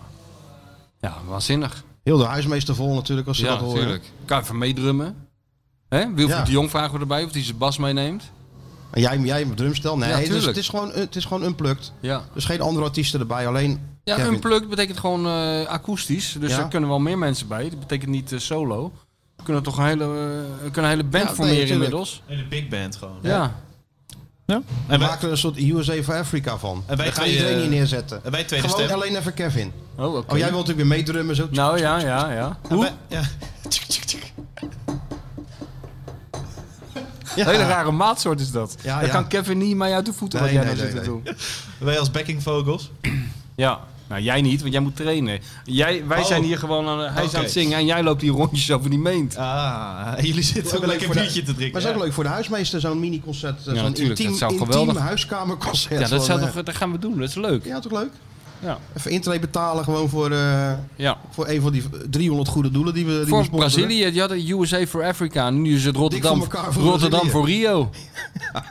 D: ja waanzinnig.
B: Heel de huismeester vol natuurlijk als ze
D: Ja,
B: dat horen.
D: natuurlijk. Kan je even meedrummen. Hè? Wilfried
B: Ja.
D: de Jong vragen we erbij of hij zijn bas meeneemt.
B: En jij, jij met drumstel? Nee,
D: Ja,
B: dus
D: tuurlijk.
B: het is, gewoon, het is gewoon unplugged.
D: Ja,
B: Dus geen andere artiesten erbij, alleen
D: ja
B: Kevin.
D: unplugged betekent gewoon eh, akoestisch. Dus
B: Ja.
D: daar kunnen wel meer mensen bij. Dat betekent niet eh, solo. We kunnen toch een hele, eh, we kunnen een hele band
B: Ja, nee,
D: formeren
B: tuurlijk.
D: inmiddels.
C: En de big band gewoon.
D: Ja.
C: En
B: We
C: wij,
B: maken er een soort USA for Africa van.
C: En wij
B: Daar ga je
C: twee,
B: iedereen
C: eh,
B: niet neerzetten.
C: en wij tweede
B: Gewoon
C: stem.
B: alleen even Kevin.
D: Oh, oké.
B: Oh, jij wilt natuurlijk weer meedrummen zo.
D: Nou ja, ja, ja.
C: en
D: Hoe?
C: wij- ja. Tjik, tjik, tjik.
B: Ja.
D: Hele rare maatsoort is dat.
B: Ja,
D: dat
B: ja.
D: kan Kevin niet mij uit de voeten
B: Nee,
D: wat jij
B: nee,
D: nou
B: nee,
D: zit te
B: nee.
D: doen.
C: Wij als backing vocals.
D: Ja. Nou, jij niet, want jij moet trainen. Jij, wij
C: Oh.
D: zijn hier gewoon aan, hij is
C: Oké.
D: aan het zingen en jij loopt die rondjes over die meent.
C: Ah, en jullie zitten wel
B: Ook
C: lekker
B: leuk voor de-
C: biertje te drinken.
B: Maar het is ook
C: ja.
B: leuk voor de huismeester, zo'n mini-concert. eh,
D: Ja,
B: zo'n
D: natuurlijk,
B: intiem,
D: dat zou
B: intiem
D: geweldig-
B: huiskamerconcert.
D: Ja, dat,
B: Gewoon,
D: zou
B: eh,
D: toch, dat gaan we doen, dat is leuk.
B: Ja, toch leuk?
D: Ja.
B: Even intree betalen gewoon voor, eh,
D: ja.
B: voor een van die eh, 300 goede doelen die we die we
D: Voor
B: sponsoren.
D: Brazilië, je had de USA voor Afrika. En nu is het Rotterdam,
B: voor elkaar voor
D: Rotterdam
B: Brazilië.
D: voor Rio.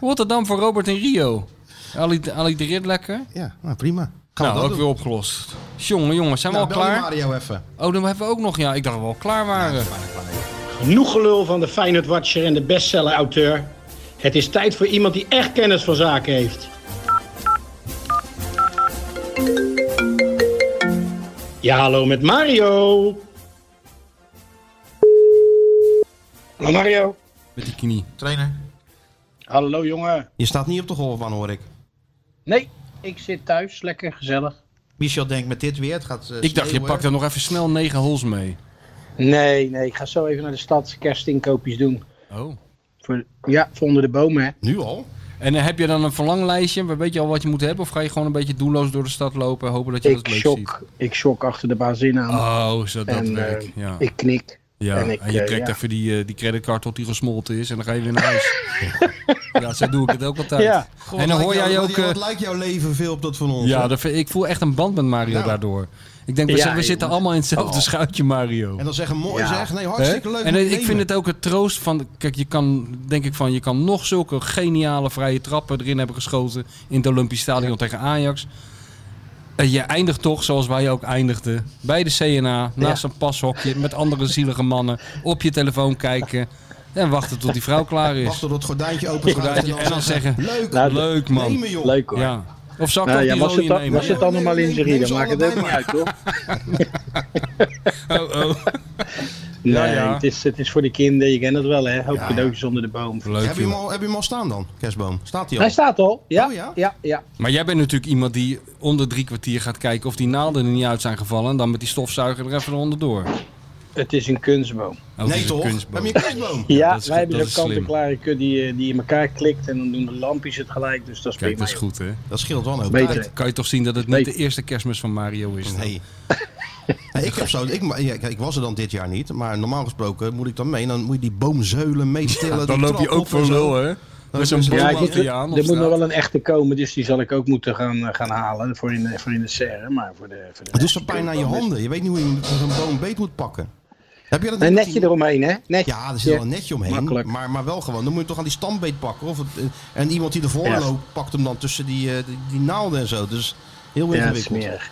D: Rotterdam voor Robert en Rio. Alli- Allitereert lekker.
B: Ja, nou, prima. Gaan
D: Nou,
B: we dat
D: ook
B: doen.
D: weer opgelost. Jongen, jongen, zijn we
B: Nou,
D: al
B: bel die
D: klaar?
B: Mario even.
D: Oh, dan hebben we ook nog. Ja, ik dacht dat we al klaar waren.
E: Genoeg gelul van de Feyenoord Watcher en de bestseller auteur. Het is tijd voor iemand die echt kennis van zaken heeft. Ja, hallo met Mario. Hallo Mario.
D: Met die knie.
C: Trainer.
E: Hallo jongen.
B: Je staat niet op de golfbaan, hoor ik.
E: Nee, ik zit thuis, lekker gezellig.
B: Michel denkt met dit weer, het gaat eh,
D: Ik dacht, je
B: sneeuwen.
D: pakt er nog even snel negen hols mee.
E: Nee, nee, ik ga zo even naar de stad kerstinkoopjes doen.
D: Oh.
E: Voor, ja, voor onder de bomen, hè.
B: Nu al?
D: En eh, heb je dan een verlanglijstje? waar Weet je al wat je moet hebben? Of ga je gewoon een beetje doelloos door de stad lopen en hopen dat je
E: Ik
D: dat leuk ziet?
E: shock, ik shock achter de bazin aan.
D: Oh, zo dat
E: en
D: werk.
E: eh,
D: ja.
E: ik knik.
D: ja. En,
E: en ik,
D: je
E: eh,
D: trekt
E: ja.
D: even die, eh, die creditcard tot die gesmolten is en dan ga je weer naar huis. ja, zo doe ik het ook altijd.
E: Ja.
B: Goh, wat
D: en dan hoor
B: lijkt jou-
D: jij
B: wat-
D: ook...
B: Wat,
D: eh,
B: lijkt jouw leven veel op dat van ons?
D: ja,
B: hè?
D: dat vind- ik voel echt een band met Mario
B: Nou.
D: daardoor. Ik denk, we,
E: Ja, Oh.
D: zi- we
E: joh.
D: zitten allemaal in hetzelfde schuitje, Mario.
B: En dan zeggen mooi
E: Ja.
B: zeg, nee,
D: Hè?
B: hartstikke leuk.
D: En
B: moet je
D: eh, ik
B: nemen.
D: vind het ook het troost van... Kijk, je kan, denk ik van, je kan nog zulke geniale vrije trappen erin hebben geschoten... in het Olympisch Stadion tegen Ajax. Eh, je eindigt toch, zoals wij ook eindigden... bij de CNA, naast een pashokje... met andere zielige mannen, op je telefoon kijken... en wachten tot die vrouw klaar is.
B: Wachten tot het gordijntje open gaat
D: Gordijntje, en dan zeggen...
B: Leuk,
E: Nou,
D: Leuk, man.
B: nemen joh.
E: Leuk hoor.
D: Ja. Of zal ik
E: Nou
D: ook
E: ja,
D: die
E: was
D: rode
E: het, dan,
D: nemen?
E: was het
B: Nee,
E: allemaal
B: nee,
E: in
B: nee,
E: zijn
B: neem ze
E: maakt het ook niet
B: allebei
E: uit hoor.
D: Oh, oh.
E: Nee,
D: Ja, ja.
E: Het, is, het is voor de kinderen, je kent het wel hè. Hoop cadeautjes onder de boom.
D: Leuk,
B: Heb je, hem
D: joh.
B: al, heb je hem al staan dan, kerstboom? Staat hij al?
E: Hij staat al. Ja,
B: Oh, ja?
E: ja, ja.
D: Maar jij bent natuurlijk iemand die onder drie kwartier gaat kijken... of die naalden er niet uit zijn gevallen... en dan met die stofzuiger er even onderdoor.
E: Het is een kunstboom.
D: Oh, het
B: nee
D: is een
B: toch?
D: kunstboom.
B: Heb je een kerstboom?
E: Ja,
D: dat is-
E: wij hebben
D: dat
E: zo'n
D: is slim.
E: kant-en-klare kut die, eh, die in elkaar klikt en dan doen de lampjes het gelijk. Dus dat
D: Kijk,
E: is prima.
D: dat is
E: joh.
D: goed, hè?
B: Dat scheelt wel een hoop
E: Beter.
B: tijd.
D: Kan je toch zien dat het niet
E: Nee.
D: de eerste kerstmis van Mario is?
B: Nee. Nee, ik, heb zo, ik, ma- ja, kijk, ik was er dan dit jaar niet, maar normaal gesproken moet ik dan mee. Dan moet je die boomzeulen meestillen.
D: Dan
B: die
D: loop je
B: trap
D: ook
B: op en
D: voor
B: zo.
D: lul, hè? Met zo'n
E: Ja,
D: boom
E: ik-
D: achter je
E: er
D: aan.
E: moet nog wel een echte komen, dus die zal ik ook moeten gaan, eh, gaan halen voor in, de- voor in de serre. Maar voor de, voor de
B: Het doet zo pijn aan je handen. Je weet niet hoe je met zo'n boom beet moet pakken. Heb je dat
E: Een
B: niet
E: netje
B: gezien?
E: eromheen, hè? Net,
B: Ja, er zit wel een netje omheen.
E: Makkelijk.
B: Maar, maar wel gewoon. Dan moet je toch aan die stambeet pakken. Of het- eh, en iemand die ervoor
E: Ja.
B: loopt, pakt hem dan tussen die, eh, die, die naalden en zo. Dus heel
E: ja, het is
B: ingewikkeld.
E: smerig.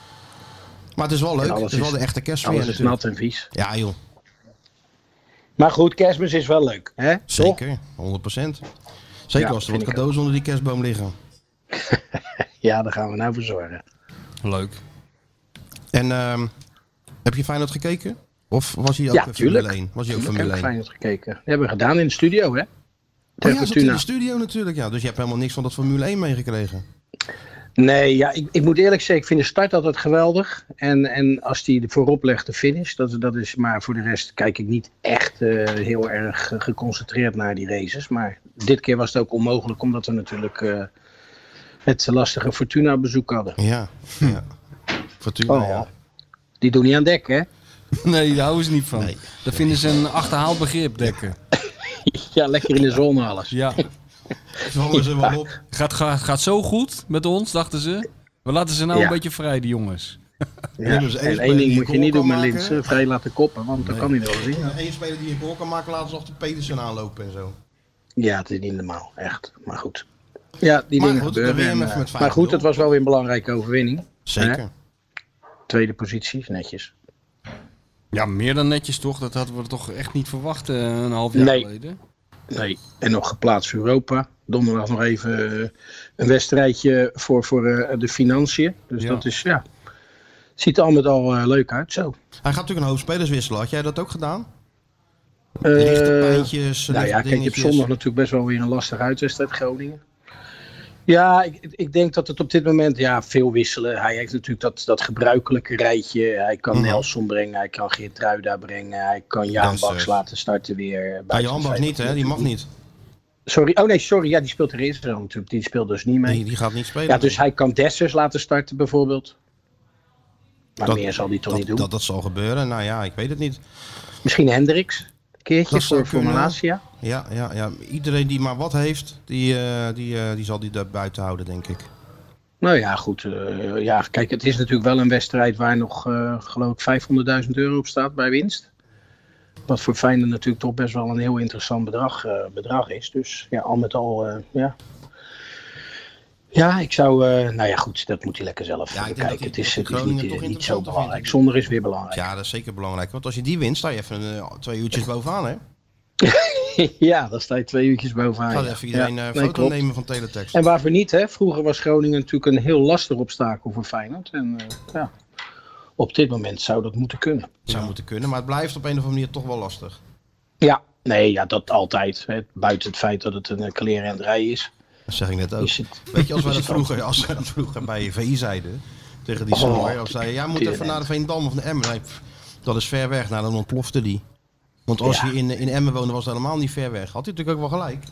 B: maar het is wel leuk.
E: En alles
B: Het is wel
E: is-
B: de echte kerstfeer
E: Alles is
B: natuurlijk.
E: nat en vies.
B: Ja joh,
E: Maar goed, kerstmis is wel leuk, hè? Toch?
B: zeker. 100%. Zeker
E: Ja,
B: als er wat
E: vind ik
B: cadeaus onder die kerstboom liggen.
E: Ja, daar gaan we nou voor zorgen.
D: Leuk.
B: En ehm, heb je Feyenoord gekeken? Of was hij ook
E: Ja,
B: eh,
E: tuurlijk.
B: Formule 1? Was hij ook
E: Ik heb
B: Formule
E: ook
B: 1?
E: Feyenoord gekeken. Dat hebben we gedaan in de studio, hè?
B: Oh
E: Ter
B: ja, hij zat in
E: Fortuna.
B: de studio natuurlijk. Ja. Dus je hebt helemaal niks van dat Formule 1 meegekregen.
E: Nee, ja, ik, ik moet eerlijk zeggen, ik vind de start altijd geweldig. En, en als die er voorop legt, de finish. Dat, dat is, maar voor de rest kijk ik niet echt eh, heel erg eh, geconcentreerd naar die races. Maar dit keer was het ook onmogelijk, omdat we natuurlijk eh, het lastige Fortuna-bezoek hadden.
B: Ja. ja. Fortuna,
E: Hm. Oh,
B: Nou ja.
E: die doen niet aan dek, hè?
D: Nee, daar houden ze niet van.
B: Nee.
D: Dat vinden ze een achterhaald begrip, dekken.
E: Ja, lekker in de zon alles.
D: Ja.
B: Vallen ze wel op.
D: Gaat, gaat, gaat zo goed met ons, dachten ze. We laten ze nou
E: Ja.
D: een beetje vrij, die jongens.
E: Ja.
B: dus één
E: En
B: speler
E: één ding
B: die
E: moet
B: een
E: je
B: goal
E: niet doen
B: kan
E: met
B: maken.
E: Linsen, vrij laten koppen, want dan kan hij er wel zien.
B: Ja, Eén speler die een goal kan maken, laten ze nog de Pedersen aanlopen en zo.
E: Ja, het is niet normaal, echt. Maar goed. Ja, die
B: Maar
E: dingen
B: goed,
E: gebeuren.
B: dan weer
E: en,
B: even
E: eh,
B: met vijf
E: maar goed,
B: nul.
E: het was wel weer een belangrijke overwinning. Hè?
B: Zeker.
E: Tweede positie, netjes.
D: Ja, meer dan netjes toch? Dat hadden we toch echt niet verwacht eh, een half jaar
E: Nee.
D: geleden.
E: Nee. En nog geplaatst voor Europa. Donderdag nog even eh, een wedstrijdje voor, voor eh, de financiën. Dus
D: Ja.
E: dat is, ja. Ziet er al met al eh, leuk uit, zo.
B: Hij gaat natuurlijk een hoop spelers wisselen. Had jij dat ook gedaan?
E: Eh,
B: Lichte pijntjes,
E: nou ja,
B: Dus lichte
E: kijk, je hebt
B: dingetjes.
E: zondag natuurlijk best wel weer een lastige uitwedstrijd Groningen. Ja, ik, ik denk dat het op dit moment ja, veel wisselen. Hij heeft natuurlijk dat, dat gebruikelijke rijtje. Hij kan
B: Mhm.
E: Nelson brengen, hij kan Geertruida brengen, hij kan Jan
B: Dus,
E: Baks
B: eh,
E: laten starten weer.
B: Ja,
E: buiten
B: je handbak
E: zijn.
B: niet, hè? Die mag niet.
E: Sorry, oh nee, sorry, ja, die speelt er eerst wel natuurlijk. Die speelt dus niet mee.
B: Nee, die gaat niet spelen.
E: ja, dus hij kan Dessers laten starten bijvoorbeeld. Maar
B: Dat-
E: meer zal hij toch
B: dat,
E: niet doen.
B: Dat, dat zal gebeuren. Nou ja, ik weet het niet.
E: Misschien Hendricks, een keertje
B: Dat zou
E: voor, voor
B: kunnen.
E: Malasia.
B: Ja, ja, ja. iedereen die maar wat heeft, die, eh, die, eh, die zal die daar buiten houden, denk ik.
E: Nou ja, goed. eh, ja, kijk, het is natuurlijk wel een wedstrijd waar nog, eh, geloof ik, 500.000 euro op staat bij winst. Wat voor Feyenoord natuurlijk toch best wel een heel interessant bedrag, eh, bedrag is. Dus ja, al met al, eh, ja. Ja, ik zou, eh, nou ja, goed, dat moet hij lekker zelf
B: Ja, ik denk dat
E: bekijken.
B: hij-
E: Het is,
B: dat
E: het
B: hij
E: is
B: Groningen
E: niet,
B: toch
E: eh, niet zo
B: interessanter
E: belangrijk.
B: vindt.
E: Zonder is weer belangrijk. Ja,
B: Ja, dat is zeker belangrijk. Want als je die wint, sta je even eh, twee uurtjes bovenaan, hè?
E: dan sta je twee uurtjes bovenaan.
B: Ga
E: Ah, ja.
B: even iedereen
E: Ja,
B: eh,
E: nee,
B: foto
E: klopt.
B: nemen van teletext.
E: En waarvoor niet, hè? Vroeger was Groningen natuurlijk een heel lastig obstakel voor Feyenoord. En eh, ja, op dit moment zou dat moeten kunnen.
B: Dat zou moeten kunnen, maar het blijft op een of andere manier toch wel lastig.
E: Ja, nee, ja, dat altijd. Hè. Buiten het feit dat het een eh, kleren en rij is.
B: Dat zeg ik net ook.
D: Oh.
E: is het,
B: Weet je, als wij dat
E: is het
B: vroeger, als wij dat vroeger bij VI zeiden, tegen die
E: Oh,
B: Snoei. Of zei, jij moet
E: die-
B: even naar de Veendam of naar Emmen. Nee, pff, dat is ver weg. Nou, dan ontplofte die. Want als
E: Ja.
B: hij in, in Emmen woonde, was het helemaal niet ver weg. Had hij natuurlijk ook wel gelijk.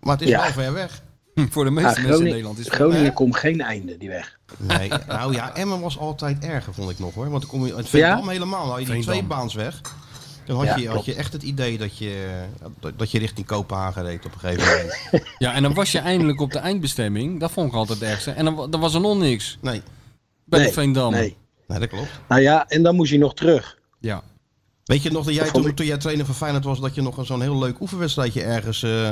B: Maar het is
E: Ja.
B: wel ver weg.
D: Voor de meeste
E: Ja,
D: mensen in
E: Groningen,
D: Nederland is
E: Groningen komt geen einde, die weg.
B: Nee, nou ja, Emmen was altijd erger, vond ik nog hoor. Want dan kom je in Veendam
E: Ja?
B: helemaal. Dan had je die
D: Veendam.
B: twee baans weg. Dan had,
E: Ja,
B: je, had
E: klopt.
B: je echt het idee dat je, dat- dat je richting Kopenhagen reed op een gegeven moment.
D: Ja, en dan was je eindelijk op de eindbestemming. Dat vond ik altijd het ergste. En dan, wa- dan was er nog niks.
B: Nee,
D: Bij
E: nee,
D: de Veendam.
E: Nee.
B: nee, dat klopt.
E: Nou ja, en dan moest hij nog terug.
D: Ja.
B: Weet je nog dat jij
E: Dat vond
B: toen,
E: ik-
B: toen jij trainer van Feyenoord was, dat je nog zo'n heel leuk oefenwedstrijdje ergens eh,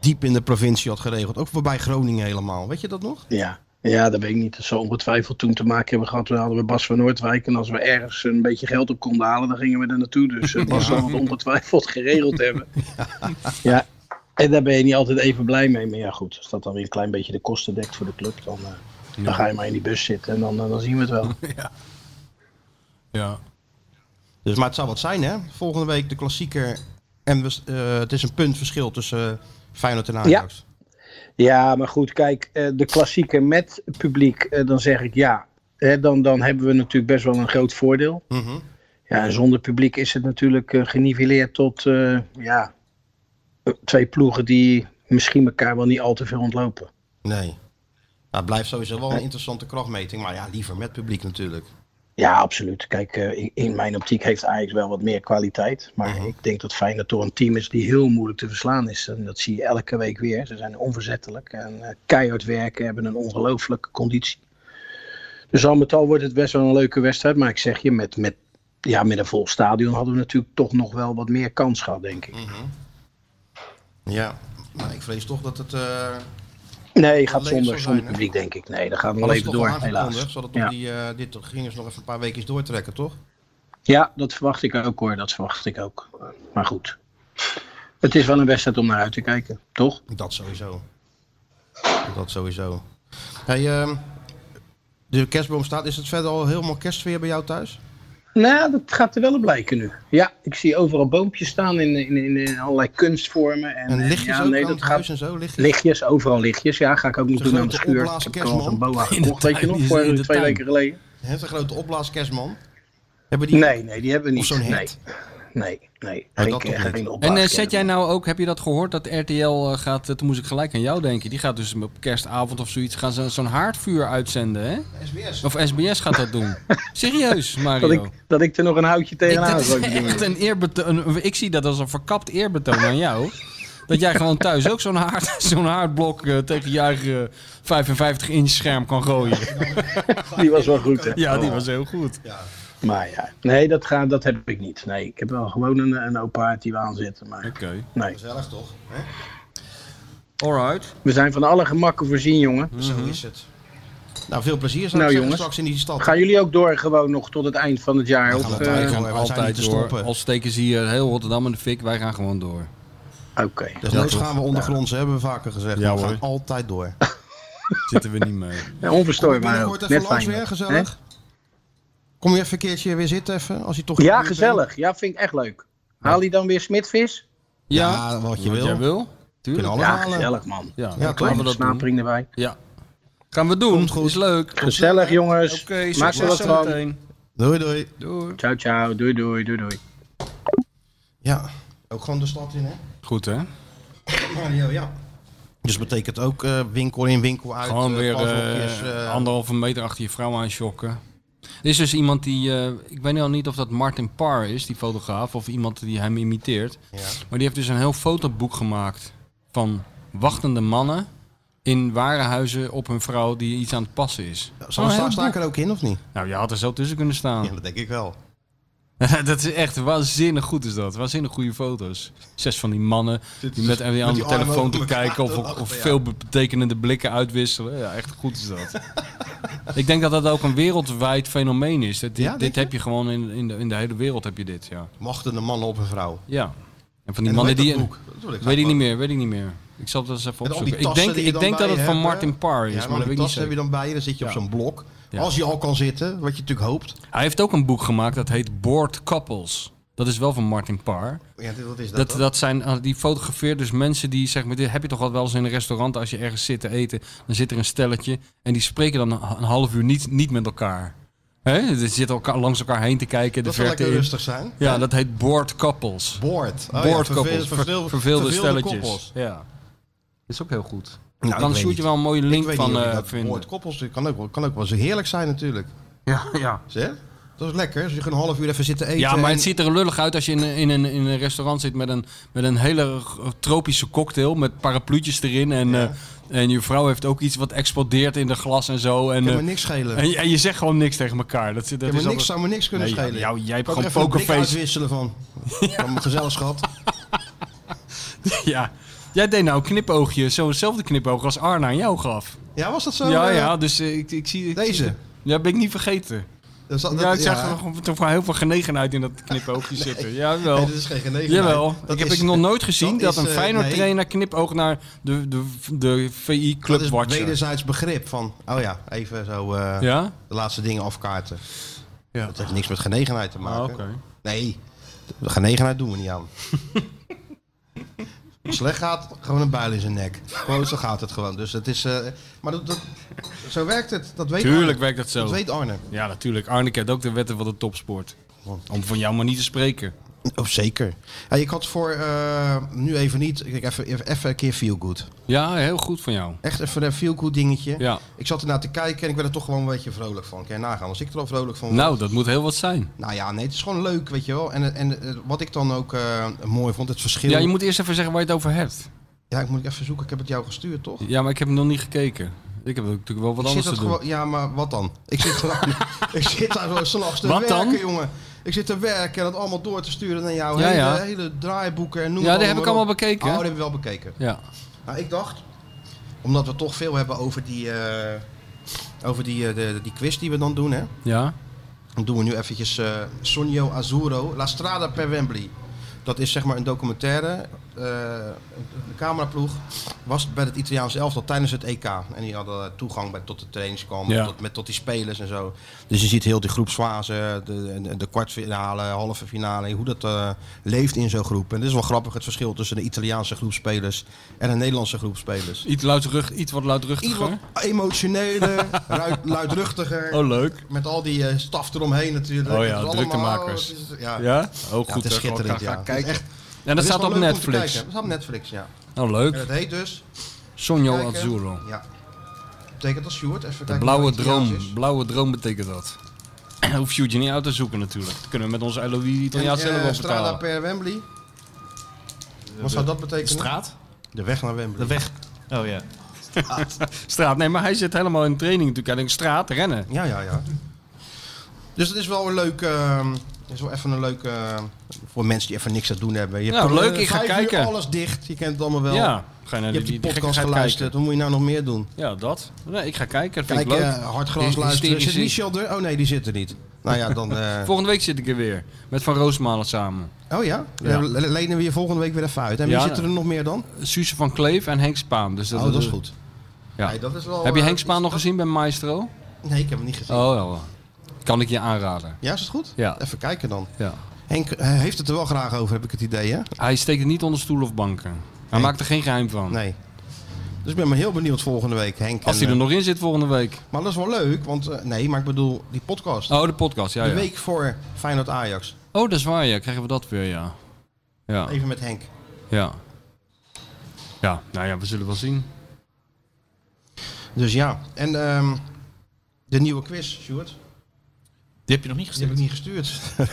B: diep in de provincie had geregeld? Ook voorbij Groningen helemaal. Weet je dat nog?
E: Ja, ja dat weet ik niet. Dat zou ongetwijfeld toen te maken hebben gehad. We hadden we Bas van Noordwijk. En als we ergens een beetje geld op konden halen, dan gingen we er naartoe. Dus eh, Bas zal het ongetwijfeld geregeld hebben. Ja, en daar ben je niet altijd even blij mee. Maar ja, goed. Als dat dan weer een klein beetje de kosten dekt voor de club, dan, eh, dan ga je maar in die bus zitten. En dan, eh, dan zien we het wel.
D: Ja.
B: Dus, maar het zou wat zijn, hè? Volgende week de klassieker. En we, eh, het is een puntverschil tussen eh, Feyenoord en Ajax.
E: Ja, maar goed, kijk, eh, de klassieker met publiek, eh, dan zeg ik ja. Hè, dan, dan hebben we natuurlijk best wel een groot voordeel.
B: Mhm.
E: Ja, en zonder publiek is het natuurlijk eh, geniveleerd tot eh, ja, eh, twee ploegen die misschien elkaar wel niet al te veel ontlopen.
B: Nee. Nou, het blijft sowieso wel een interessante krachtmeting. Maar ja, liever met publiek natuurlijk.
E: Ja, absoluut. Kijk, eh, in, in mijn optiek heeft Ajax wel wat meer kwaliteit. Maar
B: Mhm.
E: ik denk dat Feyenoord toch een team is die heel moeilijk te verslaan is. En dat zie je elke week weer. Ze zijn onverzettelijk en eh, keihard werken, hebben een ongelooflijke conditie. Dus al met al wordt het best wel een leuke wedstrijd. Maar ik zeg je, met, met, ja, met een vol stadion hadden we natuurlijk toch nog wel wat meer kans gehad, denk ik.
B: Mhm. Ja. Maar ik vrees toch dat het... eh
E: Nee, gaat
B: Leuk zal
E: zonder,
B: zijn,
E: zonder
B: hè?
E: publiek, denk ik. Nee, dat gaan we
B: dat
E: wel
B: is
E: even
B: toch
E: door,
B: aangekondigd.
E: helaas.
B: Zodat
E: Ja.
B: die, eh, dit gingen ze nog even een paar weken doortrekken, toch?
E: Ja, dat verwacht ik ook hoor. Dat verwacht ik ook. Maar goed. Het is wel een wedstrijd om naar uit te kijken, toch?
B: Dat sowieso. Dat sowieso. Hey, ehm, de kerstboom staat. Is het verder al helemaal kerstsfeer bij jou thuis?
E: Nou, dat gaat er wel op blijken nu. Ja, ik zie overal boompjes staan in, in, in, in allerlei kunstvormen. En,
B: En
E: en
B: lichtjes
E: ja,
B: ook
E: nee,
B: aan
E: dat
B: het
E: gaat.
B: huis en zo? Lichtjes?
E: Lichtjes, overal lichtjes. Ja, ga ik ook nog
B: Zo'n
E: doen aan de
B: grote
E: schuur. Ik heb
B: opblaaskerstman.
E: al een boa
D: de
E: gekocht, weet je
D: tuin,
E: nog,
D: die is
E: voor
D: in de
E: twee
D: tuin.
E: weken geleden.
B: Hè, zo'n grote opblaaskerstman? Hebben die...
E: Nee, nee, die hebben we
B: Of
E: niet.
B: zo'n
E: nee.
B: hert?
E: nee, nee,
B: Oh,
E: geen,
B: dat toch
E: geen,
B: niet.
D: En eh,
E: opblaaskerm.
D: zet jij nou ook, heb je dat gehoord, dat RTL eh, gaat, eh, toen moest ik gelijk aan jou denken, die gaat dus op kerstavond of zoiets, gaan ze zo'n haardvuur uitzenden, hè?
B: SBS.
D: Of SBS gaat dat doen. Serieus, Mario.
E: dat ik, dat ik er nog een houtje
D: Ik,
E: tegenaan
D: dat is
E: zou doen.
D: echt een eerbetoon. een- Ik zie dat als een verkapt eerbetoon aan jou. Dat jij gewoon thuis ook zo'n haard, zo'n haardblok eh, tegen je eigen 55-inch scherm kan gooien.
E: Die was wel goed, hè? Oh.
D: Oh. Ja, die was heel goed.
E: Maar ja, nee, dat, ga, dat heb ik niet. Nee, ik heb wel gewoon een, een open haard die we aanzetten. Maar
D: Oké.
E: nee,
B: Oh, Gezellig toch? Hè?
D: Alright.
E: we zijn van alle gemakken voorzien, jongen.
B: Zo is het. Nou, veel plezier zou
E: Mhm. Nou,
B: ik zeggen,
E: jongens.
B: straks in die stad.
E: Gaan jullie ook door gewoon nog tot het eind van het jaar?
B: We
E: Of,
B: gaan
E: eh,
B: het eind
D: Wij
B: van-
E: Oké,
D: gaan
B: wij zijn
D: altijd
B: niet te
D: door.
B: stoppen.
D: Al steken ze hier heel Rotterdam in de fik. Wij gaan gewoon door.
E: eh,
B: Dus noods gaan we ondergronds, hebben we vaker gezegd.
D: Ja,
B: we gaan
D: hoor.
B: altijd door.
D: Zitten we niet mee.
E: Ja, onverstoorbaar.
B: Binnenkort
E: ook.
B: even
E: Net
B: langs
E: fijn,
B: weer,
E: hè?
B: gezellig. Kom je even een keertje weer zitten, even, als je toch... in de
E: Ja,
B: buurt bent?
E: gezellig. Ja, vind ik echt leuk. Haal je dan weer smitvis?
D: Ja,
B: Ja, wat je
D: wat jij
B: wil.
D: wil. Tuurlijk.
B: Kunnen alle
E: Ja,
B: halen.
E: gezellig, man.
D: Ja, dan
B: Ja,
D: gaan we
E: Kleine
D: dat doen.
E: snapering erbij.
D: Ja. Gaan we doen.
B: Komt goed.
D: Is leuk.
E: Gezellig, jongens.
D: Oké,
E: Maak er wat
D: succes
E: van.
D: zometeen.
B: Doei, doei.
D: Doei.
E: Ciao, ciao. Doei, doei, doei, doei.
B: Ja, ook gewoon de stad in, hè?
D: Goed, hè?
B: Mario, ja. Dus betekent ook eh, winkel in, winkel uit.
D: Gewoon
B: eh,
D: weer
B: pashokjes,
D: eh,
B: eh,
D: anderhalve meter achter je vrouw aanschokken. Er is dus iemand die, eh, ik weet al niet of dat Martin Parr is, die fotograaf, of iemand die hem imiteert.
B: ja.
D: Maar die heeft dus een heel fotoboek gemaakt van wachtende mannen in ware huizen op hun vrouw die iets aan het passen is.
B: Zal
D: Oh,
B: sta-
D: heel
B: sta ik
D: boek.
B: er ook in of niet?
D: Nou, je had er zo tussen kunnen
B: Ja,
D: staan.
B: dat denk ik wel.
D: dat is echt waanzinnig goed is dat. Waanzinnig goede foto's. Zes van die mannen die met
B: met
D: een aan
B: die
D: de
B: armen
D: telefoon
B: over
D: te
B: elkaar
D: kijken
B: te
D: of,
B: lachen,
D: of
B: ja.
D: veel betekenende blikken uitwisselen. Ja, echt goed is dat. Ik denk dat dat ook een wereldwijd fenomeen is. Dat, dit
B: Ja, denk
D: dit
B: je?
D: heb je gewoon in, in, de, in de hele wereld heb je dit, ja.
B: Machtende man op een vrouw.
D: Ja.
B: En
D: En van die
B: hoe heet
D: mannen die...
B: dat boek? Dat wil ik
D: weet ik
B: graag
D: niet meer, weet ik niet meer. Ik zal het wel eens even
B: Met al die
D: opzoeken. Ik
B: tassen
D: denk,
B: die je
D: ik
B: dan
D: denk dat
B: bij
D: het
B: je
D: van
B: hebt,
D: Martin
B: hè?
D: Parr is,
B: Ja,
D: maar
B: maar
D: dat
B: die
D: weet ik niet
B: tas heb
D: zeker.
B: je dan bij je, dan zit je op
D: Ja.
B: zo'n blok.
D: Ja.
B: Als je al kan zitten, wat je natuurlijk hoopt.
D: Hij heeft ook een boek gemaakt dat heet Bored Couples. Dat is wel van Martin Parr.
B: Ja, dit- wat is dat?
D: Dat,
B: dan?
D: dat zijn, ah, die fotografeert dus mensen die, zeg maar, dit heb je toch al wel eens in een restaurant als je ergens zit te eten, dan zit er een stelletje en die spreken dan een een half uur niet, niet met elkaar. Hè? Ze zitten elkaar, langs elkaar heen te kijken, de
B: Dat zal
D: verte
B: lekker Oh
D: in.
B: rustig zijn.
D: Ja, dat heet bored couples.
B: Boord.
D: Bored couples, ver- verveelde stelletjes. Ja. Is ook heel goed.
B: Nou,
D: dan
B: ik weet
D: shoot je
B: niet.
D: wel een mooie
B: Ik
D: link
B: weet
D: van
B: niet of je
D: eh,
B: dat
D: vinden.
B: Boord koppels, dit kan ook, wel- kan ook wel zo heerlijk zijn natuurlijk.
D: Ja, ja.
B: Zeg? Dat is lekker. Als je gewoon een half uur even zit te eten.
D: Ja, maar
B: en-
D: het ziet er lullig uit als je in, een- in, een, in een restaurant zit met een, met een hele g- tropische cocktail met parapluutjes erin. En,
B: Ja.
D: eh, en je vrouw heeft ook iets wat explodeert in de glas en zo. En,
B: kan
D: eh,
B: me niks schelen.
D: en, je- en je zegt gewoon niks tegen elkaar. Dat, zit- dat
B: Kan
D: is
B: me niks,
D: altijd-
B: zou me niks kunnen
D: Nee,
B: schelen.
D: jou- jij hebt
B: Kan
D: gewoon
B: er even een blik
D: pokerface.
B: uitwisselen van. Van mijn gezelschap.
D: ja. Jij deed nou een knipoogje, zo hetzelfde knipoog als Arna aan jou gaf.
B: Ja, was dat zo?
D: ja,
B: eh,
D: ja, dus eh, ik, ik zie... Ik
B: Deze?
D: zie- ja, ben ik niet vergeten.
B: Dat, zat- Oh, dat,
D: ja, ik zag
B: ja.
D: er nog toch wel heel veel genegenheid in dat knipoogje zitten. Jawel.
B: Nee, dit is geen genegenheid.
D: Jawel,
B: Dat
D: ik heb
B: is-
D: ik nog nooit gezien
B: dat
D: dat,
B: is,
D: een
B: eh,
D: Feyenoord
B: nee.
D: trainer knipoog naar de, de, de VI
B: Dat is
D: Club Watcher.
B: wederzijds begrip van, oh ja, even zo eh,
D: Ja?
B: de laatste dingen afkaarten.
D: Ja.
B: Dat heeft niks met genegenheid te maken.
D: Ah, oké.
B: Nee, de genegenheid doen we niet aan. Als het slecht gaat, gewoon een buil in zijn nek. Gewoon, zo gaat het gewoon. Dus het is, eh, maar dat, dat- zo werkt het. Dat weet
D: Tuurlijk
B: Arne.
D: werkt dat
B: Dat
D: zo.
B: weet Arne.
D: Ja, natuurlijk. Arne kent ook de wetten van de topsport. Om van jou maar niet te spreken.
B: Of zeker. Ja, ik had voor, eh, nu even niet, ik denk even, even, even een keer feel good.
D: Ja, heel goed van jou.
B: Echt even een feel good dingetje.
D: Ja.
B: Ik zat ernaar te kijken en ik werd er toch gewoon een beetje vrolijk van. Kan je nagaan, als ik er al vrolijk van word.
D: Nou, dat moet heel wat zijn.
B: Nou ja, nee, het is gewoon leuk, weet je wel. En, en eh, wat ik dan ook eh, mooi vond, het verschil.
D: Ja, je moet eerst even zeggen waar je het over hebt.
B: Ja, ik moet even zoeken. Ik heb het jou gestuurd, toch?
D: Ja, maar ik heb hem nog niet gekeken. Ik heb natuurlijk wel wat
B: ik zit
D: anders te
B: dat
D: doen.
B: gewoon. Ja, maar wat dan? Ik zit, daar- ik zit daar zo s'nachts te
D: Wat
B: werken,
D: dan?
B: jongen. Ik zit te werken en dat allemaal door te sturen naar jou.
D: Ja,
B: hele,
D: ja.
B: hele draaiboeken en noem
D: Ja,
B: het
D: die heb ik allemaal
B: maar op.
D: bekeken.
B: Oh, die heb je wel bekeken.
D: Ja.
B: Nou, ik dacht, omdat we toch veel hebben over die, eh, over die, eh, de, die quiz die we dan doen, hè.
D: Ja.
B: Dan doen we nu eventjes eh Sonio Azuro, La Strada per Wembley. Dat is zeg maar een documentaire. eh, de cameraploeg was bij het Italiaanse elftal tijdens het EK. En die hadden toegang bij, tot de trainingskamp,
D: Ja.
B: tot, met, tot die spelers en zo. Dus je ziet heel die groepsfase, de, de, de kwartfinale, halve finale, hoe dat eh, leeft in zo'n groep. En dit is wel grappig, het verschil tussen de Italiaanse groepspelers en de Nederlandse groepspelers.
D: Iets, luidrug, iets wat
B: Iets
D: luidruchtiger.
B: wat emotioneler, ruid- luidruchtiger.
D: Oh, leuk.
B: Met al die eh, staf eromheen natuurlijk.
D: Oh ja,
B: Het is allemaal-
D: druktemakers.
B: het is- Ja.
D: Ja? Oh, goed.
B: Ja, het is
D: hè.
B: schitterend,
D: Ga- ga
B: ja.
D: kijken.
B: Het is echt- het
D: En dat
B: is
D: staat
B: wel
D: op
B: leuk om te
D: Netflix.
B: kijken. Dat staat op Netflix, ja.
D: Oh,
B: En dat
D: leuk.
B: heet dus...
D: Sonjo
B: kijken.
D: Azzurro.
B: Ja. Betekent dat Sjoerd? Even kijken
D: De
B: hoe
D: blauwe
B: het Italiaans
D: droom.
B: is.
D: Blauwe droom betekent dat. Hoef je je niet uit te zoeken natuurlijk. Dat kunnen we met onze LOI Italiaans
B: En,
D: zelf
B: eh,
D: wel
B: Strada
D: vertalen.
B: per Wembley. Wat zou dat
C: De
B: betekenen?
C: straat?
B: De weg naar Wembley.
C: De weg. Oh ja.
D: Straat. Nee, maar hij zit helemaal in training natuurlijk. Hij denkt straat, rennen.
B: Ja, ja, ja. Dus het is wel een leuk... ehm, het is wel even een leuk... eh, voor mensen die even niks te doen hebben. Je
D: Ja,
B: hebt, eh,
D: leuk, ik ga
B: vijf uur
D: kijken.
B: alles dicht. Je kent het allemaal wel.
D: Ja. Ga je naar
B: Je hebt die, podcast
D: gekkigheid
B: geluisterd. Wat moet je nou nog meer doen?
D: kijken. Ja, dat. Nee, ik ga kijken. Dat vind
B: Kijk,
D: ik leuk.
B: eh, hardgras
D: Hy-
B: luisteren. Zit
D: hysterische-
B: Michel er? Oh nee, die zit er niet. Nou ja, dan... eh,
D: Volgende week zit ik er weer. Met Van Roosmalen samen.
B: Oh ja?
D: Ja.
B: Dan le- lenen we je volgende week weer even uit. En wie
D: Ja.
B: zit er nog meer dan?
D: Suze van Kleef en Henk Spaan. Dus dat,
B: oh, dat is goed.
D: Ja.
B: Nee, dat is wel,
D: Heb je
B: eh,
D: Henk Spaan
B: iets-
D: nog
B: dat-
D: gezien bij Maestro?
B: Nee, ik heb hem niet gezien.
D: Oh, wel. Kan ik je aanraden.
B: Ja, is het goed?
D: Ja.
B: Even kijken dan.
D: Ja.
B: Henk eh, heeft het er wel graag over, heb ik het idee, hè?
D: Hij steekt het niet onder stoelen of banken. Hij
B: Nee.
D: maakt er geen geheim van.
B: Nee. Dus ik ben maar heel benieuwd volgende week, Henk.
D: Als
B: en,
D: hij er
B: eh,
D: nog in zit volgende week.
B: Maar dat is wel leuk, want... eh, nee, maar ik bedoel, die podcast.
D: Oh, de podcast, ja.
B: de
D: ja.
B: week voor Feyenoord-Ajax.
D: Oh, dat is waar, ja. Krijgen we dat weer, ja. Ja,
B: Even met Henk.
D: ja. Ja, nou ja, we zullen wel zien.
B: Dus ja. En ehm, de nieuwe quiz, Sjoerd.
C: Die heb je nog niet
B: Die heb
C: gestuurd.
B: ik niet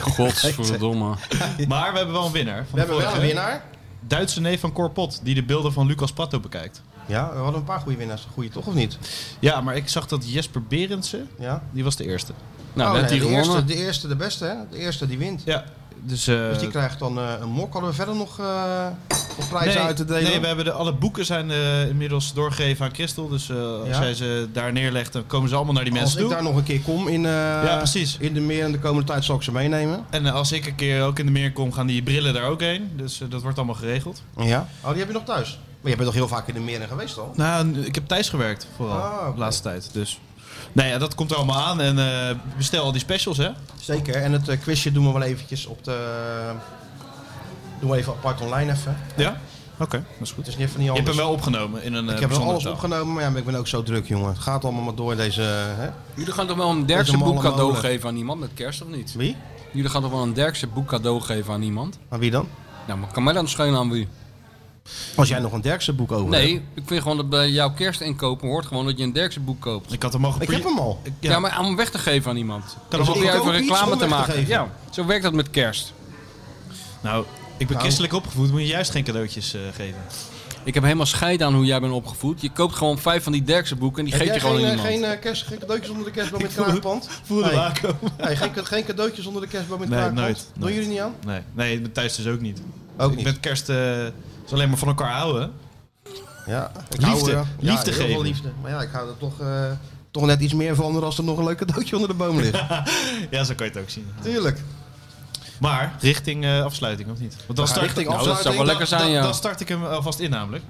B: gestuurd.
D: Godverdomme. Nou,
C: Maar we hebben wel een winnaar. Van
B: We hebben
C: vorige
B: wel een
C: week.
B: winnaar.
C: Duitse neef van Cor Pot, die de beelden van Lucas Prato bekijkt.
B: Ja, we hadden een paar goede winnaars. Goeie toch, of niet?
C: Ja, maar ik zag dat Jesper Berendsen,
B: Ja.
C: die was de eerste.
D: Nou,
B: Oh,
D: dan heeft
B: nee,
D: hij
B: de, eerste,
D: gewonnen.
B: de eerste, de beste, hè? De eerste die wint.
C: Ja, dus... eh,
B: Dus die krijgt dan eh, een mok. Hadden we verder nog, eh, nog prijzen
C: nee,
B: uit te delen?
C: nee, we hebben de, alle boeken zijn eh, inmiddels doorgegeven aan Christel. Dus eh, als
B: Ja.
C: jij ze daar neerlegt, dan komen ze allemaal naar die
B: Als
C: mensen
B: ik
C: toe.
B: daar nog een keer kom in, eh,
C: Ja, precies.
B: in de meer en de komende tijd zal ik ze meenemen.
C: En eh, als ik een keer ook in de meer kom, gaan die brillen daar ook heen. Dus eh, dat wordt allemaal geregeld.
B: Ja. Oh, die heb je nog thuis. Maar je bent toch heel vaak in de meren geweest al?
C: Nou, ik heb thuis gewerkt vooral
B: Ah, oké.
C: de laatste tijd. Dus Nou ja, dat komt er allemaal aan. En eh, bestel al die specials, hè?
B: Zeker. En het eh, quizje doen we wel eventjes op de... Doen we even apart online even.
C: Ja? Oké, dat is goed.
B: Het is niet van die
C: Je hebt
B: anders.
C: hem wel opgenomen in een eh,
B: Ik heb wel
C: bijzondere
B: alles
C: zaal.
B: opgenomen, maar ja, maar ik ben ook zo druk, jongen. Het gaat allemaal maar door deze... Hè?
D: Jullie gaan toch wel een
B: Deze
D: Derkse
B: malle
D: boek cadeau
B: molen.
D: geven aan iemand met kerst, of niet?
B: Wie?
D: Jullie gaan toch wel een Derkse boek cadeau geven aan iemand?
B: Aan wie dan?
D: Nou, maar kan mij dan schelen aan wie?
B: Als jij nog een Derkse boek over hebt.
D: Nee, ik vind gewoon dat bij jouw kerstinkopen hoort gewoon dat je een Derkse boek koopt.
C: Ik had hem al
B: Ik
C: gepre-
B: heb hem al.
C: Ik-
D: Ja,
C: ja.
D: maar om weg te geven aan iemand.
C: kan hem
D: Dan
C: al
D: probeer je
B: koop
D: even
B: iets
D: reclame
B: om
D: te
B: weg te
D: maken.
B: geven.
D: Ja, zo werkt dat met kerst.
C: Nou, ik ben
B: Nou.
C: christelijk opgevoed, moet je juist geen cadeautjes eh, geven.
D: Ik heb helemaal scheid aan hoe jij bent opgevoed. Je koopt gewoon vijf van die Derkse boeken en die
B: Heb
D: geef
B: jij
D: je gewoon
B: geen,
D: aan
B: eh,
D: iemand.
B: geen, eh, kerst, geen cadeautjes onder de kerstboom met
C: voel-
B: kraakpand?
C: Voelde
B: Nee.
C: aankomen.
B: Nee, geen, geen cadeautjes onder de kerstboom met
C: Nee,
B: kraakpand?
C: nooit,
B: Doen
C: nooit.
B: jullie niet aan?
C: Nee, nee, thuis dus ook niet.
B: Ook
C: ik
B: niet.
C: Met kerst eh, is alleen maar van elkaar houden.
B: Ja, ik
C: Liefde.
B: eh, ja,
C: Liefde
B: heel veel
C: geven.
B: liefde. Maar ja, ik hou er toch, eh, toch net iets meer van dan als er nog een leuk cadeautje onder de boom ligt.
C: Ja, zo kan je het ook zien.
B: Tuurlijk.
C: Maar richting eh, afsluiting, of niet? Want dan
B: Ja,
C: start
B: richting
C: ik,
D: Nou, dat zou wel lekker zijn,
C: dan,
D: ja.
C: dan start ik hem alvast in namelijk.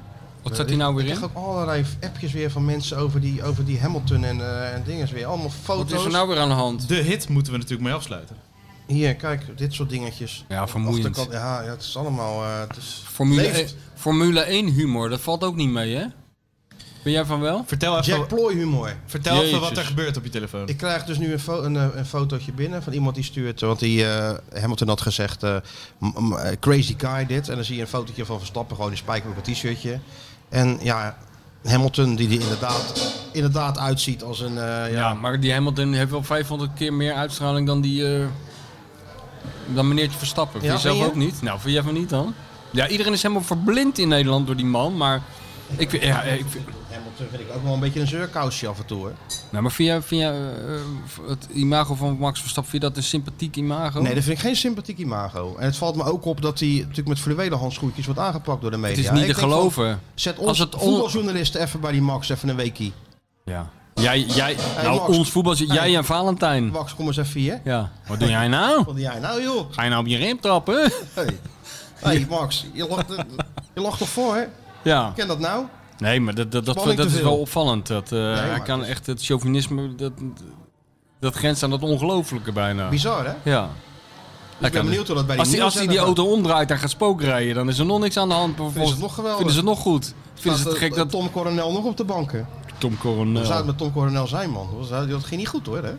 D: Wat staat hier nou weer
B: eh, Ik
D: in?
B: krijg ook allerlei appjes weer van mensen over die, over die Hamilton en, eh, en dingen weer. Allemaal
D: Wat
B: foto's.
D: is er nou weer aan de hand?
C: De hit moeten we natuurlijk mee afsluiten.
B: Hier, kijk, dit soort dingetjes.
D: Ja, vermoeiend.
B: Achterkant- Ja, ja, het is allemaal... eh, het is...
D: Formule, E-
B: Leeft.
D: 1, Formule 1 humor, dat valt ook niet mee, hè? Ben jij van wel?
C: Vertel even,
B: Jack Ploy humor.
C: vertel even
D: Jezus.
C: wat er gebeurt op je telefoon.
B: Ik krijg dus nu een, fo- een, eh, een fotootje binnen van iemand die stuurt. Want die, eh, Hamilton had gezegd: eh, m- m- eh, Crazy guy dit. En dan zie je een fotootje van Verstappen, gewoon in spijker op een t-shirtje. En ja, Hamilton, die er inderdaad, inderdaad uitziet als een. eh, ja,
D: Ja, maar die Hamilton heeft wel 500 keer meer uitstraling dan die... eh, dan meneertje Verstappen. Vind
B: Ja,
D: je zelf
B: vind je?
D: ook niet? Nou, vind jij van niet dan? Ja, iedereen is helemaal verblind in Nederland door die man, maar... Ik vind, ja, ik vind,
B: Hamilton vind ik ook wel een beetje een zeurkousje af en toe. Hoor.
D: nou, maar vind jij, vind jij eh, eh, het imago van Max Verstappen, vind je dat een sympathiek imago?
B: Nee, dat vind ik geen sympathiek imago. En het valt me ook op dat hij natuurlijk met fluwelen handschoentjes wordt aangepakt door de media.
D: het is niet
B: Ik
D: te
B: denk van,
D: geloven.
B: Zet ons
D: Als
B: als
D: het on-
B: voetbaljournalisten even bij die Max, even een weekie.
D: Ja. Jij, jij, nou,
B: Max.
D: ons voetbal, jij
B: Hey.
D: en Valentijn.
B: Max, kom eens even hier.
D: Ja. Wat doe jij nou?
B: Wat doe jij nou joh?
D: Ga je nou op je rim trappen?
B: Hey. hey Max, je lacht, je lacht toch voor, hè?
D: Ja.
B: Ken dat nou?
D: Nee, maar dat, dat, dat,
B: Spanning
D: dat
B: te
D: is
B: veel.
D: wel opvallend. Dat, eh, hij
B: maar
D: kan
B: het
D: echt het chauvinisme, dat, dat grenst aan het ongelooflijke bijna.
B: Bizar, hè?
D: Ja.
B: Ik ben benieuwd hoe dat bij die
D: als hij als
B: Niels
D: die, die
B: en-
D: auto omdraait en gaat spookrijden, dan is er nog niks aan de hand. maar
B: Vinden ze het
D: vervolgens
B: nog geweldig?
D: Vinden ze het nog goed. Vinden ze
B: Staat,
D: het
B: eh,
D: gek dat
B: Tom Coronel nog op de banken?
D: Tom
B: Hoe zou het
D: Coronel...
B: met Tom Coronel zijn, man? Dat was- Dat ging niet goed, hoor, hè?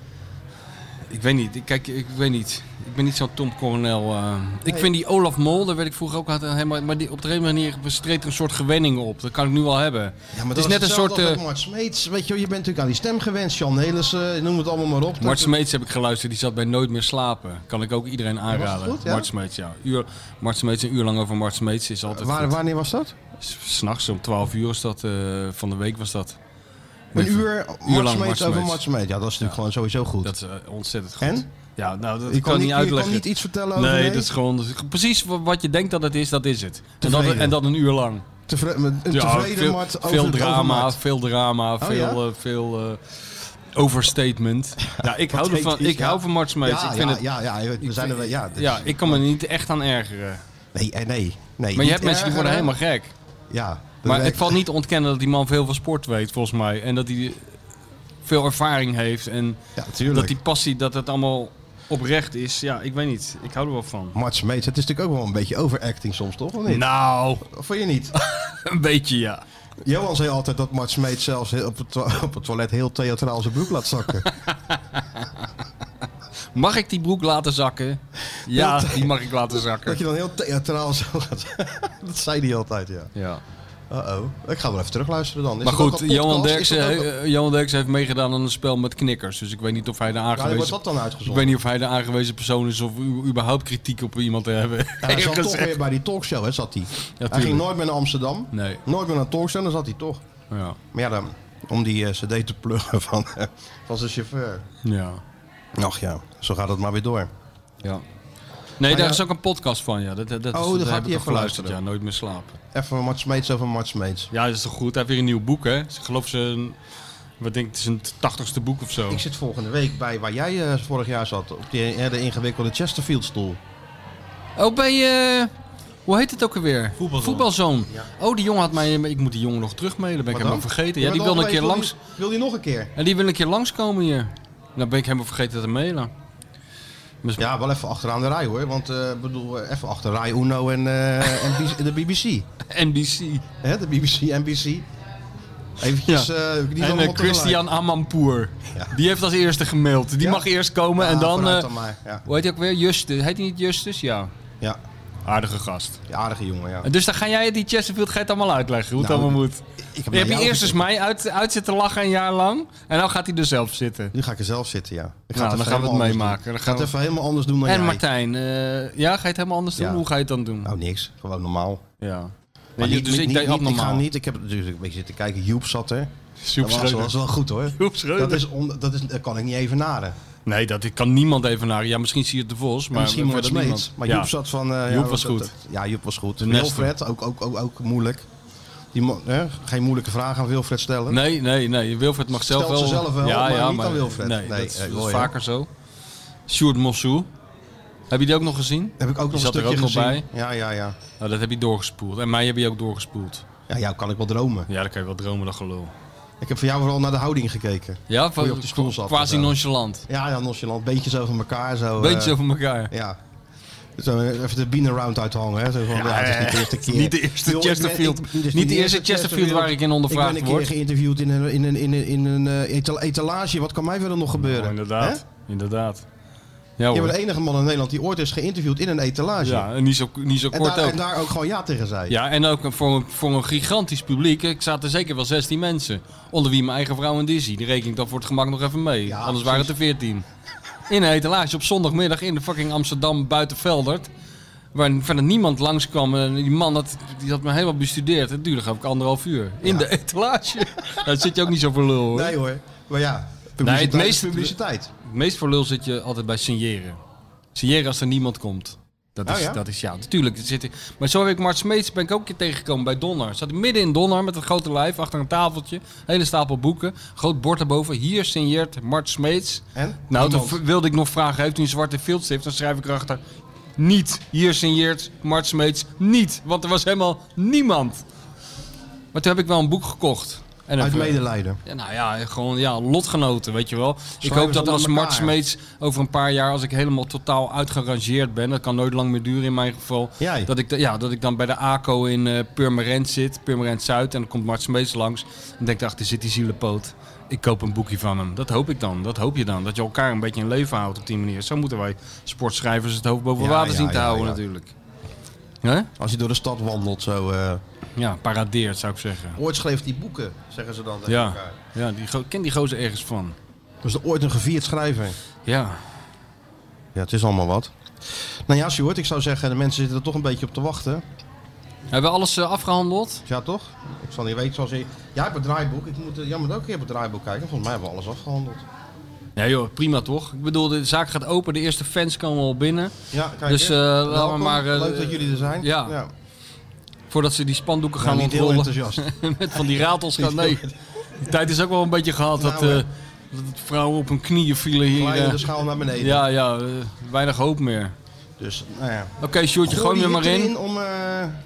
D: Ik weet niet. Ik, kijk, ik weet niet. Ik ben niet zo'n Tom Coronel. eh. Ik
B: Nee.
D: vind die Olaf Mol, daar werd ik vroeger ook altijd helemaal... Maar die, op de een of andere manier bestreedt er een soort gewenning op. Dat kan ik nu wel hebben.
B: Ja, maar
D: het is net een soort... eh,
B: Mart Smeets, weet je wel, je bent natuurlijk aan die stem gewend. Jan Nelissen, noem het allemaal maar op.
D: Mart Smeets heb ik geluisterd, die zat bij Nooit meer slapen. Kan ik ook iedereen aanraden.
B: goed, ja?
D: Mart Smeets, ja. Uur, Mart Smeets, een uur lang over Mart Smeets is altijd
B: Waar,
D: goed.
B: wanneer was dat?
D: S- S'nachts om 12 uur is dat, eh, van de week was dat.
B: Een
D: Even-
B: uur
D: lang
B: Mart
D: Mart
B: Smeets over
D: Smeets.
B: Mart Smeets. Ja, dat is natuurlijk gewoon sowieso goed.
D: Dat is eh, ontzettend goed.
B: En?
D: Ja, nou, dat
B: Je
D: kan, niet
B: Je
D: uitleggen.
B: kan niet iets vertellen over...
D: nee, dat is gewoon dat is precies wa- wat je denkt dat het is, dat is het. En dat,
B: Tevreden.
D: en dat een uur lang.
B: Tevre- een
D: Ja,
B: tevreden
D: veel,
B: Mart over-
D: veel
B: over
D: drama,
B: Mart.
D: veel drama, veel,
B: Oh, ja?
D: eh, veel eh, overstatement. Ja, ik hou,
B: heet
D: ervan,
B: iets,
D: ik
B: ja.
D: hou van Mart Smeets.
B: Ja,
D: ik vind
B: ja,
D: het,
B: ja, ja, we zijn er wel... Ja, dit
D: ja,
B: is-
D: ik kan me niet echt aan ergeren.
B: Nee, eh, nee, nee.
D: Maar je
B: Niet
D: hebt mensen die
B: erger,
D: worden
B: hè?
D: helemaal gek.
B: Ja.
D: Maar
B: dat-
D: het valt niet te ontkennen dat die man veel van sport weet, volgens mij. En dat hij veel ervaring heeft. En
B: Ja, tuurlijk.
D: dat die passie, dat het allemaal oprecht is. Ja, ik weet niet. Ik hou er wel van.
B: Mart Smeets, het is natuurlijk ook wel een beetje overacting soms, toch? Of niet?
D: Nou,
B: Of vind je niet?
D: een beetje ja.
B: Johan zei altijd dat Mart Smeets zelfs heel- op het, to- op het toilet heel theatraal zijn broek laat zakken.
D: Mag ik die broek laten zakken? Ja, die mag ik laten
B: dat
D: zakken.
B: je dan heel theatraal zo gaat... dat zei hij altijd, ja.
D: Ja.
B: Uh-oh. Ik ga wel even terugluisteren dan. Is
D: Maar
B: dat ook
D: goed,
B: een podcast?
D: Johan
B: Is
D: Derksen,
B: dat ook-
D: eh, Johan Derksen heeft meegedaan aan een spel met knikkers. Dus ik weet niet of hij de
B: Ja, wordt
D: aangewezen...
B: dat dan
D: ik
B: uitgezonden?
D: weet niet of hij de aangewezen persoon is of u- überhaupt kritiek op iemand te hebben.
B: Ja, hij zat
D: Eerlijk
B: toch
D: gezegd.
B: weer bij die talkshow, hè, zat hij. hij
D: tuurlijk.
B: ging nooit meer naar Amsterdam.
D: Nee.
B: Nooit meer naar een talkshow, dan zat hij toch.
D: Ja.
B: Maar ja, dan, om die eh, cd te pluggen van, eh, van zijn chauffeur.
D: ja.
B: Ach ja, zo gaat het maar weer door.
D: Ja. Nee, daar
B: ja-
D: is ook een podcast van, ja. Dat, dat, dat
B: Oh,
D: is,
B: daar
D: dat
B: gaat
D: heb
B: hij
D: ik
B: even
D: toch geluisterd, ja.
B: luisteren.
D: Nooit meer slapen.
B: Even Mart Smeets over Mart Smeets.
D: Ja, dat is toch goed. Hij heeft weer een nieuw boek, hè? Ik geloof ze, wat denk ik, zijn tachtigste boek of zo.
B: Ik zit volgende week bij waar jij eh, vorig jaar zat. Op die hele ingewikkelde Chesterfield stoel.
D: Oh, bij, eh, Hoe heet het ook alweer?
C: Voetbalzoon.
D: Voetbalzoon. Oh, die jongen had mij... Ik moet die jongen nog terugbellen. Ben ik
B: Wat
D: helemaal
B: dan?
D: vergeten.
B: Je
D: Ja,
B: bent
D: die
B: al
D: wilde een
B: geweest,
D: keer langs...
B: Wil die, wil die nog een keer?
D: En die wil een keer langskomen hier. Nou ben ik helemaal vergeten te mailen. Dus
B: Ja, wel even achteraan de rij hoor. Want eh, ik bedoel, eh, even achter Rai Uno en, eh, en B- de BBC.
D: NBC.
B: Hè, de BBC, NBC. Eventjes,
D: Ja.
B: eh, die
D: en
B: zijn
D: eh,
B: allemaal
D: Christian Amanpour.
B: Ja.
D: Die heeft als eerste gemaild. Die
B: Ja?
D: mag eerst komen
B: tegelijk.
D: en
B: Ja,
D: dan...
B: vooruit
D: eh,
B: maar. Ja.
D: hoe heet hij ook weer? Justus. Heet hij niet Justus? Ja.
B: Ja.
D: Aardige gast.
B: Die aardige jongen, ja.
D: En dus dan ga jij die Chesterfield ga je het allemaal uitleggen. Hoe
B: Nou,
D: het allemaal moet.
B: Ik
D: Je
B: naar
D: hebt je
B: jou
D: eerst eens
B: gekeken.
D: mij uit, uit zitten lachen een jaar lang. En dan gaat hij er zelf zitten.
B: Nu ga ik er zelf zitten, ja. Ik
D: Nou, dan
B: even
D: gaan we het
B: helemaal anders
D: meemaken.
B: doen.
D: Dan
B: Ik ga
D: gaan
B: het
D: we-
B: even helemaal anders doen dan
D: En
B: jij.
D: Martijn, eh, ja, ga je het helemaal anders doen?
B: Ja.
D: Hoe ga je het dan doen?
B: Nou, niks. Gewoon normaal.
D: ja. Nee,
B: Maar
D: je-
B: niet-
D: dus
B: niet-
D: ik
B: niet-
D: deed
B: niet- Ik
D: abnormaal.
B: ga niet. Ik heb natuurlijk een beetje zitten kijken. Joep zat er.
D: Joep
B: dat was,
D: Schreuder.
B: was wel goed hoor.
D: Joep Schreuder.
B: Dat, is on, dat, is, dat kan ik niet even naden.
D: Nee, dat kan niemand even naar. Ja, misschien zie je het de Vos, maar
B: Misschien wordt
D: verder
B: het
D: niemand.
B: Maar
D: Ja.
B: Joep zat van... eh,
D: Joep
B: ja,
D: was
B: dat-
D: goed.
B: dat- ja, Joep was goed.
D: De Nestor.
B: Wilfred, ook, ook, ook, ook moeilijk. Die mo- hè, geen moeilijke vraag aan Wilfred stellen.
D: Nee, nee, nee. Wilfred mag zelf
B: Stelt
D: wel.
B: ze zelf wel, maar niet aan Wilfred.
D: Nee,
B: Nee,
D: dat is,
B: eh,
D: dat
B: mooi,
D: is
B: hè?
D: vaker zo. Sjoerd Mossou. Heb je die ook nog gezien?
B: Heb ik ook nog een
D: zat er
B: stukje
D: ook nog
B: gezien. Ja, ja, ja.
D: Nou, dat heb je doorgespoeld. En mij heb je ook doorgespoeld.
B: Ja, jou kan ik wel dromen.
D: Ja, dan kan je wel dromen, dat gelul.
B: Ik heb voor jou vooral naar de houding gekeken.
D: Ja,
B: Hoe je op die stoel zat
D: quasi
B: en zo.
D: nonchalant.
B: Ja, ja, nonchalant. Beetjes over elkaar. Zo, eh,
D: Beentjes over elkaar.
B: Ja. Zo even de bean around uithangen. Hè. Zo van, ja, het is niet de eerste keer.
D: Niet de eerste
B: Joh, ik ben-
D: Chesterfield.
B: ik- dus dit is
D: Niet de eerste Chesterfield waar ik in ondervraagd
B: Ik ben een
D: word.
B: keer geïnterviewd in een, in een, in een, in een eh, etal- etalage. Wat kan mij verder nog gebeuren?
D: Oh,
B: Hè?
D: inderdaad. Inderdaad. Ja,
B: Je
D: hoor.
B: bent de enige man in Nederland die ooit is geïnterviewd in een etalage.
D: ja en niet zo, niet zo
B: en,
D: kort
B: daar,
D: ook.
B: en daar ook gewoon ja tegen zei.
D: Ja, en ook voor een, voor een gigantisch publiek. Ik zaten zeker wel 16 mensen. Onder wie mijn eigen vrouw en Dizzy. Die reken ik dan voor het gemak nog even mee.
B: Ja,
D: Anders waren het er 14. In een etalage op zondagmiddag in de fucking Amsterdam buiten Veldert. Waar verder niemand langskwam. En die man dat, die had me helemaal bestudeerd. Het duurde geloof ik anderhalf uur. In de etalage. Daar zit je ook niet zo voor lul hoor.
B: Nee hoor. Maar ja,
D: Nee,
B: publiciteit
D: het meest-
B: is publiciteit.
D: Het meest voor lul zit je altijd bij signeren. Signeren als er niemand komt. Dat is,
B: Oh ja?
D: dat is ja, natuurlijk. dat Zit ik- maar zo heb ik Mart Smeets ben ik ook een keer tegengekomen bij Donner. Zat ik midden in Donner met een grote lijf achter een tafeltje. Hele stapel boeken. Groot bord erboven. Hier signeert Mart Smeets.
B: En?
D: Nou,
B: Niemand.
D: toen v- wilde ik nog vragen. Heeft u een zwarte fieldstift? Dan schrijf ik erachter. Niet. Hier signeert Mart Smeets niet. Want er was helemaal niemand. Maar toen heb ik wel een boek gekocht. En een
B: Uit
D: ver-
B: medelijden.
D: ja, nou ja, gewoon ja, lotgenoten, weet je wel. Ik
B: Schrijven
D: hoop
B: ze
D: dat als
B: onder
D: Mart
B: elkaar.
D: Smeets over een paar jaar, als ik helemaal totaal uitgerangeerd ben, dat kan nooit lang meer duren in mijn geval,
B: Ja.
D: dat, ik, da- ja, dat ik dan bij de ACO in eh, Purmerend zit, Purmerend Zuid, en dan komt Mart Smeets langs en denkt, ach, er zit die zielepoot. Ik koop een boekje van hem. Dat hoop ik dan. Dat hoop je dan. Dat je elkaar een beetje in leven houdt op die manier. Zo moeten wij sportschrijvers het hoofd boven
B: Ja,
D: water
B: ja,
D: zien te
B: ja,
D: houden
B: ja.
D: natuurlijk. Hè?
B: Als je door de stad wandelt zo... eh,
D: Ja, paradeert zou ik zeggen.
B: ooit schreef die boeken, zeggen ze dan tegen
D: Ja,
B: elkaar.
D: ja die, go- ken die gozer ergens van.
B: Dus ooit een gevierd schrijver.
D: Ja,
B: Ja, het is allemaal wat. Nou ja, Sjoerd, ik zou zeggen, de mensen zitten er toch een beetje op te wachten.
D: Hebben we alles eh, afgehandeld?
B: Ja, toch? Ik zal niet weten zoals je... Jij hebt het draaiboek. Ik moet, eh, jij moet ook een keer op het draaiboek kijken. Volgens mij hebben we alles afgehandeld.
D: Ja joh, prima toch? Ik bedoel, de zaak gaat open, de eerste fans komen al binnen.
B: Ja, kijk
D: Dus,
B: hè.
D: eh, laten we
B: Welkom.
D: maar, eh,
B: Leuk dat jullie er zijn.
D: ja.
B: ja.
D: Voordat ze die spandoeken
B: Gaan
D: gaan
B: Nou, niet heel
D: ontrollen
B: enthousiast.
D: met van die ratels gaan. Nee, de tijd is ook wel een beetje gehad dat,
B: Nou, hè.
D: eh, dat het vrouwen op hun knieën vielen hier.
B: Glijden de
D: eh.
B: schaal naar beneden.
D: ja, ja, eh, weinig hoop meer.
B: Dus, nou ja.
D: Oké, Sjoerdje, Dus gooi hem er maar in.
B: om eh,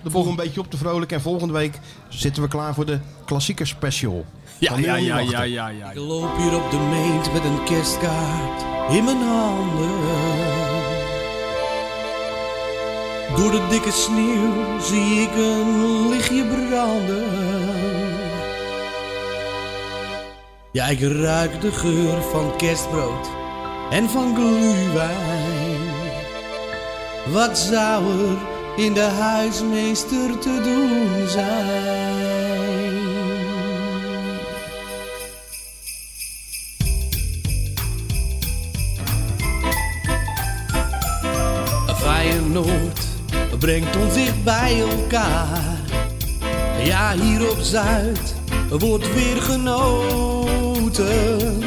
B: de boel een beetje op te vrolijken. En volgende week zitten we klaar voor de klassieker special.
D: Ja,
B: Kan nu
D: ja,
B: al niet
D: ja, ja,
B: wachten.
D: ja, ja.
A: Ik loop hier op de meent met een kerstkaart in mijn handen. Door de dikke sneeuw zie ik een lichtje branden. Ja, ik ruik de geur van kerstbrood en van glühwein. Wat zou er in de huismeester te doen zijn? Feyenoord brengt ons dicht bij elkaar. Ja, hier op Zuid wordt weer genoten.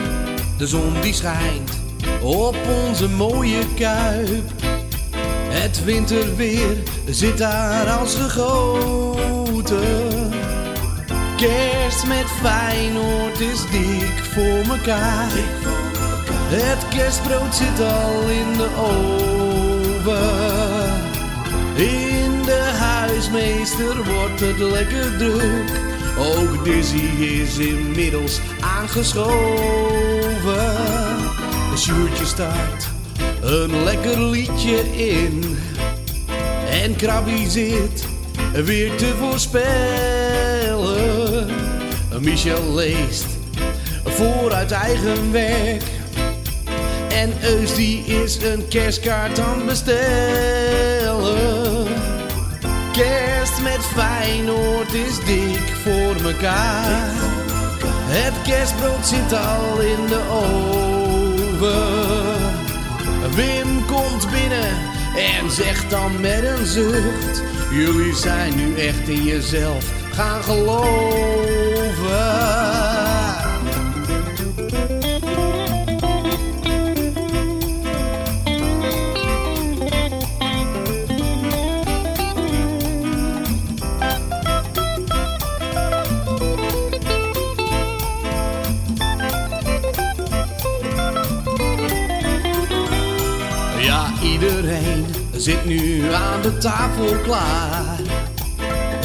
A: De zon die schijnt op onze mooie kuip. Het winterweer zit daar als gegoten. Kerst met Feyenoord is dik voor mekaar. Het kerstbrood zit al in de oven. In de huis. meester wordt het lekker druk. Ook Dizzy is inmiddels aangeschoven. Een Sjoertje staart een lekker liedje in. En Krabby zit weer te voorspellen. Michel leest vooruit eigen werk. En Eus die is een kerstkaart aan het bestellen. Kerst met Feyenoord is dik voor mekaar. Het kerstbrood zit al in de oven. Wim komt binnen en zegt dan met een zucht: Jullie zijn nu echt in jezelf gaan geloven. Ja, iedereen zit nu aan de tafel klaar.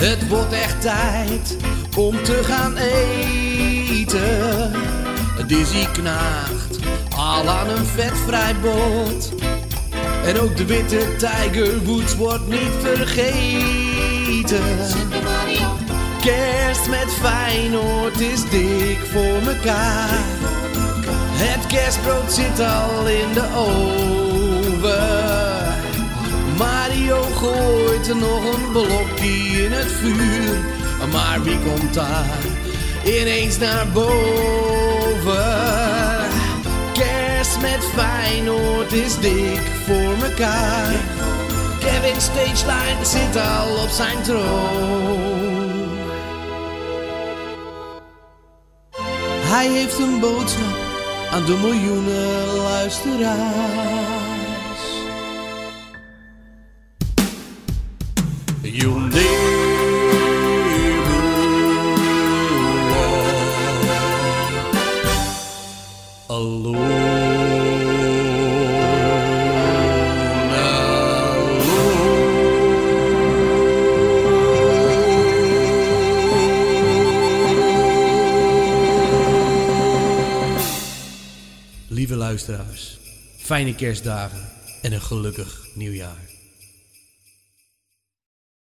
A: Het wordt echt tijd om te gaan eten. Dizzy knaagt al aan een vetvrij bot. En ook de witte Tiger Woods wordt niet vergeten. Kerst met Feyenoord is dik voor mekaar. Het kerstbrood zit al in de oven. Mario gooit er nog een blokje in het vuur. Maar wie komt daar ineens naar boven? Kerst met Feyenoord is dik voor mekaar. Kevin Stageline zit al op zijn troon. Hij heeft een boodschap aan de miljoenen luisteraars. You'll never walk alone, alone. Lieve luisteraars, fijne kerstdagen en een gelukkig nieuwjaar.